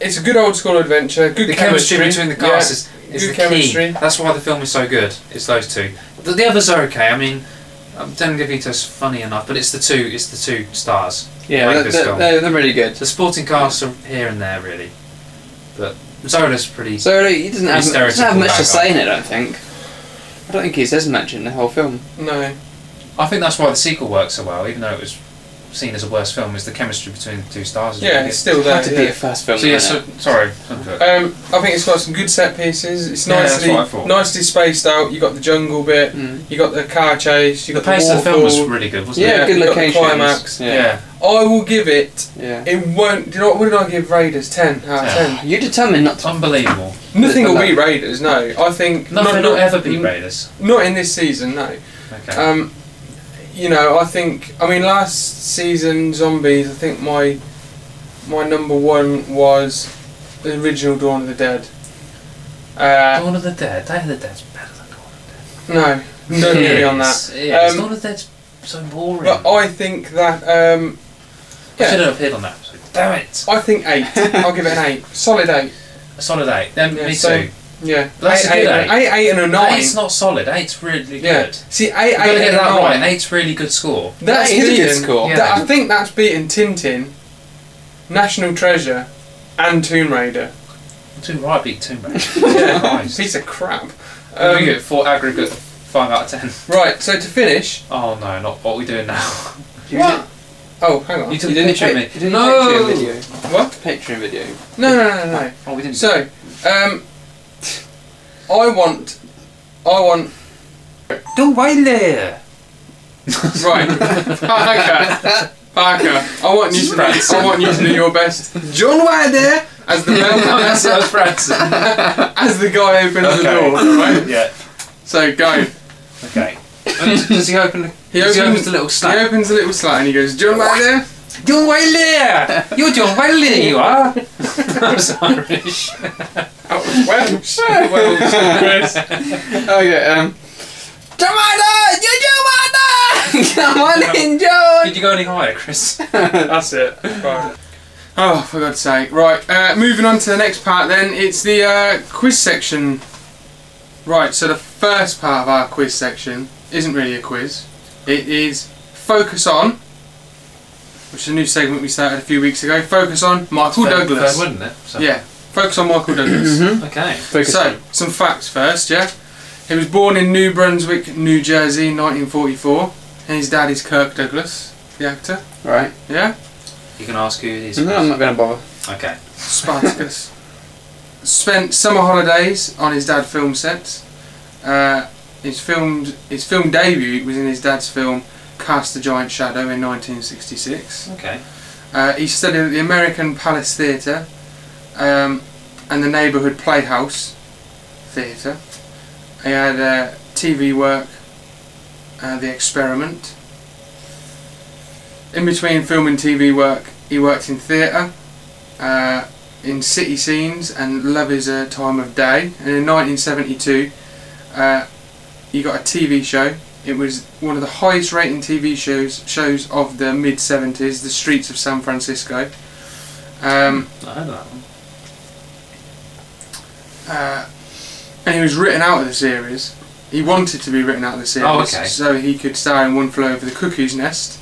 S1: it's a good old school adventure. Good
S3: the
S1: chemistry,
S3: chemistry, between the cast is, is
S1: good
S3: the
S1: chemistry.
S3: key. That's why the film is so good. It's those two. The, the others are okay. I mean, um, Dan DeVito's funny enough, but it's the two. It's the two stars.
S2: yeah,
S3: like
S2: they're,
S3: this
S2: they're,
S3: film.
S2: they're, they're really good.
S3: The supporting cast are here and there really, but Zola's pretty.
S2: So like, he doesn't have,
S3: Pretty
S2: doesn't have
S3: stereotypical
S2: much to
S3: bad
S2: say in it. I don't think. I don't think he says much in the whole film.
S1: Yeah. No.
S3: I think that's why the sequel works so well, even though it was seen as a worse film. Is the chemistry between the two stars? is
S1: Yeah,
S3: really
S1: it's
S3: good.
S1: still there.
S2: Had to be a
S1: yeah.
S2: first film.
S3: So yeah,
S2: wasn't
S3: so,
S2: it?
S3: sorry. onto it.
S1: Um, I think it's got some good set pieces. It's
S3: Yeah, that's
S1: nicely
S3: what I thought.
S1: nicely spaced out. You got the jungle bit.
S2: Mm.
S1: You got the car chase. You
S3: The
S1: got
S3: pace
S1: the,
S3: of the film was
S1: waterfall.
S3: really good, wasn't
S2: yeah,
S1: yeah,
S3: it?
S2: good
S1: you got the
S2: location.
S1: climax.
S2: Yeah,
S1: I will give it.
S2: yeah.
S1: It won't. Did I, what did I give Raiders? Ten out of
S3: Yeah. [laughs]
S1: ten.
S2: You determined not
S3: It's
S2: to.
S3: unbelievable.
S1: Nothing will be Raiders. No, I think
S3: Nothing
S1: not,
S3: will
S1: not-
S3: ever beat Raiders.
S1: Not in this season. No.
S3: Okay.
S1: Um, you know, I think. I mean, last season zombies. I think my my number one was the original Dawn of the Dead. Uh,
S3: Dawn of the Dead. Day of the Dead's better than Dawn of the Dead.
S1: no,
S3: [laughs]
S1: don't agree on that.
S3: It is. It is.
S1: Um,
S3: Dawn of the Dead's so boring.
S1: But oh, I think that. Um,
S3: I should
S1: yeah,
S3: have appeared on that episode. Damn it!
S1: I think eight. I'll give it an eight. Solid eight.
S3: A solid eight. Then
S1: Yeah,
S3: me
S1: so-
S3: too.
S1: Yeah.
S3: That's
S1: eight,
S3: a
S1: eight,
S3: good
S1: eight, eight and a nine.
S3: Eight's not solid. Eight's really
S1: yeah.
S3: good.
S1: See, eight,
S3: You've got to
S1: eight,
S3: get
S1: and a
S3: that
S1: nine.
S3: right. Eight's really good score.
S1: That's
S2: That is a good
S1: beaten-
S2: score.
S3: Yeah.
S1: that- I think that's beaten Tintin, National Treasure, and Tomb Raider.
S3: Tomb Raider beat
S1: [laughs]
S3: Tomb [laughs] Raider. Christ.
S1: Piece of crap.
S3: Um, we
S1: Um,
S3: get four aggregate five out of ten.
S1: right, so to finish.
S3: Oh no, not what we doing now.
S1: What? Oh, hang on.
S3: You took
S2: You
S3: a
S2: didn't
S3: picture of
S2: pay,
S3: me.
S2: you didn't
S1: No.
S2: Patreon video.
S1: What?
S2: Patreon video.
S1: No, no, no, no, no.
S3: [laughs] Oh, we didn't.
S1: So, um, I want, I want.
S3: do away there. [laughs]
S1: Right, Parker, Parker. I want you to, I want you to do your best. John Ware
S3: [laughs]
S1: there as the
S3: That's
S1: man,
S3: so
S1: [laughs]
S3: Francis.
S1: as the guy opens the
S3: Okay.
S1: door. Right.
S3: Yeah.
S1: So go.
S3: Okay.
S1: [laughs]
S3: Does he open? The,
S1: He
S3: does
S1: opens
S3: he opens the little
S1: He
S3: slab?
S1: opens a little slat and he goes, John Ware there.
S3: John Whaley! You're John Whaley, you are!
S1: [laughs]
S3: That's Irish.
S1: Out with [laughs] Welsh. Welsh. Welsh.
S2: Okay, um. Jamada! You Jamada! [laughs] Come on in, John!
S3: Did you go any higher, Chris?
S1: That's it. Oh, for God's sake. Right, uh, moving on to the next part then. It's the uh, quiz section. Right, so the first part of our quiz section isn't really a quiz, it is Focus On, which is a new segment we started a few weeks ago. Focus On Michael Douglas.
S3: Third, wouldn't it? So-
S1: Yeah, Focus On Michael
S2: [laughs]
S1: Douglas.
S2: Mm-hmm.
S3: Okay.
S1: so, some facts first, yeah? He was born in New Brunswick, New Jersey in 1944, and his dad is Kirk Douglas, the actor.
S2: Right.
S1: Yeah?
S3: You can ask who it is.
S2: No, I'm not gonna bother.
S3: Okay.
S1: Spartacus. Spent summer holidays on his dad's film sets. Uh, his filmed his film debut was in his dad's film Cast the Giant Shadow in 1966.
S3: Okay.
S1: Uh, he studied at the American Palace Theatre um, and the Neighbourhood Playhouse Theatre. He had uh, TV work, uh, The Experiment. In between film and TV work, he worked in theatre, uh, in city scenes, and Love is a Time of Day. And in 1972, uh, he got a TV show. It was one of the highest rating TV shows shows of the mid 70s, The Streets of San Francisco. Um,
S3: I heard that one.
S1: uh, and he was written out of the series. He wanted to be written out of the series,
S3: Oh, okay.
S1: so he could star in One Flew Over the Cuckoo's Nest.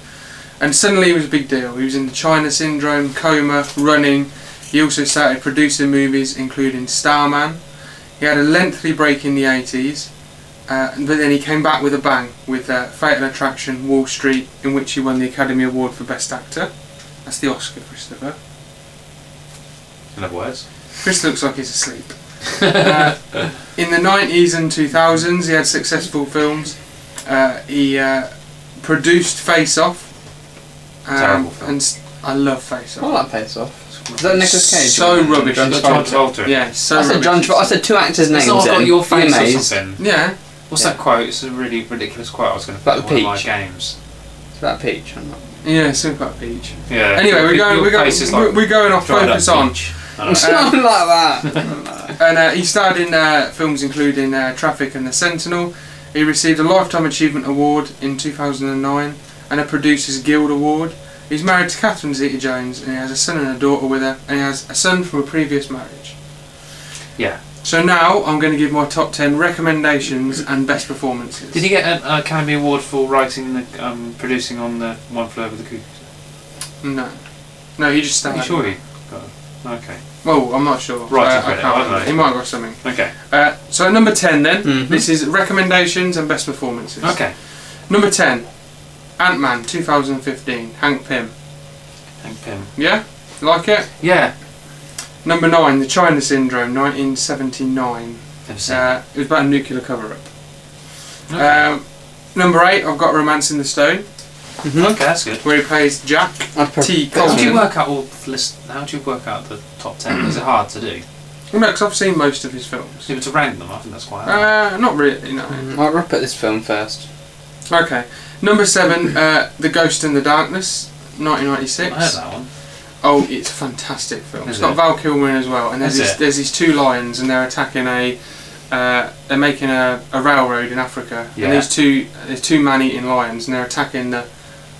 S1: And suddenly he was a big deal. He was in the China Syndrome, coma, running. He also started producing movies, including Starman. He had a lengthy break in the 80s, uh, but then he came back with a bang with uh, Fatal Attraction, Wall Street, in which he won the Academy Award for Best Actor. That's the Oscar, Christopher.
S3: In other words.
S1: Chris looks like he's asleep. Uh, in the 90s and 2000s, he had successful films. Uh, he uh, produced Face Off. Um,
S3: Terrible film.
S1: And s- I love Face
S2: I
S1: Off.
S2: like Face Off. Is that Nicolas Cage?
S1: So rubbish.
S2: John
S1: It's
S2: Travolta.
S3: Travolta.
S1: Yeah, it's so
S2: I said
S1: rubbish.
S2: John. Tra- I said two actors' names.
S3: It's not
S2: in.
S3: got your
S2: You
S3: face or
S2: amazed?
S3: something.
S1: Yeah.
S3: What's
S2: Yeah.
S3: that quote? It's a really ridiculous quote I was going to put
S2: About
S3: in
S2: the
S3: one of my
S2: peach.
S3: games.
S2: It's about Peach. I'm not.
S1: Yeah, it's all about Peach.
S3: Yeah.
S1: Anyway, we're
S3: Your-
S1: going,
S3: your
S1: we're, going,
S3: face is
S1: we're-
S3: like
S1: we're going off
S3: dried up
S1: Focus On.
S3: peach.
S1: [laughs]
S2: Not like that.
S1: And uh, he starred in uh, films including uh, Traffic and The Sentinel. He received a Lifetime Achievement Award in 2009 and a Producers Guild Award. He's married to Catherine Zeta Jones and he has a son and a daughter with her, and he has a son from a previous marriage.
S3: Yeah.
S1: So now I'm going to give my top 10 recommendations and best performances.
S3: Did he get an uh, Academy Award for writing the um, producing on the One Flew Over the Cuckoo's?
S1: No. No, he just
S3: Are you
S1: started.
S3: sure he got it? Okay.
S1: Well, I'm not sure.
S3: Right,
S1: Uh,
S3: he's
S1: I
S3: got it,
S1: can't
S3: I don't
S1: remember.
S3: know.
S1: He might have got something.
S3: Okay.
S1: Uh, so number 10 then.
S2: Mhm.
S1: This is recommendations and best performances.
S3: Mm-hmm. Okay.
S1: Number 10, Ant Man 2015, Hank Pym.
S3: Hank Pym.
S1: Yeah? Like it?
S3: Yeah.
S1: Number 9, The China Syndrome, 1979.
S3: Never seen it.
S1: Uh, it was about a nuclear cover up.
S3: Okay.
S1: Um, number 8, I've got Romance in the Stone,
S3: okay, that's good.
S1: where he plays Jack
S2: Mm-hmm. I'd prefer-
S1: T.
S3: How do you
S1: Coleman.
S3: work out all the list? How do you work out the top ten? Is it hard to do?
S1: Well, no, 'cause I've seen most of his films.
S3: If you were to rank them, I think that's quite hard.
S1: Uh, not really, no.
S3: Mm-hmm.
S2: Mm, I'd rather put this film first.
S1: Okay. Number 7, uh, The Ghost in the Darkness,
S3: I
S1: 1996.
S3: heard that one.
S1: Oh, it's a fantastic film.
S3: Is
S1: it's got
S3: it?
S1: Val Kilmer in as well, and there's
S3: Is
S1: these,
S3: it?
S1: there's these two lions, and they're attacking a, uh, they're making a, a railroad in Africa,
S3: Yeah.
S1: and these two there's two man-eating lions, and they're attacking the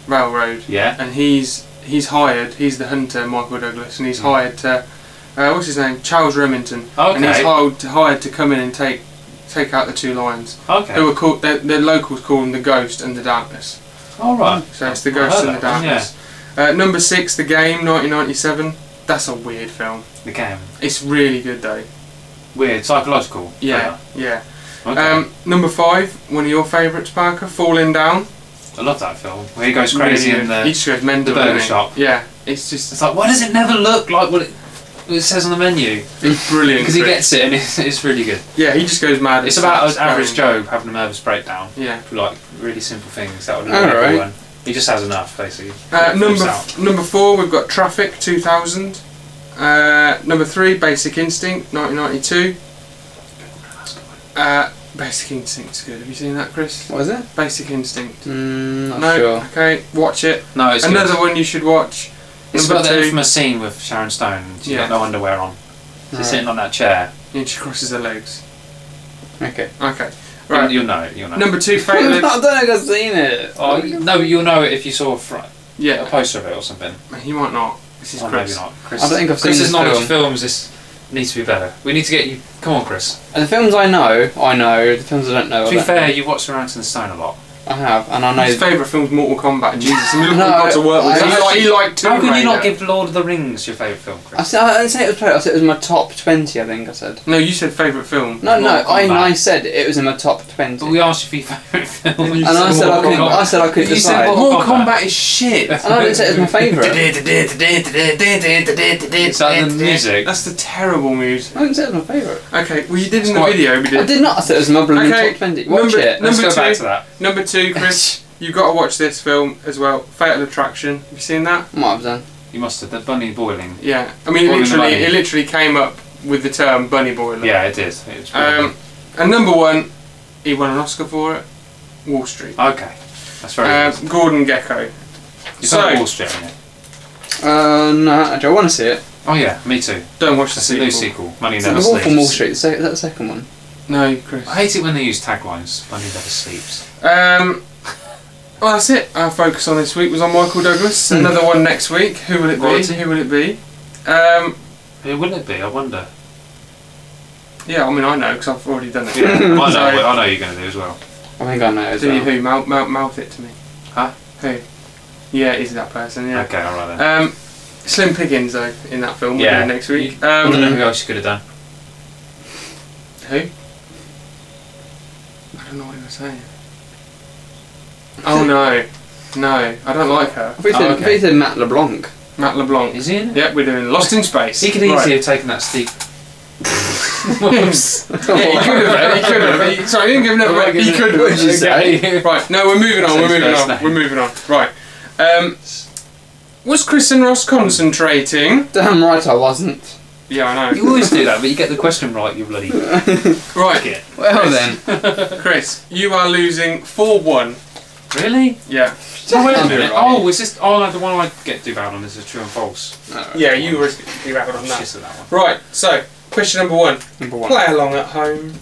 S1: railroad,
S3: Yeah.
S1: and he's he's hired, he's the hunter, Michael Douglas, and he's
S3: Mm.
S1: hired to, uh, what's his name, Charles Remington, and he's
S3: Okay.
S1: hired to, hired to come in and take take out the two lions who
S3: Okay.
S1: are called the, the locals call them the Ghost and the Darkness.
S3: All right.
S1: So it's the
S3: I heard
S1: Ghost and the
S3: that one,
S1: Darkness. Uh, number six, The Game, 1997. That's a weird film.
S3: The game.
S1: It's really good though.
S3: Weird. Psychological.
S1: Yeah, yeah.
S3: thriller. Okay.
S1: Um, number five, one of your favourites, Parker, Falling Down.
S3: I love that film. Where he goes crazy
S1: Really
S3: in
S1: good.
S3: the.
S1: He just goes mental.
S3: burger
S1: doesn't he?
S3: shop.
S1: Yeah, it's just
S3: It's like, why does it never look like what it, what it says on the menu?
S1: it's brilliant.
S3: Because he
S1: Chris.
S3: gets it and it's, it's really good.
S1: yeah, he just goes mad. and um,
S3: It's about
S1: starts
S3: an average
S1: going.
S3: Joe having a nervous breakdown.
S1: Yeah.
S3: Like, really simple things that would
S2: All
S3: annoy
S2: right.
S3: everyone. He just has enough, basically.
S1: Uh,
S3: Flips
S1: number
S3: out.
S1: number four, we've got Traffic, 2000. Uh, number three, Basic Instinct, 1992. Uh, Basic Instinct's good. Have you seen that, Chris?
S2: Was it?
S1: Basic Instinct.
S2: Mm, not
S1: no.
S2: sure.
S1: Okay, watch it.
S3: No, it's
S1: Another
S3: good.
S1: one you should watch.
S3: It's
S1: number
S3: about
S1: two.
S3: the infamous scene with Sharon Stone. and She's
S1: Yeah.
S3: got no underwear on. She's
S2: Alright.
S3: sitting on that chair.
S1: And she crosses her legs.
S2: Okay.
S1: Okay.
S3: Right.
S1: Right.
S3: You'll know. You'll know. [laughs]
S1: Number two, Fate
S2: [laughs] I
S1: Lives.
S2: don't think I've seen it.
S3: Oh, you- no, you'll know it if you saw a, fr- a
S1: Yeah,
S3: poster of it or something.
S1: he might not. This is
S3: Or Oh, maybe
S1: Chris.
S3: not. Chris,
S2: I don't think I've seen
S3: Chris's
S2: this
S3: knowledge
S2: film.
S3: of films is, needs to be better. We need to get you. Come on, Chris.
S2: And the films I know, I know. The films I don't know. I
S3: to be
S2: don't
S3: fair,
S2: know.
S3: you've watched Ranks and Stone a lot.
S2: I have, and I know.
S1: His favourite film's Mortal
S3: [laughs]
S1: Kombat. Jesus, and look
S2: No,
S1: what we've got to work with.
S2: I-
S1: He like, he liked
S3: How
S1: Tomb
S3: can you not
S1: Raider.
S3: give Lord of the Rings your favourite film,
S2: I,
S3: Chris?
S2: said, I didn't say it was. I said it was my top twenty. I think I said.
S1: No, you said favourite film.
S2: No, no.
S3: Mortal
S2: I,
S3: Kombat.
S2: I said it was in my top twenty.
S3: But we asked you for your favourite film.
S1: And [laughs] you
S3: [laughs]
S2: and I
S1: said
S2: said I
S1: Mortal
S2: couldn't.
S1: Kombat.
S2: I said I couldn't
S3: You said
S2: decide.
S3: Mortal
S1: Mortal
S3: Kombat.
S1: Kombat is shit.
S2: and I didn't say it was my
S3: [laughs]
S2: favourite.
S3: Is that the music?
S1: That's the terrible music.
S2: I didn't say it was my favourite.
S1: Okay, well you did in the
S3: Quite-
S1: video. We
S2: I
S1: did.
S2: did not. I said it was my blooming
S1: Okay,
S2: top twenty. Watch
S1: number-
S2: it.
S3: Let's
S1: Number
S3: go back
S1: two.
S3: to that.
S1: Number two,
S3: [laughs]
S1: Chris. You've got to watch this film as well. Fatal Attraction. Have you seen that?
S2: Might have done.
S3: You must have. The bunny boiling.
S1: Yeah. I mean, it
S3: Boiling the
S1: literally,
S3: Bunny.
S1: it literally came up with the term bunny boiler.
S3: Yeah, it is. It's
S1: Um, and number one, he won an Oscar for it. Wall Street.
S3: okay, that's Oh, very
S1: Um,
S3: good.
S1: Gordon Gecko.
S3: You
S1: so-
S3: saw Wall Street, haven't you?
S2: Uh, no, do I want to see it?
S3: Oh yeah, me too.
S1: Don't watch the
S3: That's a new
S1: sequel.
S3: sequel. Money
S2: The
S3: never
S2: Wolf
S3: sleeps.
S2: from Wall Street. Is that is that the second one?
S1: No, Chris.
S3: I hate it when they use taglines. Money never sleeps.
S1: Um, well, that's it. Our focus on this week was on Michael Douglas.
S3: Hmm.
S1: Another one next week. Who will it be?
S3: Royalty.
S1: Who will it be? Um,
S3: Who wouldn't it be? I
S1: [laughs]
S3: wonder.
S1: yeah, I mean, I know because I've already done it. [laughs]
S3: Yeah, I know.
S1: Sorry.
S3: I know you're going to do as well.
S2: I think I know. As
S1: Do you
S2: well.
S1: who? Mouth, mouth, mouth it to me.
S3: Huh?
S1: Who? Yeah, it is that person, yeah.
S3: Okay, all right then.
S1: Um, Slim Pickens, though, in that film
S3: Yeah. Mm-hmm.
S1: yeah. next week.
S3: I don't
S1: Um,
S3: know who else you could have done.
S1: who? I don't know what you were saying.
S3: [laughs]
S1: Oh, no. No, I don't like her.
S2: I think you said-
S3: Oh,
S2: I think you said Matt LeBlanc.
S1: Matt LeBlanc.
S3: Is he in it?
S1: Yep, we're doing Lost in Space.
S3: He could
S1: Right.
S3: easily have taken that steep. [laughs]
S1: Whoops. [laughs] yeah, he could have. He could have. He- sorry, I didn't give enough away. He could have.
S2: What did you say?
S1: Right, no, we're moving on. We're
S3: Say his
S1: moving
S3: first
S1: on.
S3: name.
S1: We're moving on. Right. Um, was Chris and Ross concentrating?
S2: Damn right I wasn't.
S1: Yeah, I know.
S3: You always do that, but you get the question right, you
S1: [laughs]
S3: bloody.
S1: Right,
S3: Get.
S2: Well then.
S1: Chris, you are losing 4 1.
S3: Really?
S1: Yeah.
S3: Oh, wait a
S2: Can't be
S3: minute.
S2: right.
S3: Oh, is this? Oh, no, the one I get do bad on is a true and false.
S1: Yeah, you were you were on that.
S3: Shit at that one.
S1: Right, so, question number one.
S2: Number one.
S1: Play along at home.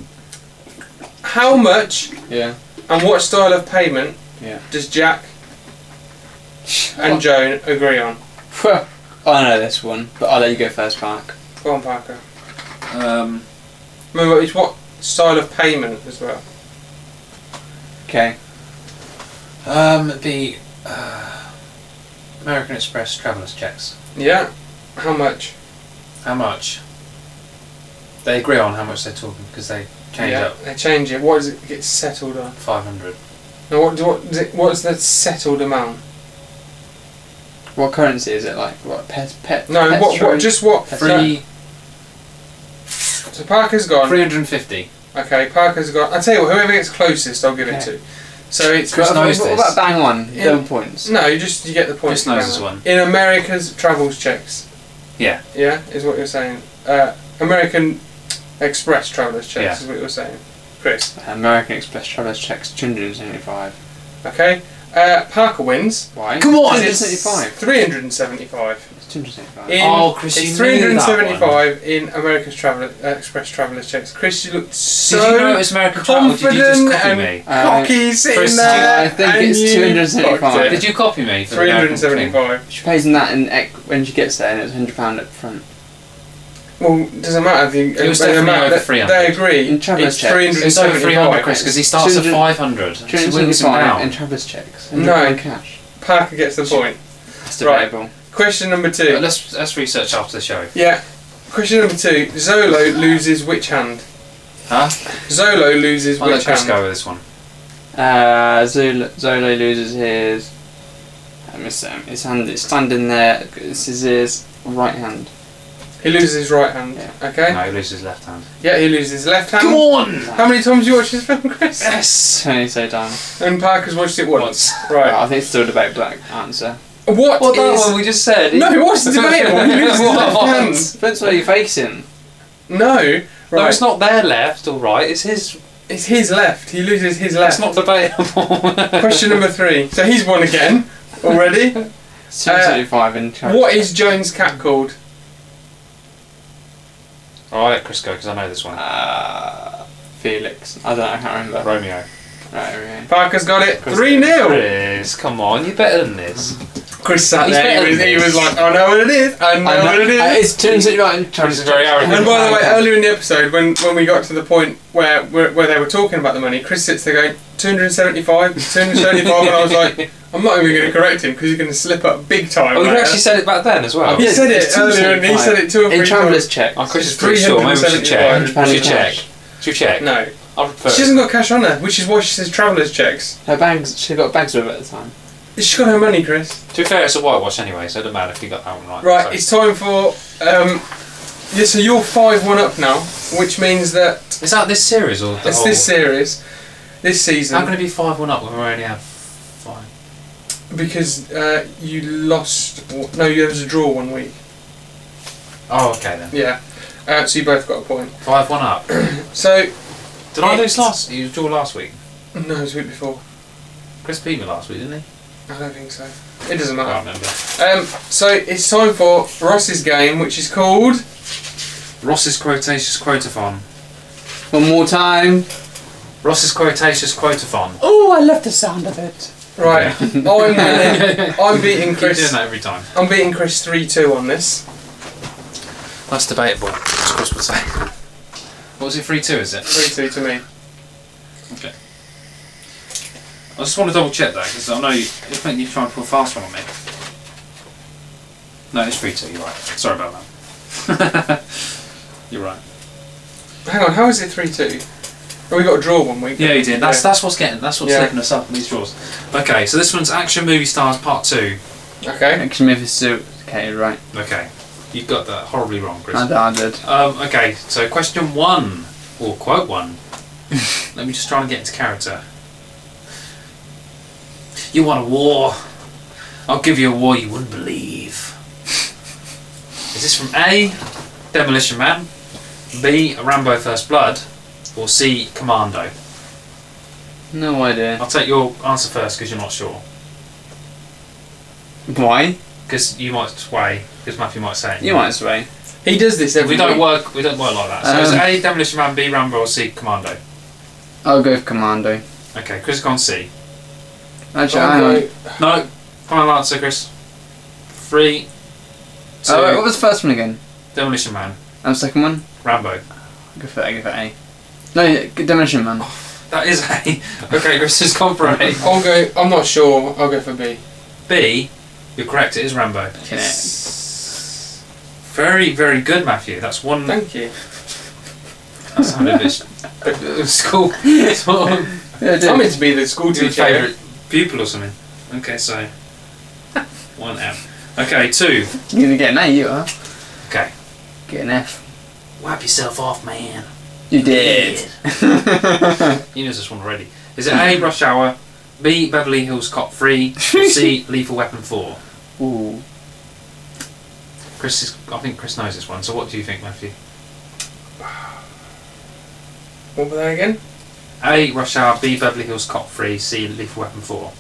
S1: How much
S2: Yeah.
S1: and what style of payment
S2: Yeah.
S1: does Jack and Joan agree on?
S2: Well, I know this one, but I'll let you go first, Mark.
S1: Go on, Parker.
S3: Um,
S1: Remember, it's what style of payment as well.
S2: Okay.
S3: um, the uh, American Express travelers checks.
S1: Yeah. How much?
S3: How much? They agree on how much they're talking because they change
S1: yeah.
S3: up
S1: They change it. What does it get settled on?
S3: five hundred.
S1: Now, what, do- what, does it, what's the settled amount?
S2: What currency is it like? What pet pet?
S1: No, what,
S2: petro-
S1: what, just what?
S3: Three
S1: So, so Parker's gone.
S3: three hundred and fifty.
S1: Okay, Parker's gone. I tell you what, whoever gets closest, I'll give it
S2: Okay.
S1: to. So it's
S3: Chris
S2: What about-
S3: knows
S2: what
S3: this.
S2: about bang on?
S1: Yeah.
S2: Double points.
S1: no, you just you get the point.
S3: Chris knows this one.
S1: In America's travels checks.
S3: Yeah.
S1: Yeah, is what you're saying. Uh, American Express travelers checks
S3: Yeah.
S1: is what you're saying, Chris.
S2: American Express travelers checks 275.
S1: Okay. Uh, Parker wins.
S2: Why?
S3: Come on!
S2: 275.
S1: 375.
S2: It's 275.
S1: In,
S3: Oh, Chris,
S1: it's
S3: you knew that
S1: 375 in America's Traveller uh, Express Traveller's Checks. Chris, you looked so
S3: Did you know it was American travel? Did you just
S1: confident
S3: copy
S1: and-
S3: me?
S2: Uh,
S1: cocky sitting
S3: Chris,
S1: there.
S2: I think
S1: and
S2: it's
S1: you
S2: 275.
S1: fucked it.
S3: Did you copy me? for the American thing?
S1: 375.
S2: She pays in that in ec- when she gets there, and it's £100 up front.
S1: Well, doesn't matter. The,
S3: It was
S1: the
S3: definitely
S1: amount
S3: over
S1: that
S3: 300.
S1: They agree.
S2: In traveller's
S1: it's
S2: checks.
S3: It's over 300, Chris,
S1: 375.
S3: because he starts at
S2: 200
S3: 500. She wins him
S2: 275 in
S3: down.
S2: travelers checks.
S1: No.
S2: £100 cash.
S1: Parker gets the point.
S2: That's
S1: Right.
S2: debatable.
S1: Question number
S3: But
S1: two.
S3: let's let's research after the show.
S1: Yeah. Question number two. Zolo loses which hand?
S3: Huh?
S1: Zolo loses
S3: I'll let
S1: which um,
S3: Chris
S1: hand?
S3: go with this one.
S2: Uh, Zolo, Zolo loses his. I miss him. His hand is standing there. This is his right hand.
S1: He loses his right hand.
S2: Yeah.
S1: Okay.
S3: No, he loses left hand.
S1: Yeah, he loses his left hand.
S6: Come on!
S1: How many times you watched this film, Chris?
S3: Yes.
S2: Tony so down.
S1: and Parker's watched it once.
S2: Well,
S1: Right.
S2: I think it's still a debate black
S1: [laughs]
S2: answer.
S1: What
S3: Well, that
S1: is-
S3: one we just said.
S1: No, it was
S3: [laughs]
S1: debatable. He loses his left
S3: What?
S1: hand.
S2: Depends where you're facing.
S1: No. Right.
S3: No, it's not their left or right. It's his.
S1: It's his left. He loses his
S3: That's
S1: left.
S3: not [laughs] debatable.
S1: Question number three. So he's won again
S3: [laughs]
S1: already.
S2: Two seventy five in charge.
S1: Uh, what is Jones' cat called?
S3: oh, I'll let Chris go because I know this one.
S2: Uh, Felix. I don't know. I can't remember.
S3: Romeo.
S2: Right. okay.
S1: Parker's got it. 3 0.
S3: Chris, come on, you're better than this.
S1: Chris sat
S2: He's
S1: there.
S2: better
S1: He was,
S2: than
S1: he
S2: this.
S1: was like, I know what it is. I know
S2: Uh,
S1: what it
S2: uh,
S1: is.
S2: It's two seventy five in charge.
S3: Chris is very arrogant.
S1: And by the way,
S2: Okay.
S1: earlier in the episode, when, when we got to the point where, where where they were talking about the money, Chris sits there going 275, 275, and I was like, I'm not even going to correct him because he's going to slip up big time.
S3: Oh, you
S1: later."
S3: actually said it back then as well.
S1: he said it
S2: It's
S1: earlier, and he
S2: 275.
S1: said it two or
S2: In
S1: three
S2: traveller's
S1: times.
S2: checks.
S3: Oh, Chris is pretty sure. Maybe we should check. We
S2: £375.
S3: should check. Should we check?
S1: No,
S3: I prefer.
S1: she hasn't got cash on her, which is why she says travellers checks.
S2: Her bags. She got bags with her at the time.
S1: She got her money, Chris.
S3: to be fair, it's a whitewash anyway, so it doesn't matter if you got that one right.
S1: Right,
S3: So-
S1: it's time for um. Yeah, so you're five one up now, which means that
S3: is that this series or the
S1: it's
S3: whole?
S1: this series, this season.
S3: I'm going to be five one up when we only have five.
S1: Because uh, you lost. No, you there was a draw one week.
S3: Oh, okay then.
S1: Yeah. Uh, so you both got a point.
S3: Five one up. Did
S1: So
S3: I lose last? You drew last week.
S1: no, it was the week before.
S3: Chris beat me last week, didn't he?
S1: I don't think so. It doesn't
S3: I
S1: matter.
S3: can't remember.
S1: Um, so it's time for Ross's game, which is called.
S3: Ross's Quotacious Quotathon.
S2: One more time.
S3: Ross's Quotacious Quotathon.
S2: Oh, I love the sound of it.
S1: Right. I'm
S3: [laughs]
S1: winning. I'm beating
S3: Keep doing
S1: Chris.
S3: that every time.
S1: I'm beating Chris three two on this.
S3: That's debatable, as Chris would say. What was it, 3 2, is it?
S1: Three two to me.
S3: I just want to double check that, because I know you, you think you're trying to pull a fast one on me. No, it's 3 2, you're right. Sorry about that. [laughs] you're right.
S1: Hang on. How is it three two? Oh, we got a draw one week.
S3: Yeah, you did. That's, that's what's getting, that's what's
S1: Yeah.
S3: slipping us up in these draws. Okay, so this one's Action Movie Stars Part 2.
S1: Okay.
S2: Action movie suit. Okay, right.
S3: Okay. You got that horribly wrong, Chris.
S2: I, I did.
S3: Um, okay, so question one, or
S2: [laughs]
S3: quote one. Let me just try and get into character. You want a war? I'll give you a war you
S2: [laughs]
S3: wouldn't believe. Is this from A, Demolition Man, B, Rambo First Blood, or C, Commando?
S2: No idea.
S3: I'll take your answer first because you're not sure.
S2: Why?
S3: Because you might sway, because Matthew might say it.
S2: You might as well.
S1: He does this every
S3: We don't
S1: week.
S3: work. We don't work like that. So it's
S2: Um,
S3: A, Demolition Man, B, Rambo, or C, Commando.
S2: I'll go with Commando.
S3: Okay, Chris has gone C.
S2: Actually,
S1: I'll
S2: hang on.
S1: go-
S3: No. Final answer, Chris. Three. Two.
S2: Oh, wait, what was the first one again?
S3: Demolition Man.
S2: And the second one?
S3: Rambo.
S2: Go for it, go for A. No, yeah, g- Demolition Man.
S3: That is A. [laughs] okay, Chris has gone for A.
S1: I'll go. I'm not sure. I'll go for B.
S3: B. You're correct. It is Rambo.
S2: Fucking heck.
S3: Very, very good, Matthew. That's one. That
S1: Thank you.
S3: sounded a
S2: [laughs]
S3: bit uh, school sort of
S2: Yeah,
S1: I'm
S2: dude.
S1: meant to be the school
S3: your
S1: teacher.
S3: favourite pupil or something. Okay, so one out. Okay, two.
S2: You're gonna get an A, you are.
S3: Okay.
S2: Get an F.
S3: Wipe yourself off, man.
S2: You did. [laughs]
S3: You know this one already. Is it A. Rush Hour? B. Beverly Hills Cop Three?
S2: [laughs]
S3: or C. Lethal Weapon Four?
S2: Ooh.
S3: Chris is, I think Chris knows this one. So what do you think, Matthew?
S1: What were they again?
S3: A. Rush Hour. B. Beverly Hills Cop Three. C. Lethal Weapon Four.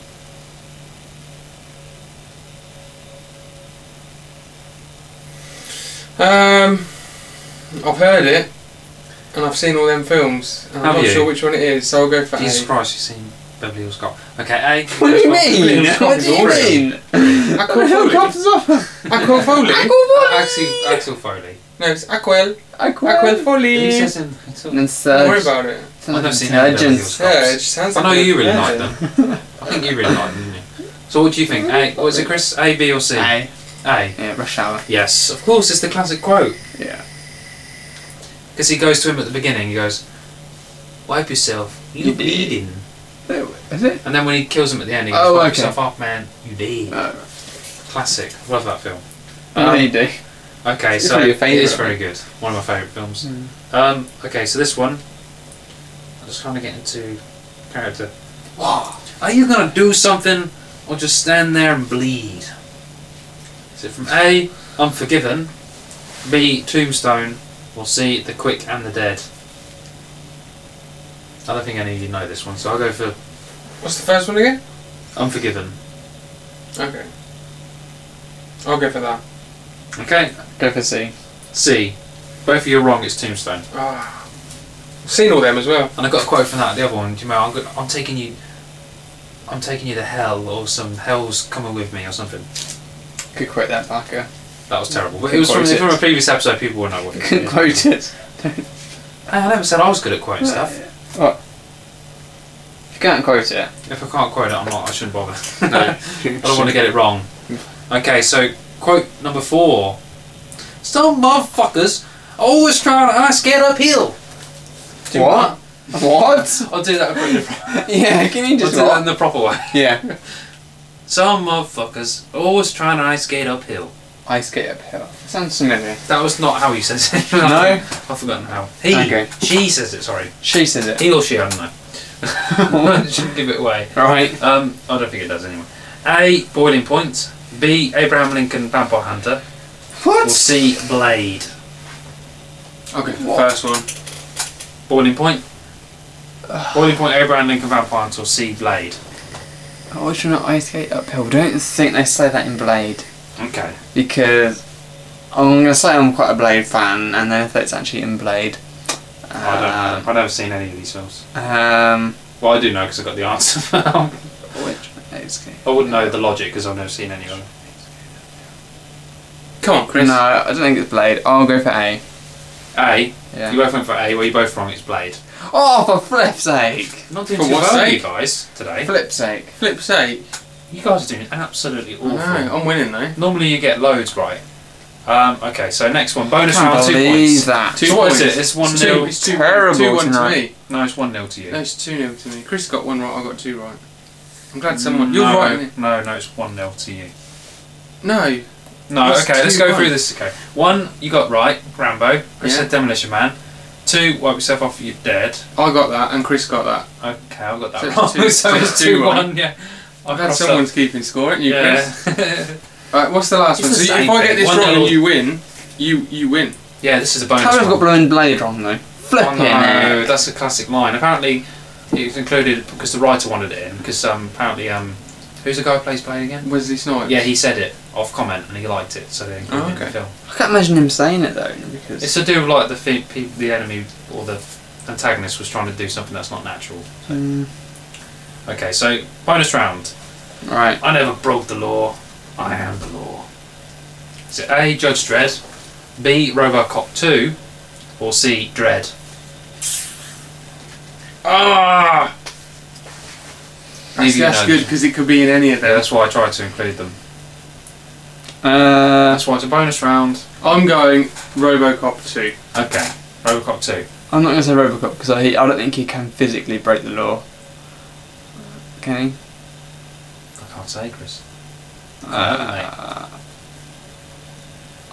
S1: Um, I've heard it, and I've seen all them films, and
S3: Have
S1: I'm not
S3: you?
S1: sure which one it is, so I'll go for
S3: Jesus
S1: A.
S3: Christ, you've seen Beverly Hills Cop. Okay, A.
S2: What do you mean?
S1: Yeah.
S2: What do you mean?
S1: Aqua
S2: Who
S1: Foley.
S2: comes off?
S1: Aqua [laughs] Foley.
S3: Axel, Axel Foley.
S1: No, it's Aquel.
S2: I
S1: Aquel
S2: quit.
S1: Foley.
S3: He
S1: Don't
S3: says in. it's all-
S2: And then
S1: worry
S2: Surge.
S1: about it.
S3: I've never seen any Beverly
S2: Intelligence.
S3: Hills
S1: Yeah, it
S3: Cops.
S1: just sounds
S3: I know
S1: like
S3: you really
S1: yeah.
S2: [laughs]
S3: like them. I think you really like them, didn't you? So what do you think? A. What is it, Chris? A, B, or C?
S2: A.
S3: A.
S2: Yeah, rush hour.
S3: Yes, of course, it's the classic quote.
S2: Yeah.
S3: Because he goes to him at the beginning, he goes, Wipe yourself, you,
S2: You did."
S3: bleeding.
S2: Is it?
S3: And then when he kills him at the end, he goes,
S2: Oh,
S3: Wipe
S2: okay.
S3: yourself up, man, you did.
S2: Oh,
S3: Classic. Love that film.
S2: I
S3: Um,
S2: need to.
S3: Okay,
S2: It's
S3: so
S2: probably your
S3: it is very
S2: favourite,
S3: good. One of my favourite films. Um, okay, so this one. I'm just trying to get into character. Are you gonna do something or just stand there and bleed? Is it from A, Unforgiven, B, Tombstone, or C, The Quick and the Dead? I don't think any of you know this one, so I'll go for
S1: What's the first one again?
S3: Unforgiven.
S1: Okay. I'll go for that.
S3: Okay,
S2: Go for C.
S3: C. Both of you are wrong, it's Tombstone.
S1: Ah. I've seen all them as well.
S3: And I got a quote from that the other one. Do you know? I'm, go- I'm taking you. I'm taking you to hell, or some hell's coming with me, or something.
S2: Could quote that, [laughs] Parker.
S3: That was terrible. But it was from,
S2: Quote it.
S3: from a previous episode. People will know what it
S2: Couldn't
S3: is.
S2: [laughs] quote it.
S3: Hey, I never said I was good at quoting stuff.
S2: If you can't quote [laughs] it,
S3: If I can't quote it, I'm not. I shouldn't bother. [laughs] I don't want to get it wrong. Okay, so quote number four. Some motherfuckers always trying to ask get uphill. Do you
S2: what? What?
S3: I'll do that. in the-
S2: [laughs] yeah, can you
S3: I'll
S2: just
S3: do that
S2: what?
S3: in the proper way.
S2: Yeah.
S3: Some motherfuckers always trying to ice skate uphill.
S2: Ice skate uphill. Sounds familiar.
S3: That was not how he says it. [laughs]
S2: No?
S3: I've forgotten how. He.
S2: Okay.
S3: She says it, sorry.
S2: She says it.
S3: He or she, I don't [laughs] know. Shouldn't give it away.
S2: Right.
S3: Um, I don't think it does anyway. A. Boiling Point. B. Abraham Lincoln Vampire Hunter. Or
S2: What?
S3: C. Blade.
S1: I'll go for
S2: What?
S1: the first one.
S3: Boiling Point. Boiling Point, Abraham Lincoln Vampire Hunter, or C. Blade.
S2: Oh, which one? Ice skate uphill. Don't think they say that in Blade.
S3: Okay.
S2: because I'm gonna say I'm quite a Blade fan, and then if it's actually in Blade,
S3: I don't know.
S2: um,
S3: Uh, I've never seen any of these films.
S2: um,
S3: Well, I do know because I got the answer. [laughs] I
S2: which it's okay.
S3: wouldn't know the logic because I've never seen any of them.
S1: Come on, Chris.
S2: No, I don't think it's Blade. I'll go for A.
S3: A. You
S2: Yeah.
S3: both went for A. Well, you both wrong. It's Blade.
S2: Oh, for flip's sake!
S3: Not doing
S1: For
S3: too
S1: what's
S3: well,
S1: sake?
S3: you guys, today.
S2: Flip's sake.
S1: Flip's sake.
S3: You guys are doing absolutely awful.
S1: No, I'm winning though.
S3: Normally you get loads right. Um, okay, so next one, bonus
S2: Can't
S3: round, two
S2: believe
S3: points.
S2: that.
S3: Two
S1: Two
S3: what is
S1: points.
S3: it? It's one
S1: it's
S3: nil.
S1: two, it's two,
S2: Terrible
S1: two one to
S2: tonight.
S1: me.
S3: No, it's one nil to you.
S1: No, it's two nil to me. Chris got one right. I got two right. I'm glad someone. You're
S3: no,
S1: right. aren't you?
S3: No, no, it's one nil to you.
S1: No.
S3: No,
S1: That's
S3: okay, let's
S1: two
S3: go
S1: one.
S3: through this. Okay, one you got right, Rambo. Chris
S1: Yeah.
S3: said Demolition Man. Two, wipe yourself off, you're dead.
S1: I got that, and Chris got that.
S3: Okay, I got that
S1: So it's
S3: wrong. [laughs]
S1: two-
S3: so it's
S1: two
S3: two
S1: one.
S3: one. Yeah,
S1: I've had
S3: crossed up.
S1: someone's keeping score, haven't you, Chris?
S3: Yeah. [laughs]
S1: Right, what's the last
S3: It's
S1: one?
S3: the
S1: So
S3: same
S1: if I get
S3: thing.
S1: this
S3: One
S1: wrong
S3: nil.
S1: and you win, you you win.
S3: yeah, this is a bonus.
S2: How have I
S3: one.
S2: got blowing Blade wrong though?
S3: Oh,
S2: Flipping
S3: no,
S2: it.
S3: that's a classic line. Apparently, it was included because the writer wanted it in. Because um, apparently, um, who's the guy who plays Blade again?
S1: Wesley Snipes.
S3: Yeah, he said it off comment and he liked it, so they included
S1: Oh,
S3: it in
S1: okay.
S3: the film.
S2: I can't imagine him saying it though, because
S3: It's to do with like the fe- pe- the enemy or the antagonist was trying to do something that's not natural.
S2: Mm,
S3: Okay, so bonus round.
S2: right.
S3: I never broke the law. I am the law. Is it A. Judge Dredd, B. RoboCop 2, or C. Dredd? Ah!
S1: That's,
S3: Maybe you
S1: that's
S3: know.
S1: good because it could be in any of
S3: Yeah,
S1: them.
S3: that's why I tried to include them.
S2: Uh,
S3: That's why it's a bonus round.
S1: I'm going RoboCop two.
S3: Okay, RoboCop 2.
S2: I'm not gonna say Robocop because I I don't think he can physically break the law. Can he?
S3: I can't say, Chris.
S2: Uh,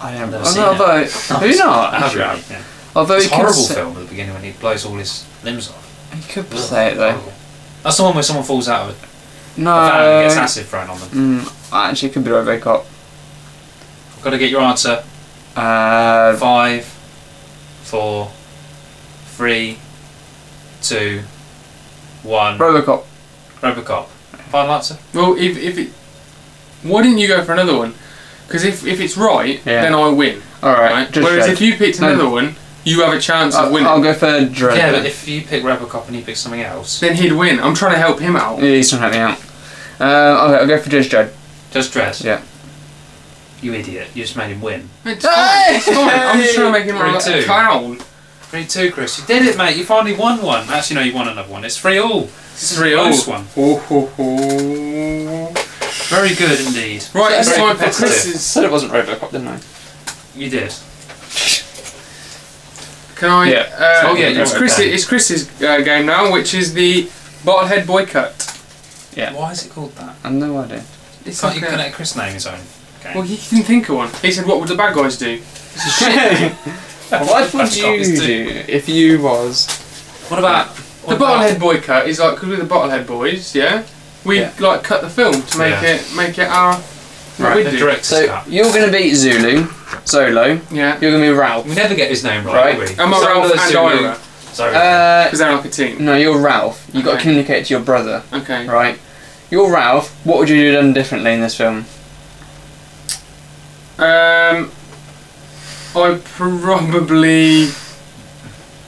S2: I
S3: I've
S2: don't know.
S3: never
S2: I've
S3: seen
S2: not,
S3: it. [laughs]
S2: although, have you not?
S3: I have
S2: Actually,
S3: really, yeah.
S2: Although
S3: It's
S2: he
S3: a
S2: could,
S3: horrible
S2: say,
S3: film at the beginning when he blows all his limbs off.
S2: he could say it
S3: Oh.
S2: though.
S3: That's the one where someone falls out of a van and gets
S2: No.
S3: acid thrown on
S2: Uh,
S3: them.
S2: Mm, actually, it could be Robocop.
S3: I've got to get your answer.
S2: Uh,
S3: Five, four, three, two, one.
S2: Robocop.
S3: Robocop. Final answer.
S1: Well, if if it, why didn't you go for another one? Because if if it's right,
S2: Yeah.
S1: then I win.
S2: Alright.
S1: Right.
S2: Just
S1: Whereas
S2: Dredd.
S1: if you picked
S2: No.
S1: another one, you have a chance of
S3: Uh,
S2: I'll,
S1: winning.
S2: I'll go for Dredd.
S3: yeah,
S2: then.
S3: but if you pick Robocop and he picks something else,
S1: then he'd win. I'm trying to help him out.
S2: Yeah, he's trying to help me out. Uh, okay, I'll go for Judge Dredd.
S3: just Dredd.
S2: Yeah.
S3: You idiot. You just made him win.
S1: It's fine. It's fine. I'm just trying to make him
S3: Three,
S1: look like a
S3: two.
S1: clown.
S3: Three two, Chris. You did it, mate. You finally won one. Actually, no, you won another one. It's three all. This is a
S1: Three all.
S3: close one.
S1: Ho ho ho.
S3: Very good indeed.
S1: Right, it's
S2: Very
S1: time for
S3: competitive.
S2: I
S1: Chris's.
S2: said it wasn't Robocop, didn't I?
S3: You did.
S1: Can I?
S2: Yeah.
S1: Uh,
S3: Oh, yeah,
S1: It's
S3: you're
S1: Chris's,
S3: okay.
S1: it's Chris's uh, game now, which is the Bothead Boycott.
S2: Yeah.
S3: Why is it called that?
S2: I've no idea.
S1: It's
S3: Can't you
S1: like a-
S3: connect Chris name his own? game?
S1: Well, he didn't think of one. He said, "What would the bad guys do?"
S2: what would you
S3: It's
S2: do if you was?
S3: What about
S1: The
S3: what about-
S1: Bottlehead Boycott is like because we're the Bottlehead Boys, yeah. We
S2: Yeah.
S1: like cut the film to make
S3: Yeah.
S1: it make it our what
S2: Right,
S1: we
S3: the
S1: do.
S3: director's
S2: So
S3: cut?
S2: you're gonna be Zulu, Solo.
S1: Yeah,
S2: You're gonna be Ralph.
S3: We never get his name
S2: Right.
S3: right, do we?
S1: I'm a
S3: Some
S1: Ralph
S3: other
S1: and
S3: Zulu-
S1: Ira
S3: Sorry.
S2: Uh,
S1: because they're like a team.
S2: no, you're Ralph. You got to
S1: Okay.
S2: communicate to your brother,
S1: Okay.
S2: right? You're Ralph. What would you do done differently in this film?
S1: Um, I probably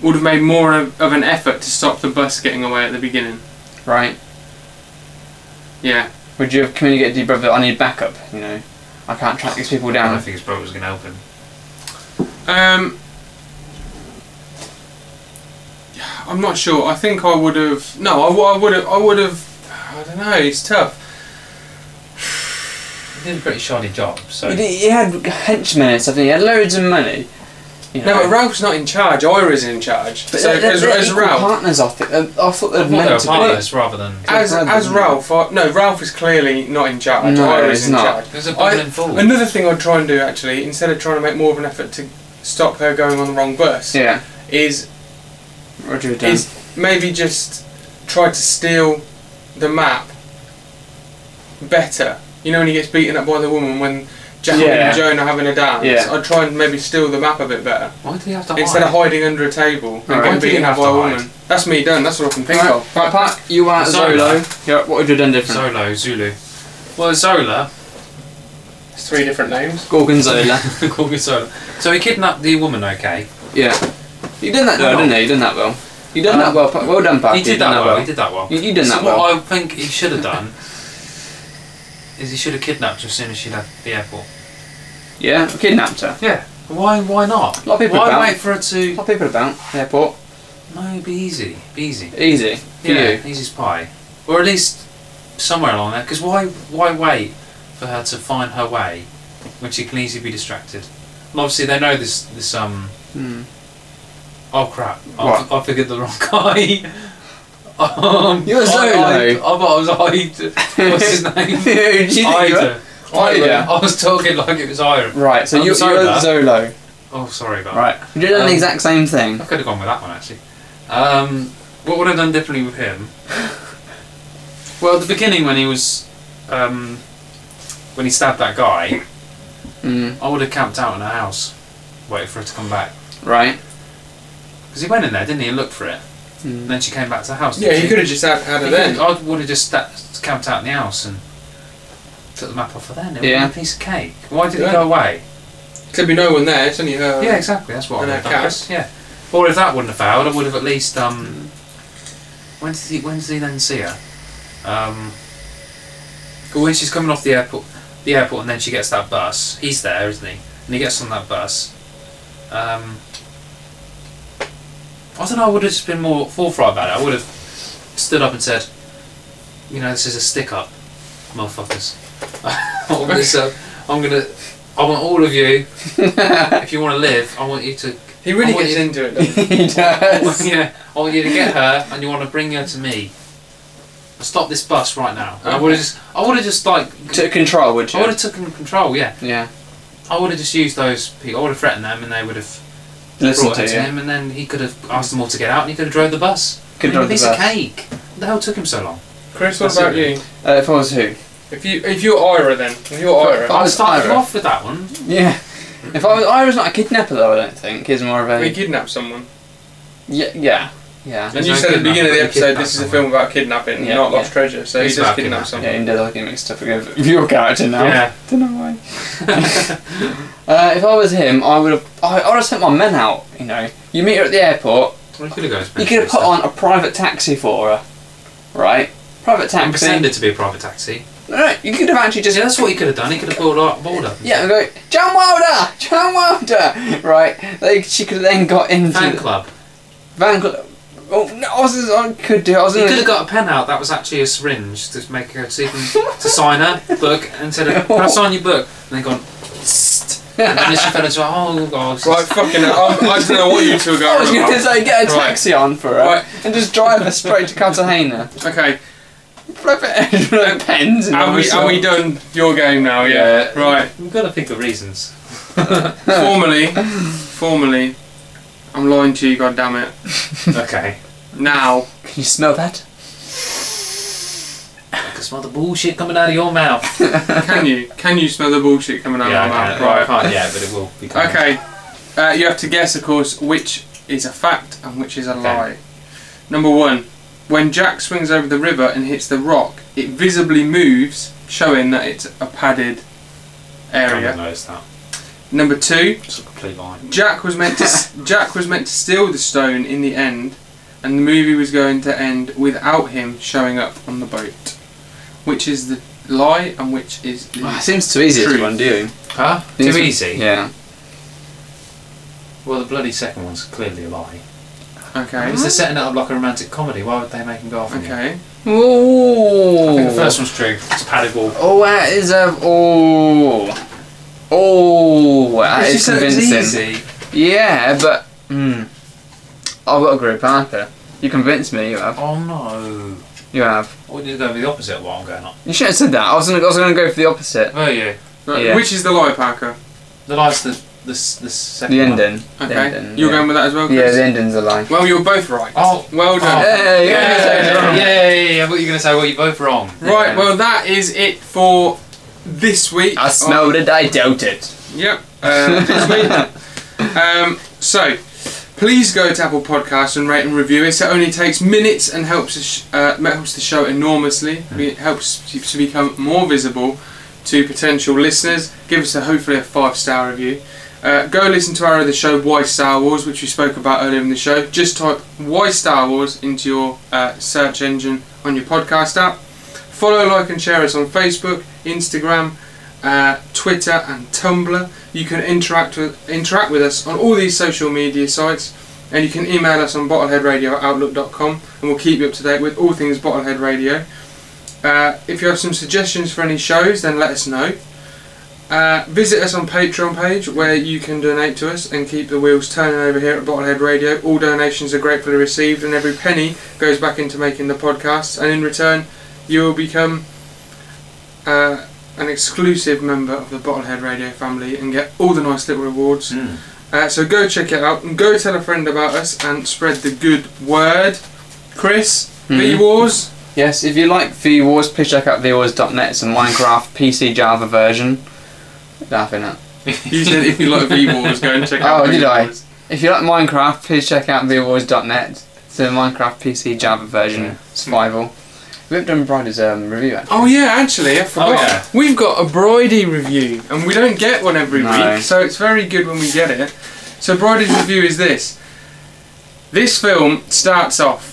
S1: would have made more of, of an effort to stop the bus getting away at the beginning.
S2: Right?
S1: Yeah.
S2: Would you have communicated to your brother? I need backup. You know, I can't track these people
S3: I don't
S2: down.
S3: think his brother was going to help him.
S1: Um, I'm not sure. I think I would have. No, I, w- I would have. I would have. I don't know. It's tough.
S3: He did a pretty shoddy job, so.
S2: You, did- you had henchmen and stuff. And you had loads of money. You know.
S1: No, but Ralph's not in charge. Ira's in charge.
S2: But
S1: so
S2: they're, they're,
S1: as,
S2: they're
S1: as
S2: equal
S1: Ralph,
S2: partners. I think. I thought they
S3: I
S2: were
S3: thought they were
S2: meant to be.
S3: partners rather than.
S1: as
S2: brother,
S1: as
S2: isn't it?
S1: Ralph, I, no, Ralph is clearly not in charge.
S2: No,
S1: Ira's
S2: he's
S1: in
S2: not.
S1: charge.
S3: It was a
S1: I-
S3: bubbling fool.
S1: Another thing I'd try and do actually, instead of trying to make more of an effort to stop her going on the wrong bus,
S2: Yeah.
S1: is
S2: What would you have done?
S1: is maybe just try to steal the map better. You know when he gets beaten up by the woman when Jack
S2: Yeah.
S1: and Joan are having a dance.
S2: Yeah.
S1: I'd try and maybe steal the map a bit better
S3: Oh, Why do you have to
S1: instead of
S3: hide?
S1: hiding under a table and
S2: Right.
S1: getting
S3: Why do you
S1: beaten up
S3: have
S1: by
S3: to
S1: a woman.
S3: hide?
S1: That's me done. That's what I can think
S2: Right,
S1: of.
S2: right, Pat, you are
S3: Zola.
S2: Zolo. Yeah, what would you have done different?
S3: Zolo, Zulu. Well, Zola,
S1: It's three different names.
S2: Gorgonzola.
S3: [laughs] call me Zola. So he kidnapped the woman, okay?
S2: yeah. You done that well,
S3: Well.
S2: didn't you? You done that well. You done that well. Pat. Well done, Pat.
S3: he
S2: You
S3: did
S2: done
S3: that well. He did that well.
S2: You, you done
S3: so
S2: that
S3: what
S2: well.
S3: I think he should have done is he should have kidnapped her as soon as she left the airport.
S2: Yeah, I kidnapped her.
S3: Yeah. Why? Why not?
S2: A lot of people
S3: why
S2: about.
S3: wait for her to?
S2: What people about? Airport.
S3: No, it'd be easy. Be easy.
S2: Easy. For
S3: Yeah,
S2: you.
S3: easy as pie. Or at least somewhere along there. Because why? Why wait for her to find her way when she can easily be distracted? And obviously they know this. This um.
S2: Hmm.
S3: Oh crap!
S2: What?
S3: I, I figured the wrong guy. um,
S2: You're so
S3: [laughs] I, I,
S2: low.
S3: I, was Ida. [laughs]
S2: [laughs]
S3: What's his name?
S2: Who do you think you are?
S3: Ida.
S2: Ida.
S3: Oh, I was talking like it was Ira.
S2: Right, so
S3: I'm
S2: you, you're
S3: Zola.
S2: Zolo.
S3: Oh, sorry about
S2: Right. You done
S3: Um,
S2: the exact same thing.
S3: that. I could have gone with that one actually. Um, what would I have done differently with him? well, at the beginning when he was, um, when he stabbed that guy,
S2: Mm,
S3: I would have camped out in a house, waited for her to come back.
S2: right.
S3: Because he went in there, didn't he, and looked for it. And
S2: Mm. [laughs]
S3: then she came back to the house.
S1: Yeah,
S3: didn't
S1: you
S3: she?
S1: could have just had, had her then.
S3: I would have just sta camped out in the house and took the map off of then. It would
S2: Yeah.
S3: yeah. a piece of cake. Why did
S1: Yeah.
S3: it go away?
S1: There'd be no one there. It's only her.
S3: yeah, exactly. That's what
S1: and
S3: I
S1: a
S3: would have done.
S1: cat.
S3: Yeah. Or if that wouldn't have failed, I would have at least. Um, when did he? When did he then see her? Um, when she's coming off the airport, the airport, and then she gets that bus. He's there, isn't he? And he gets on that bus. Um, I don't know. I would have just been more forthright about it. I would have stood up and said, "You know, this is a stick up, motherfuckers. [laughs] I'm gonna, sell- I'm gonna. I want all of you. if you want to live, I want you to. [laughs]
S1: He really
S3: I want
S1: gets
S3: you-
S1: into it.
S3: [laughs]
S1: Doesn't he?
S2: he does.
S3: yeah, I want you to get her, and you want to bring her to me. Stop this bus right now. And I would have just. I would have just like.
S2: Took control, would
S3: I would
S2: you?
S3: have taken control. Yeah,
S2: Yeah.
S3: I would have just used those people. I would have threatened them, and they would have
S2: Listen
S3: brought
S2: to
S3: her to
S2: you.
S3: him, and then he could have asked them all to get out, and he could have drove the bus.
S2: Could
S3: I
S2: drive
S3: mean, a
S2: the
S3: piece
S2: bus.
S3: of cake. What the hell took him so long?
S1: Chris, what
S3: That's
S1: about
S3: it.
S1: you?
S2: Uh, if I was who?
S1: If you if you're Ira then, if you're Ira.
S2: I
S3: I
S2: was
S3: started
S2: Ira.
S3: off with that one.
S2: Yeah. If I was, I was not a kidnapper though. I don't think he's more of
S1: We
S2: a
S1: kidnap someone.
S2: yeah, yeah, yeah.
S1: And
S3: There's
S1: you
S3: no
S1: said at the beginning of the
S3: kidnap, but we
S1: episode, this is a
S3: kidnap
S1: film about kidnapping,
S2: Yeah,
S1: not
S2: yeah.
S1: lost treasure. So
S3: He's
S1: he does
S3: about
S1: kidnap
S3: kidnapping.
S1: someone.
S2: Yeah, he did. I get mixed up with your character now. [laughs]
S3: Yeah.
S2: Don't know why. uh, if I was him, I would have. I, I would have sent my men out. You know, you meet her at the airport.
S3: Well, he could have gone. as
S2: You could have put on a private taxi for her, right? Private taxi.
S3: and pretended to be a private taxi.
S2: No, no, you could have actually just.
S3: Yeah, that's what he could have done. He could have pulled up, balled up.
S2: Yeah, and go, John Wilder, John Wilder, right? They, she could have then got into
S3: Fan
S2: the
S3: club.
S2: van. Cl- oh no! Oz is, I could do. it. I was
S3: You
S2: gonna-
S3: could have got a pen out that was actually a syringe to make her see if- to sign her book and said, "Can I sign your book?" And then gone, "Psst." and then she fell into a whole god.
S1: Right, fucking hell. I'm, I don't know what you
S3: [laughs]
S1: two are
S2: I was
S1: going
S2: going to
S1: on
S2: say get a
S1: Right.
S2: taxi on for her
S1: Right.
S2: and just drive her straight to
S3: [laughs]
S2: Cartagena.
S1: about. Okay,
S2: Flip it [laughs] and pens. and
S1: are we,
S2: all
S1: are we
S2: sorts.
S1: done your game now? Yeah.
S3: [laughs]
S1: Right,
S3: We've got to think of reasons.
S1: formally, formally, I'm lying to you, God damn it.
S3: okay.
S1: Now,
S2: Can you smell that?
S3: I can smell the bullshit coming out of your mouth.
S1: can you? Can you smell the bullshit coming out
S3: yeah,
S1: of
S3: I
S1: my
S3: can't,
S1: mouth? Right.
S3: I can't yet, but it will be coming.
S1: Okay, uh, you have to guess, of course, which is a fact and which is a lie. Number one, when Jack swings over the river and hits the rock, it visibly moves, showing that it's a padded
S3: Everyone
S1: area.
S3: knows that.
S1: Number two,
S3: It's a complete lie.
S1: Jack was meant to
S2: [laughs]
S1: s- Jack was meant to steal the stone in the end, and the movie was going to end without him showing up on the boat. Which is the lie and which is the
S2: Oh, it seems too easy
S1: True.
S2: to undo.
S3: Huh? Too
S2: Seems-
S3: easy.
S2: Yeah.
S3: Well, the bloody second one's clearly a lie.
S1: okay.
S3: Because they're setting it up like a romantic comedy. Why would they make him go off? on you?
S1: Okay.
S3: I think
S2: Ooh.
S3: the first one's true. It's padded wall.
S2: Oh, that is a. Oh. Oh, that
S1: She
S2: is
S1: said it was
S2: convincing.
S1: easy.
S2: Yeah, but. Mm, I've got a group, aren't I? You convinced me, you have.
S3: Oh no.
S2: You have.
S3: Or did it go with the opposite of what I'm going on?
S2: You should have said that. I was gonna, I was gonna go for the opposite.
S3: Where are you?
S1: Right,
S2: Yeah.
S1: Which is the lie, Parker?
S3: The last, the, the, s- the second
S2: The
S3: one.
S2: ending. The
S1: Okay.
S2: ending,
S1: You're
S2: yeah.
S1: going with that as well, Chris?
S2: Yeah, the ending's a lie.
S1: Well, you're both right.
S3: Oh.
S1: Well done.
S2: Hey,
S3: Yeah,
S2: yeah.
S3: yeah, yeah, yeah. What are you going to say? Well, you're both wrong.
S1: Right,
S2: Yeah.
S1: well, that is it for this week.
S2: I smelled it, I doubt it.
S1: Oh, yep. Uh, this week. Um, so, please go to Apple Podcasts and rate and review us. It only takes minutes and helps, us sh- uh, helps the show enormously. It helps you to become more visible to potential listeners. Give us a hopefully a five star review. Uh, go listen to our other show, Why Star Wars, which we spoke about earlier in the show. Just type Why Star Wars into your uh, search engine on your podcast app. Follow, like, and share us on Facebook, Instagram, uh, Twitter, and Tumblr. You can interact with interact with us on all these social media sites, and you can email us on bottleheadradio@outlook.com, and we'll keep you up to date with all things Bottlehead Radio. Uh, if you have some suggestions for any shows, then let us know. Uh, visit us on Patreon page where you can donate to us and keep the wheels turning over here at Bottlehead Radio. All donations are gratefully received, and every penny goes back into making the podcast. And in return, you will become uh, an exclusive member of the Bottlehead Radio family and get all the nice little rewards.
S3: Mm.
S1: Uh, so go check it out and go tell a friend about us and spread the good word. Chris,
S2: Mhm.
S1: V Wars.
S2: Yes, if you like V Wars, please check out VWars.net. It's a Minecraft PC Java version. Laughing at.
S1: [laughs] You said if you like V Wars, go and check out.
S2: Oh, did I?
S1: VWars.
S2: If you like Minecraft, please check out VWars.net. It's a Minecraft PC Java version survival. We've done Bridie's um, review actually.
S1: Oh yeah, actually, I forgot.
S3: Oh, yeah.
S1: We've got a Bridie review, and we don't get one every
S2: No.
S1: week, so it's very good when we get it. So Bridie's review is this: This film starts off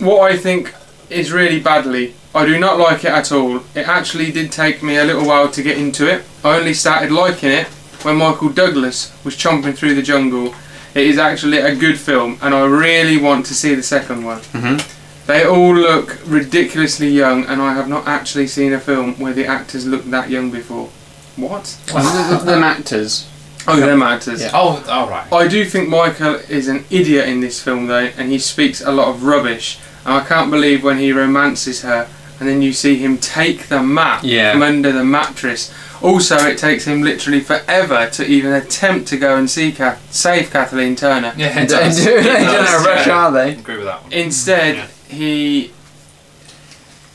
S1: what I think is really badly. I do not like it at all. It actually did take me a little while to get into it. I only started liking it when Michael Douglas was chomping through the jungle. It is actually a good film, and I really want to see the second one.
S2: Mhm.
S1: They all look ridiculously young, and I have not actually seen a film where the actors look that young before. What?
S2: Oh, the, the, them actors.
S1: Oh, them actors.
S2: Yeah.
S3: Oh, alright.
S1: I do think Michael is an idiot in this film, though, and he speaks a lot of rubbish. And I can't believe when he romances her, and then you see him take the map
S2: Yeah.
S1: from under the mattress. Also, it takes him literally forever to even attempt to go and see Ca- save Kathleen Turner.
S2: [laughs]
S3: Yeah,
S2: They [laughs]
S3: it
S2: do, they
S3: does.
S2: do
S3: It does,
S2: in a rush,
S3: yeah.
S2: are
S3: I
S2: they?
S3: agree with that one.
S1: Instead,
S3: Yeah.
S1: he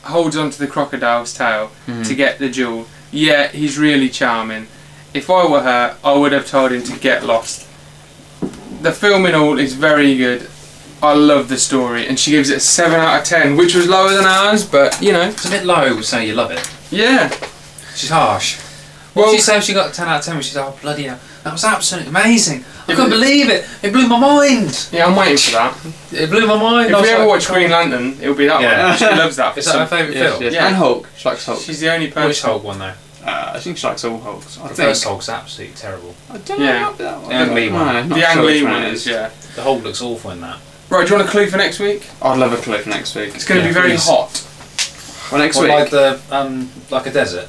S1: holds onto the crocodile's tail
S2: Mm-hmm.
S1: to get the jewel. Yeah, he's really charming. If I were her, I would have told him to get lost. The film in all is very good. I love the story, and she gives it a seven out of ten, which was lower than ours, but you know,
S3: It's a bit low saying you love it.
S1: yeah.
S3: She's harsh. Well,
S1: Well,
S3: she said she got a 10 out of 10 when she's oh bloody hell. That was absolutely amazing. I
S1: Yeah,
S3: couldn't
S1: but-
S3: believe it. It blew my mind.
S1: yeah, I'm waiting for that.
S3: It blew my mind. I
S1: If
S3: was
S1: we ever
S3: like,
S1: watch Green Lantern, it'll be that
S3: Yeah.
S1: one. She loves
S2: [laughs]
S1: that. For
S3: Is that her
S1: some,
S3: favourite
S2: Yes,
S3: film?
S2: yes.
S1: Yeah.
S2: And Hulk. She likes Hulk.
S1: she's the only
S3: Which
S1: person.
S3: Hulk one though?
S2: Uh, I think she likes all Hulks. I
S3: The
S2: think.
S3: first Hulk's absolutely terrible.
S2: I don't
S1: Yeah.
S2: know about that one.
S3: The Ang Lee one.
S2: No, not
S1: The Ang
S2: sure
S1: Lee
S2: which
S1: one is, yeah.
S3: The Hulk looks awful in that.
S1: Right, do you want a clue for next week?
S2: I'd love a clue for next week.
S1: It's going to
S3: Yeah,
S1: be very
S3: please.
S1: hot.
S2: Well, next
S3: Or
S2: week,
S3: like the um, like a desert,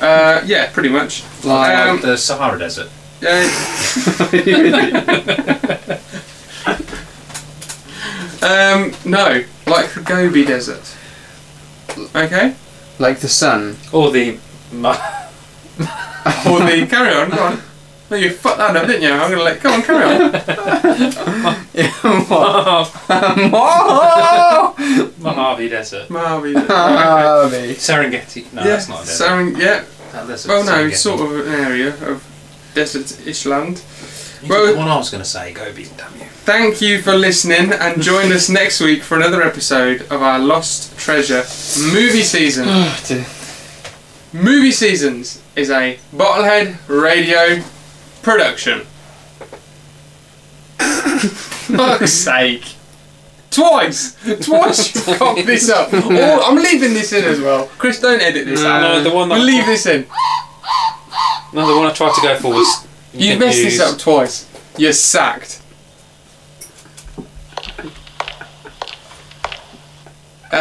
S1: Uh, yeah, pretty much.
S2: like-
S1: Um,
S3: the Sahara Desert.
S1: Uh, um, no, like the Gobi Desert. Okay?
S2: [laughs] like the [laughs] sun.
S3: Or the Mu-
S1: Or the. Carry on, go on. No, you fucked that up, didn't you? I'm going to let. Come on, carry
S3: [laughs]
S1: on.
S3: [laughs]
S2: [laughs]
S3: Mojave Desert.
S1: Mojave Desert.
S2: Mojave.
S3: Serengeti. No,
S1: yeah,
S3: that's not a desert.
S1: Saren- yeah.
S3: That desert-
S1: Well, no,
S3: Serengeti.
S1: it's sort of an area of desert ish land.
S3: You
S1: well-
S3: took the one I was going to say, Gobi, damn you.
S1: Thank you for listening and join us next week for another episode of our Lost Treasure movie season.
S2: Oh, dear.
S1: Movie Seasons is a Bottlehead Radio
S3: [laughs]
S1: production. Fuck's sake. Twice! Twice you cocked this up. All, I'm leaving this in as well. Chris, don't edit this out.
S3: No, the one that-
S1: We'll leave this in.
S3: No, the one I tried to go for was.
S1: You messed this up twice. You're sacked.